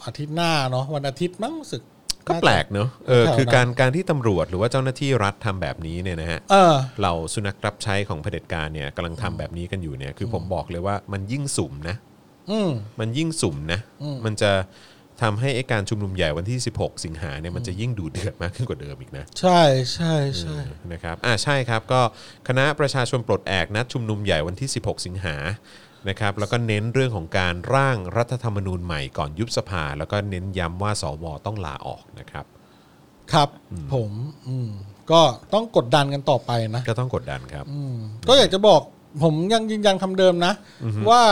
Speaker 2: อาทิตย์หน้าเนาะวันอาทิตย์มั้งรู้สึก
Speaker 1: ก็แปลกเนอะเออ
Speaker 2: แถวๆ
Speaker 1: คือการการที่ตำรวจหรือว่าเจ้าหน้าที่รัฐทำแบบนี้เนี่ยนะฮะ
Speaker 2: เออ
Speaker 1: เหล่าสุนัขรับใช้ของเผด็จการเนี่ยกำลังทำแบบนี้กันอยู่เนี่ยคือผมบอกเลยว่ามันยิ่งสุ่มนะ
Speaker 2: อืม
Speaker 1: มันยิ่งสุ่มนะ
Speaker 2: อืม
Speaker 1: มันจะทำให้ไอ้การชุมนุมใหญ่วันที่ 16 สิงหาเนี่ยมันจะยิ่งดูเดือดมากขึ้นกว่าเดิมอีกนะ
Speaker 2: ใช่ใช่ใช่
Speaker 1: นะครับอ่าใช่ครับ ก็คณะประชาชนปลดแอกนัดชุมนุมใหญ่วันที่ 16 สิงหานะครับ แล้วก็เน้นเรื่องของการร่างรัฐธรรมนูญใหม่ก่อนยุบสภา แล้วก็เน้นย้ำว่าสวต้องลาออกนะครับ
Speaker 2: ครับ ผม อืม ก็ต้องกดดันกันต่อไปนะ
Speaker 1: ก็ต้องกดดันครับ
Speaker 2: อืม ก็อยากจะบอกผมยังยืนยันคำเดิมนะ ว่า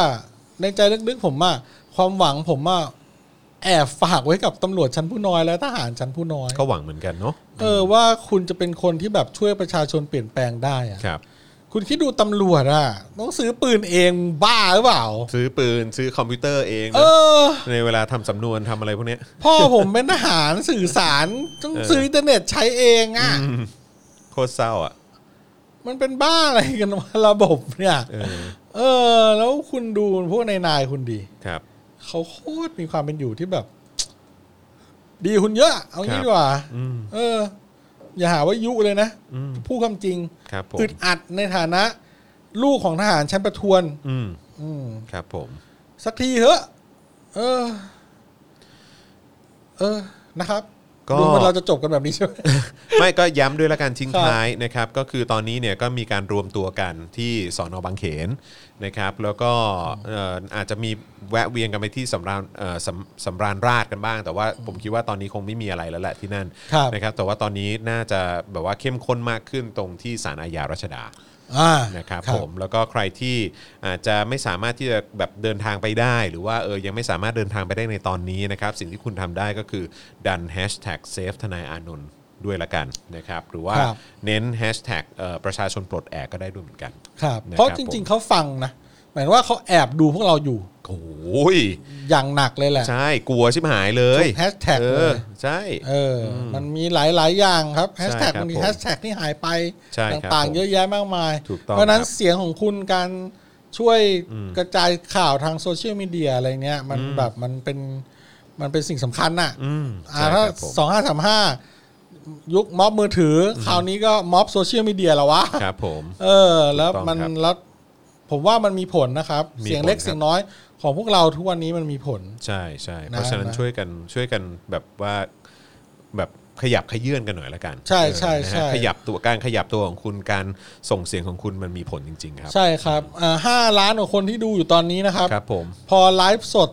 Speaker 2: ในใจลึกๆผมอะความหวังผมอะแอบฝากไว้กับตำรวจชั้นผู้น้อยและทหารชั้นผู้น้อย
Speaker 1: ก็หวังเหมือนกันเนาะ
Speaker 2: เออว่าคุณจะเป็นคนที่แบบช่วยประชาชนเปลี่ยนแปลงได้อะ
Speaker 1: ครับ
Speaker 2: คุณคิดดูตำรวจอะต้องซื้อปืนเองบ้าหรือเปล่า
Speaker 1: ซื้อปืนซื้อคอมพิวเตอร์เอง
Speaker 2: เอ
Speaker 1: นะ
Speaker 2: อ
Speaker 1: ในเวลาทำสำนวนทำอะไรพวกเนี้ย
Speaker 2: พ่อผมเป็นทหารสื่อสารต้อง
Speaker 1: เออ
Speaker 2: ซื้ออินเทอร์เน็ตใช้เองอ่ะ
Speaker 1: อืมโคตรเศร้าอ่ะ
Speaker 2: มันเป็นบ้าอะไรกันวะระบบเนี่ย
Speaker 1: เออ
Speaker 2: เออ แล้วคุณดูพวกนายนายๆคุณดี
Speaker 1: ครับ
Speaker 2: เขาโคตรมีความเป็นอยู่ที่แบบ ดีหุ่นเยอะ เอา
Speaker 1: ครั
Speaker 2: งี้
Speaker 1: บ
Speaker 2: ดีกว่า
Speaker 1: อืม
Speaker 2: เออ อย่าหาว่ายุเลยนะ
Speaker 1: อืม
Speaker 2: พูดความจริง
Speaker 1: ครับผม
Speaker 2: อึดอัดในฐานะ ลูกของทหารชั้นประทวน
Speaker 1: อืม
Speaker 2: อืม
Speaker 1: ครับผม
Speaker 2: สักทีเถอะ เออ เออ นะครับ
Speaker 1: ก็
Speaker 2: ดูว่าเราจะจบกันแบบนี้ใช่ไหม
Speaker 1: ไม่ก็ย้ำด้วยละกันทิ้ง
Speaker 2: ครับ
Speaker 1: ท้ายนะครับ ก็คือตอนนี้เนี่ยก็มีการรวมตัวกันที่สอนอบางเขนนะครับ แล้วก็เอ่ออาจจะมีแวะเวียนกันไปที่สำราญเอ่อสำสำราญราชกันบ้าง แต่ว่าผมคิดว่าตอนนี้คงไม่มีอะไรแล้วแหละที่นั่น
Speaker 2: ครับ
Speaker 1: นะครับ แต่ว่าตอนนี้น่าจะแบบว่าเข้มข้นมากขึ้นตรงที่ศาลอาญารัชดา
Speaker 2: อ่า
Speaker 1: นะครับผมแล้วก็ใครที่อาจจะไม่สามารถที่จะแบบเดินทางไปได้ หรือว่าเออยังไม่สามารถเดินทางไปได้ในตอนนี้นะครับ สิ่งที่คุณทำได้ก็คือดันแฮชแท็กเซฟทนายอานนท์ด้วยละกันนะครับ หรือว่า
Speaker 2: ครับ
Speaker 1: เน้นแฮชแท็กประชาชนปลดแอกก็ได้ด้วยเหมือนกัน
Speaker 2: ครับ
Speaker 1: นะครับ
Speaker 2: เพราะจ
Speaker 1: ผ
Speaker 2: ริง
Speaker 1: ม
Speaker 2: ๆเขาฟังนะ หมายถึงว่าเขาแอบดูพวกเราอยู่
Speaker 1: โอ้ย
Speaker 2: อย่างหนักเลยแหละ
Speaker 1: ใช่กลัวชิบหายเลย
Speaker 2: แฮชแท็ก
Speaker 1: เอ
Speaker 2: เล
Speaker 1: อย ใช่
Speaker 2: เออ มันมีหลาย ๆ อย่างครับแฮชแท็ก
Speaker 1: ใช่ครับ
Speaker 2: มันมี
Speaker 1: ผม
Speaker 2: แฮชแท็กที่หายไป
Speaker 1: ใช่ครับ
Speaker 2: ต่าง
Speaker 1: ผม
Speaker 2: ๆ เยอะแยะมากมาย
Speaker 1: ถูกต้อง
Speaker 2: เพราะฉะนั้น
Speaker 1: ครับ
Speaker 2: เสียงของคุณการช่วย
Speaker 1: อืม
Speaker 2: กระจายข่าวทางโซเชียลมีเดียอะไรเนี้ย มัน
Speaker 1: อืม
Speaker 2: แบบมันเป็นมันเป็นสิ่งสำคัญน่ะ
Speaker 1: อืม
Speaker 2: อ่า
Speaker 1: ใช่
Speaker 2: ถ้า
Speaker 1: ครับผม
Speaker 2: สองห้าสามห้ายุคม็อบมือถืออคราวนี้ก็ม็อบโซเชียลมีเดียแล้ววะ
Speaker 1: ครับผม
Speaker 2: เออ แล้ว
Speaker 1: ถูกต้อง
Speaker 2: มัน
Speaker 1: ครับ
Speaker 2: แล้วผมว่ามันมีผลนะครับ
Speaker 1: มี
Speaker 2: เสียงเล็ก
Speaker 1: ผลครับ
Speaker 2: เสียงน้อยของพวกเราทุกวันนี้มันมีผล
Speaker 1: ใช่ใช่
Speaker 2: นะ
Speaker 1: เพราะฉะนั้น
Speaker 2: นะ
Speaker 1: ช่วยกันช่วยกันแบบว่าแบบขยับขยื่นกันหน่อยละกัน
Speaker 2: ใช่ใช่
Speaker 1: เออนะฮะ
Speaker 2: ใช่
Speaker 1: ขยับตัวการขยับตัวของคุณการส่งเสียงของคุณมันมีผลจริง ๆ ครับ
Speaker 2: ใช่ครับอ่าห้าล้านกว่าคนที่ดูอยู่ตอนนี้นะครับ
Speaker 1: ครับผม
Speaker 2: พอไลฟ์สด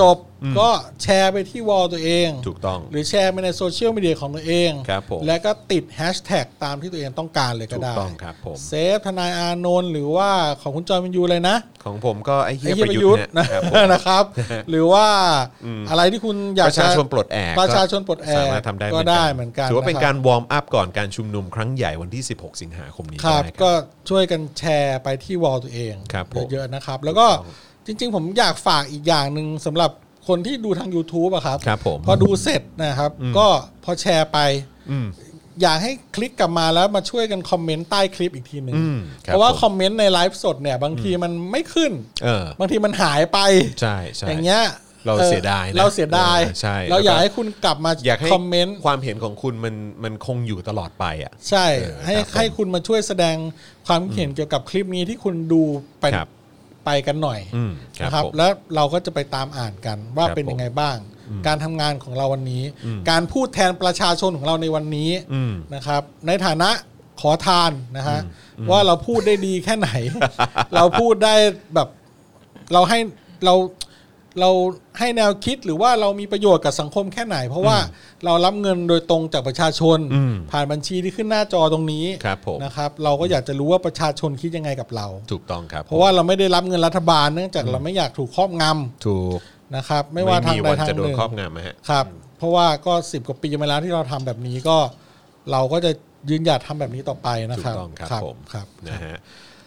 Speaker 2: จบก็แชร์ไปที่วอลตัวเอง
Speaker 1: ถูกต้อง
Speaker 2: หรือแชร์ไปในโซเชียลมีเดียของตัวเอง
Speaker 1: ครับผม
Speaker 2: และก็ติดแฮชแท็กตามที่ตัวเองต้องการเลยก็
Speaker 1: ถูก
Speaker 2: ได้
Speaker 1: ต้องครับผม
Speaker 2: เซฟทนายอานนท์หรือว่าของคุณจอยมินยูเลยนะ
Speaker 1: ของผมก็ไอ้เฮี
Speaker 2: ไอ้
Speaker 1: ย
Speaker 2: เหี้ย
Speaker 1: ป
Speaker 2: ประระ
Speaker 1: ยุ
Speaker 2: ยุ
Speaker 1: ท
Speaker 2: ท
Speaker 1: ธ์
Speaker 2: ธ์
Speaker 1: เนี่ย
Speaker 2: นะครับ
Speaker 1: ผม
Speaker 2: นะครับ หรือว่า
Speaker 1: อืม
Speaker 2: อะไรที่คุณอยา
Speaker 1: ป
Speaker 2: ก
Speaker 1: ระ
Speaker 2: จะ
Speaker 1: ชาชนปลดแอก
Speaker 2: ประชาชนปลดแอก
Speaker 1: สามารถทำได้
Speaker 2: ก็ได้เหมือนกัน
Speaker 1: ถือว่าเป็น
Speaker 2: นะค
Speaker 1: กา
Speaker 2: บ
Speaker 1: รวอร์มอัพก่อนการชุมนุมครั้งใหญ่วันที่ 16 สิงหาคมนี้
Speaker 2: ครับ
Speaker 1: ได้
Speaker 2: ก็ช่วยกันแชร์ไปที่วอลตัวเอง
Speaker 1: ครับผม
Speaker 2: เยอะๆนะครับ แล้วก็จริงๆ ผมอยากฝากอีกอย่างหนึ่งสำหรับคนที่ดูทาง YouTube อะครับ
Speaker 1: ครับผม
Speaker 2: พอดูเสร็จนะครับ
Speaker 1: อืม
Speaker 2: ก็พอแชร์ไป
Speaker 1: อืม
Speaker 2: อยากให้คลิกกลับมาแล้วมาช่วยกันคอมเมนต์ใต้คลิปอีกทีหนึ่ง
Speaker 1: อืมครับ
Speaker 2: เพราะว่า
Speaker 1: ผม
Speaker 2: คอมเมนต์ในไลฟ์สดเนี่ยบางทีมันไม่ขึ้น
Speaker 1: เออบ
Speaker 2: างทีมันหายไป
Speaker 1: ใช่ใช่
Speaker 2: อย่างเงี้ย
Speaker 1: เรา
Speaker 2: ออ
Speaker 1: เสียดายนะ
Speaker 2: เราเสียดาย
Speaker 1: เออใช่
Speaker 2: เราอยาก
Speaker 1: แล้วก็
Speaker 2: ให้คุณกลับมา
Speaker 1: อยากให้
Speaker 2: คอมเมนต์
Speaker 1: ความเห็นของคุณมันมันคงอยู่ตลอดไปอ่ะ
Speaker 2: ใช่
Speaker 1: เออ
Speaker 2: ให้
Speaker 1: ครับผม
Speaker 2: ให้คุณมาช่วยแสดงความคิดเห็นเกี่ยวกับคลิปนี้ที่คุณดูไป
Speaker 1: ครับ
Speaker 2: ไปกันหน่อย
Speaker 1: อืมครับ
Speaker 2: นะครับ
Speaker 1: ผม
Speaker 2: แล้วเราก็จะไปตามอ่านกันว่า
Speaker 1: ครับ
Speaker 2: เป็นยังไงบ้าง
Speaker 1: อืม
Speaker 2: การทำงานของเราวันนี้
Speaker 1: อืม
Speaker 2: การพูดแทนประชาชนของเราในวันนี้
Speaker 1: อืม
Speaker 2: นะครับ ในฐานะขอทานนะฮะ
Speaker 1: อืมอืม
Speaker 2: ว่าเราพูดได้ดีแค่ไหน เราพูดได้แบบเราให้เราเราให้แนวคิดหรือว่าเรามีประโยชน์กับสังคมแค่ไหน เพราะว่าเรารับเงินโดยตรงจากประชาชน
Speaker 1: อืม
Speaker 2: ผ่านบัญชีที่ขึ้นหน้าจอตรงนี้
Speaker 1: ครับผม
Speaker 2: นะครับ เราก็อยากจะรู้ว่าประชาชนคิดยังไงกับเรา
Speaker 1: ถูกต้องครับ
Speaker 2: เพราะว่าเราไม่ได้รับเงินรัฐบาลเนื่องจากเราไม่อยากถูกครอบงำ
Speaker 1: ถูก
Speaker 2: นะครับ ไม่ว่าทางใดทาง
Speaker 1: จะโด
Speaker 2: ห
Speaker 1: น
Speaker 2: นึ่ง
Speaker 1: ครอบงำนะฮะ
Speaker 2: ครับ เพราะว่าก็สิบกว่าปีมาแล้วที่เราทำแบบนี้ก็ เราก็จะยืนหยัดทำแบบนี้ต่อไปนะครับ
Speaker 1: ถูกต้องครับผม
Speaker 2: ครับ
Speaker 1: นะฮะ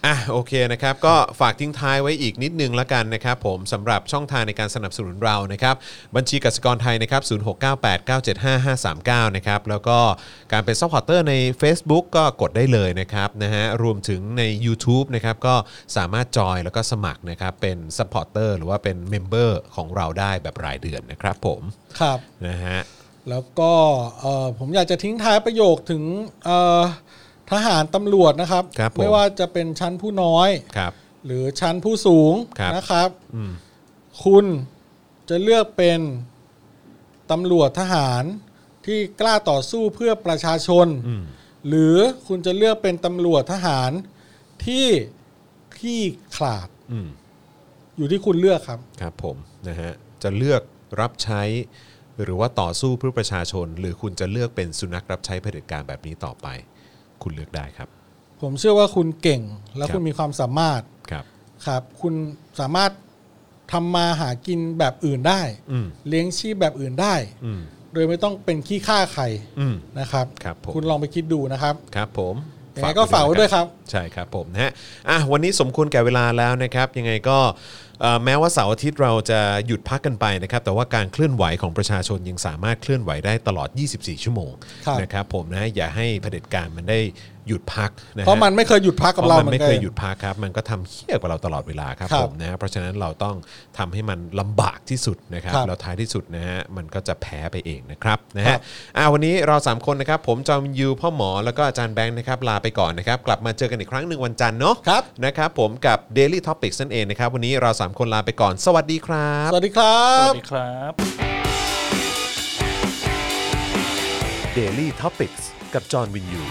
Speaker 1: อ่ะโอเคนะครับ ก็ฝากทิ้งท้ายไว้อีกนิดนึงละกันนะครับผมสำหรับช่องทางในการสนับสนุนเรานะครับ บัญชีกสิกรไทยนะครับ 0698975539 นะครับ แล้วก็การเป็นซัพพอร์ตเตอร์ใน Facebook ก็กดได้เลยนะครับนะฮะรวมถึงใน u t u b e นะครับก็สามารถจอยแล้วก็สมัครนะครับเป็นซัพพอร์ตเตอร์หรือว่าเป็นเมมเบอร์ของเราได้แบบรายเดือนนะครับผม
Speaker 2: ครับ
Speaker 1: นะฮะ
Speaker 2: แล้วก็เอ่อผมอยากจะทิ้งท้ายประโยคถึงเอ่อทหารตำรวจนะครับ
Speaker 1: ครับผม
Speaker 2: ไม่ว่าจะเป็นชั้นผู้น้อย
Speaker 1: ครับ
Speaker 2: หรือชั้นผู้สูง
Speaker 1: ครับ
Speaker 2: นะครับ
Speaker 1: อืม
Speaker 2: คุณจะเลือกเป็นตำรวจทหารที่กล้าต่อสู้เพื่อประชาชน
Speaker 1: อืม
Speaker 2: หรือคุณจะเลือกเป็นตำรวจทหารที่ขี้ขลาด
Speaker 1: อืม
Speaker 2: อยู่ที่คุณเลือกครับ
Speaker 1: ครับผมนะฮะจะเลือกรับใช้หรือว่าต่อสู้เพื่อประชาชน หรือคุณจะเลือกเป็นสุนัขรับใช้เผด็จการแบบนี้ต่อไป คุณเลือกได้ครับ
Speaker 2: ผมเชื่อว่าคุณเก่ง
Speaker 1: ค
Speaker 2: และ
Speaker 1: รับ
Speaker 2: คุณมีความสามารถ
Speaker 1: ครับ
Speaker 2: ครับ คุณสามารถทำมาหากินแบบอื่นได้
Speaker 1: อืม
Speaker 2: เลี้ยงชีพแบบอื่นได้
Speaker 1: อืม
Speaker 2: โดยไม่ต้องเป็นขี้ข้าใคร
Speaker 1: อืม
Speaker 2: นะครับ
Speaker 1: ครับผม
Speaker 2: คุณลองไปคิดดูนะครับ
Speaker 1: ครับผม
Speaker 2: ยังไงก็ฝากไว้
Speaker 1: นะ
Speaker 2: ด้วยครับ
Speaker 1: ใช่ครับผมนะฮะอ่ะวันนี้สมควรแก่เวลาแล้วนะครับ ยังไงก็เอ่อแม้ว่าเสาร์อาทิตย์เราจะหยุดพักกันไปนะครับ แต่ว่าการเคลื่อนไหวของประชาชนยังสามารถเคลื่อนไหวได้ตลอด 24 ชั่วโมง
Speaker 2: ครับ
Speaker 1: นะครับผมนะอย่าให้เผด็จการมันได้หยุดพักนะฮะ
Speaker 2: เพราะมันไม่เคยหยุดพักกับเรา
Speaker 1: เพราะ
Speaker 2: เห
Speaker 1: มั
Speaker 2: มือนน
Speaker 1: ไม่
Speaker 2: กั
Speaker 1: เคน ยหยุดพักครับ มันก็ทำเหี้ยกว่าเราตลอดเวลาครับ
Speaker 2: ครับ
Speaker 1: ผมนะเพราะฉะนั้นเราต้องทำให้มันลำบากที่สุดนะครับ
Speaker 2: ครับ
Speaker 1: แล้วท้ายที่สุดนะฮะมันก็จะแพ้ไปเองนะครับนะฮะ
Speaker 2: ครับ
Speaker 1: อ่าวันนี้เราสามคนนะครับผมจอมยูพ่อหมอแล้วก็อาจารย์แบงค์นะครับลาไปก่อนนะครับกลับมาเจอกันอีกครั้งหนึ่งวันจันทร์เนาะ
Speaker 2: ครับ
Speaker 1: นะครับผมกับ Daily Topics นั่นเองนะครับวันนี้เราสามคนลาไปก่อน สวัสดีครับ
Speaker 2: สวัสดีครับ
Speaker 3: สวัสดีครับ
Speaker 1: Daily Topics กับจอห์นวินยู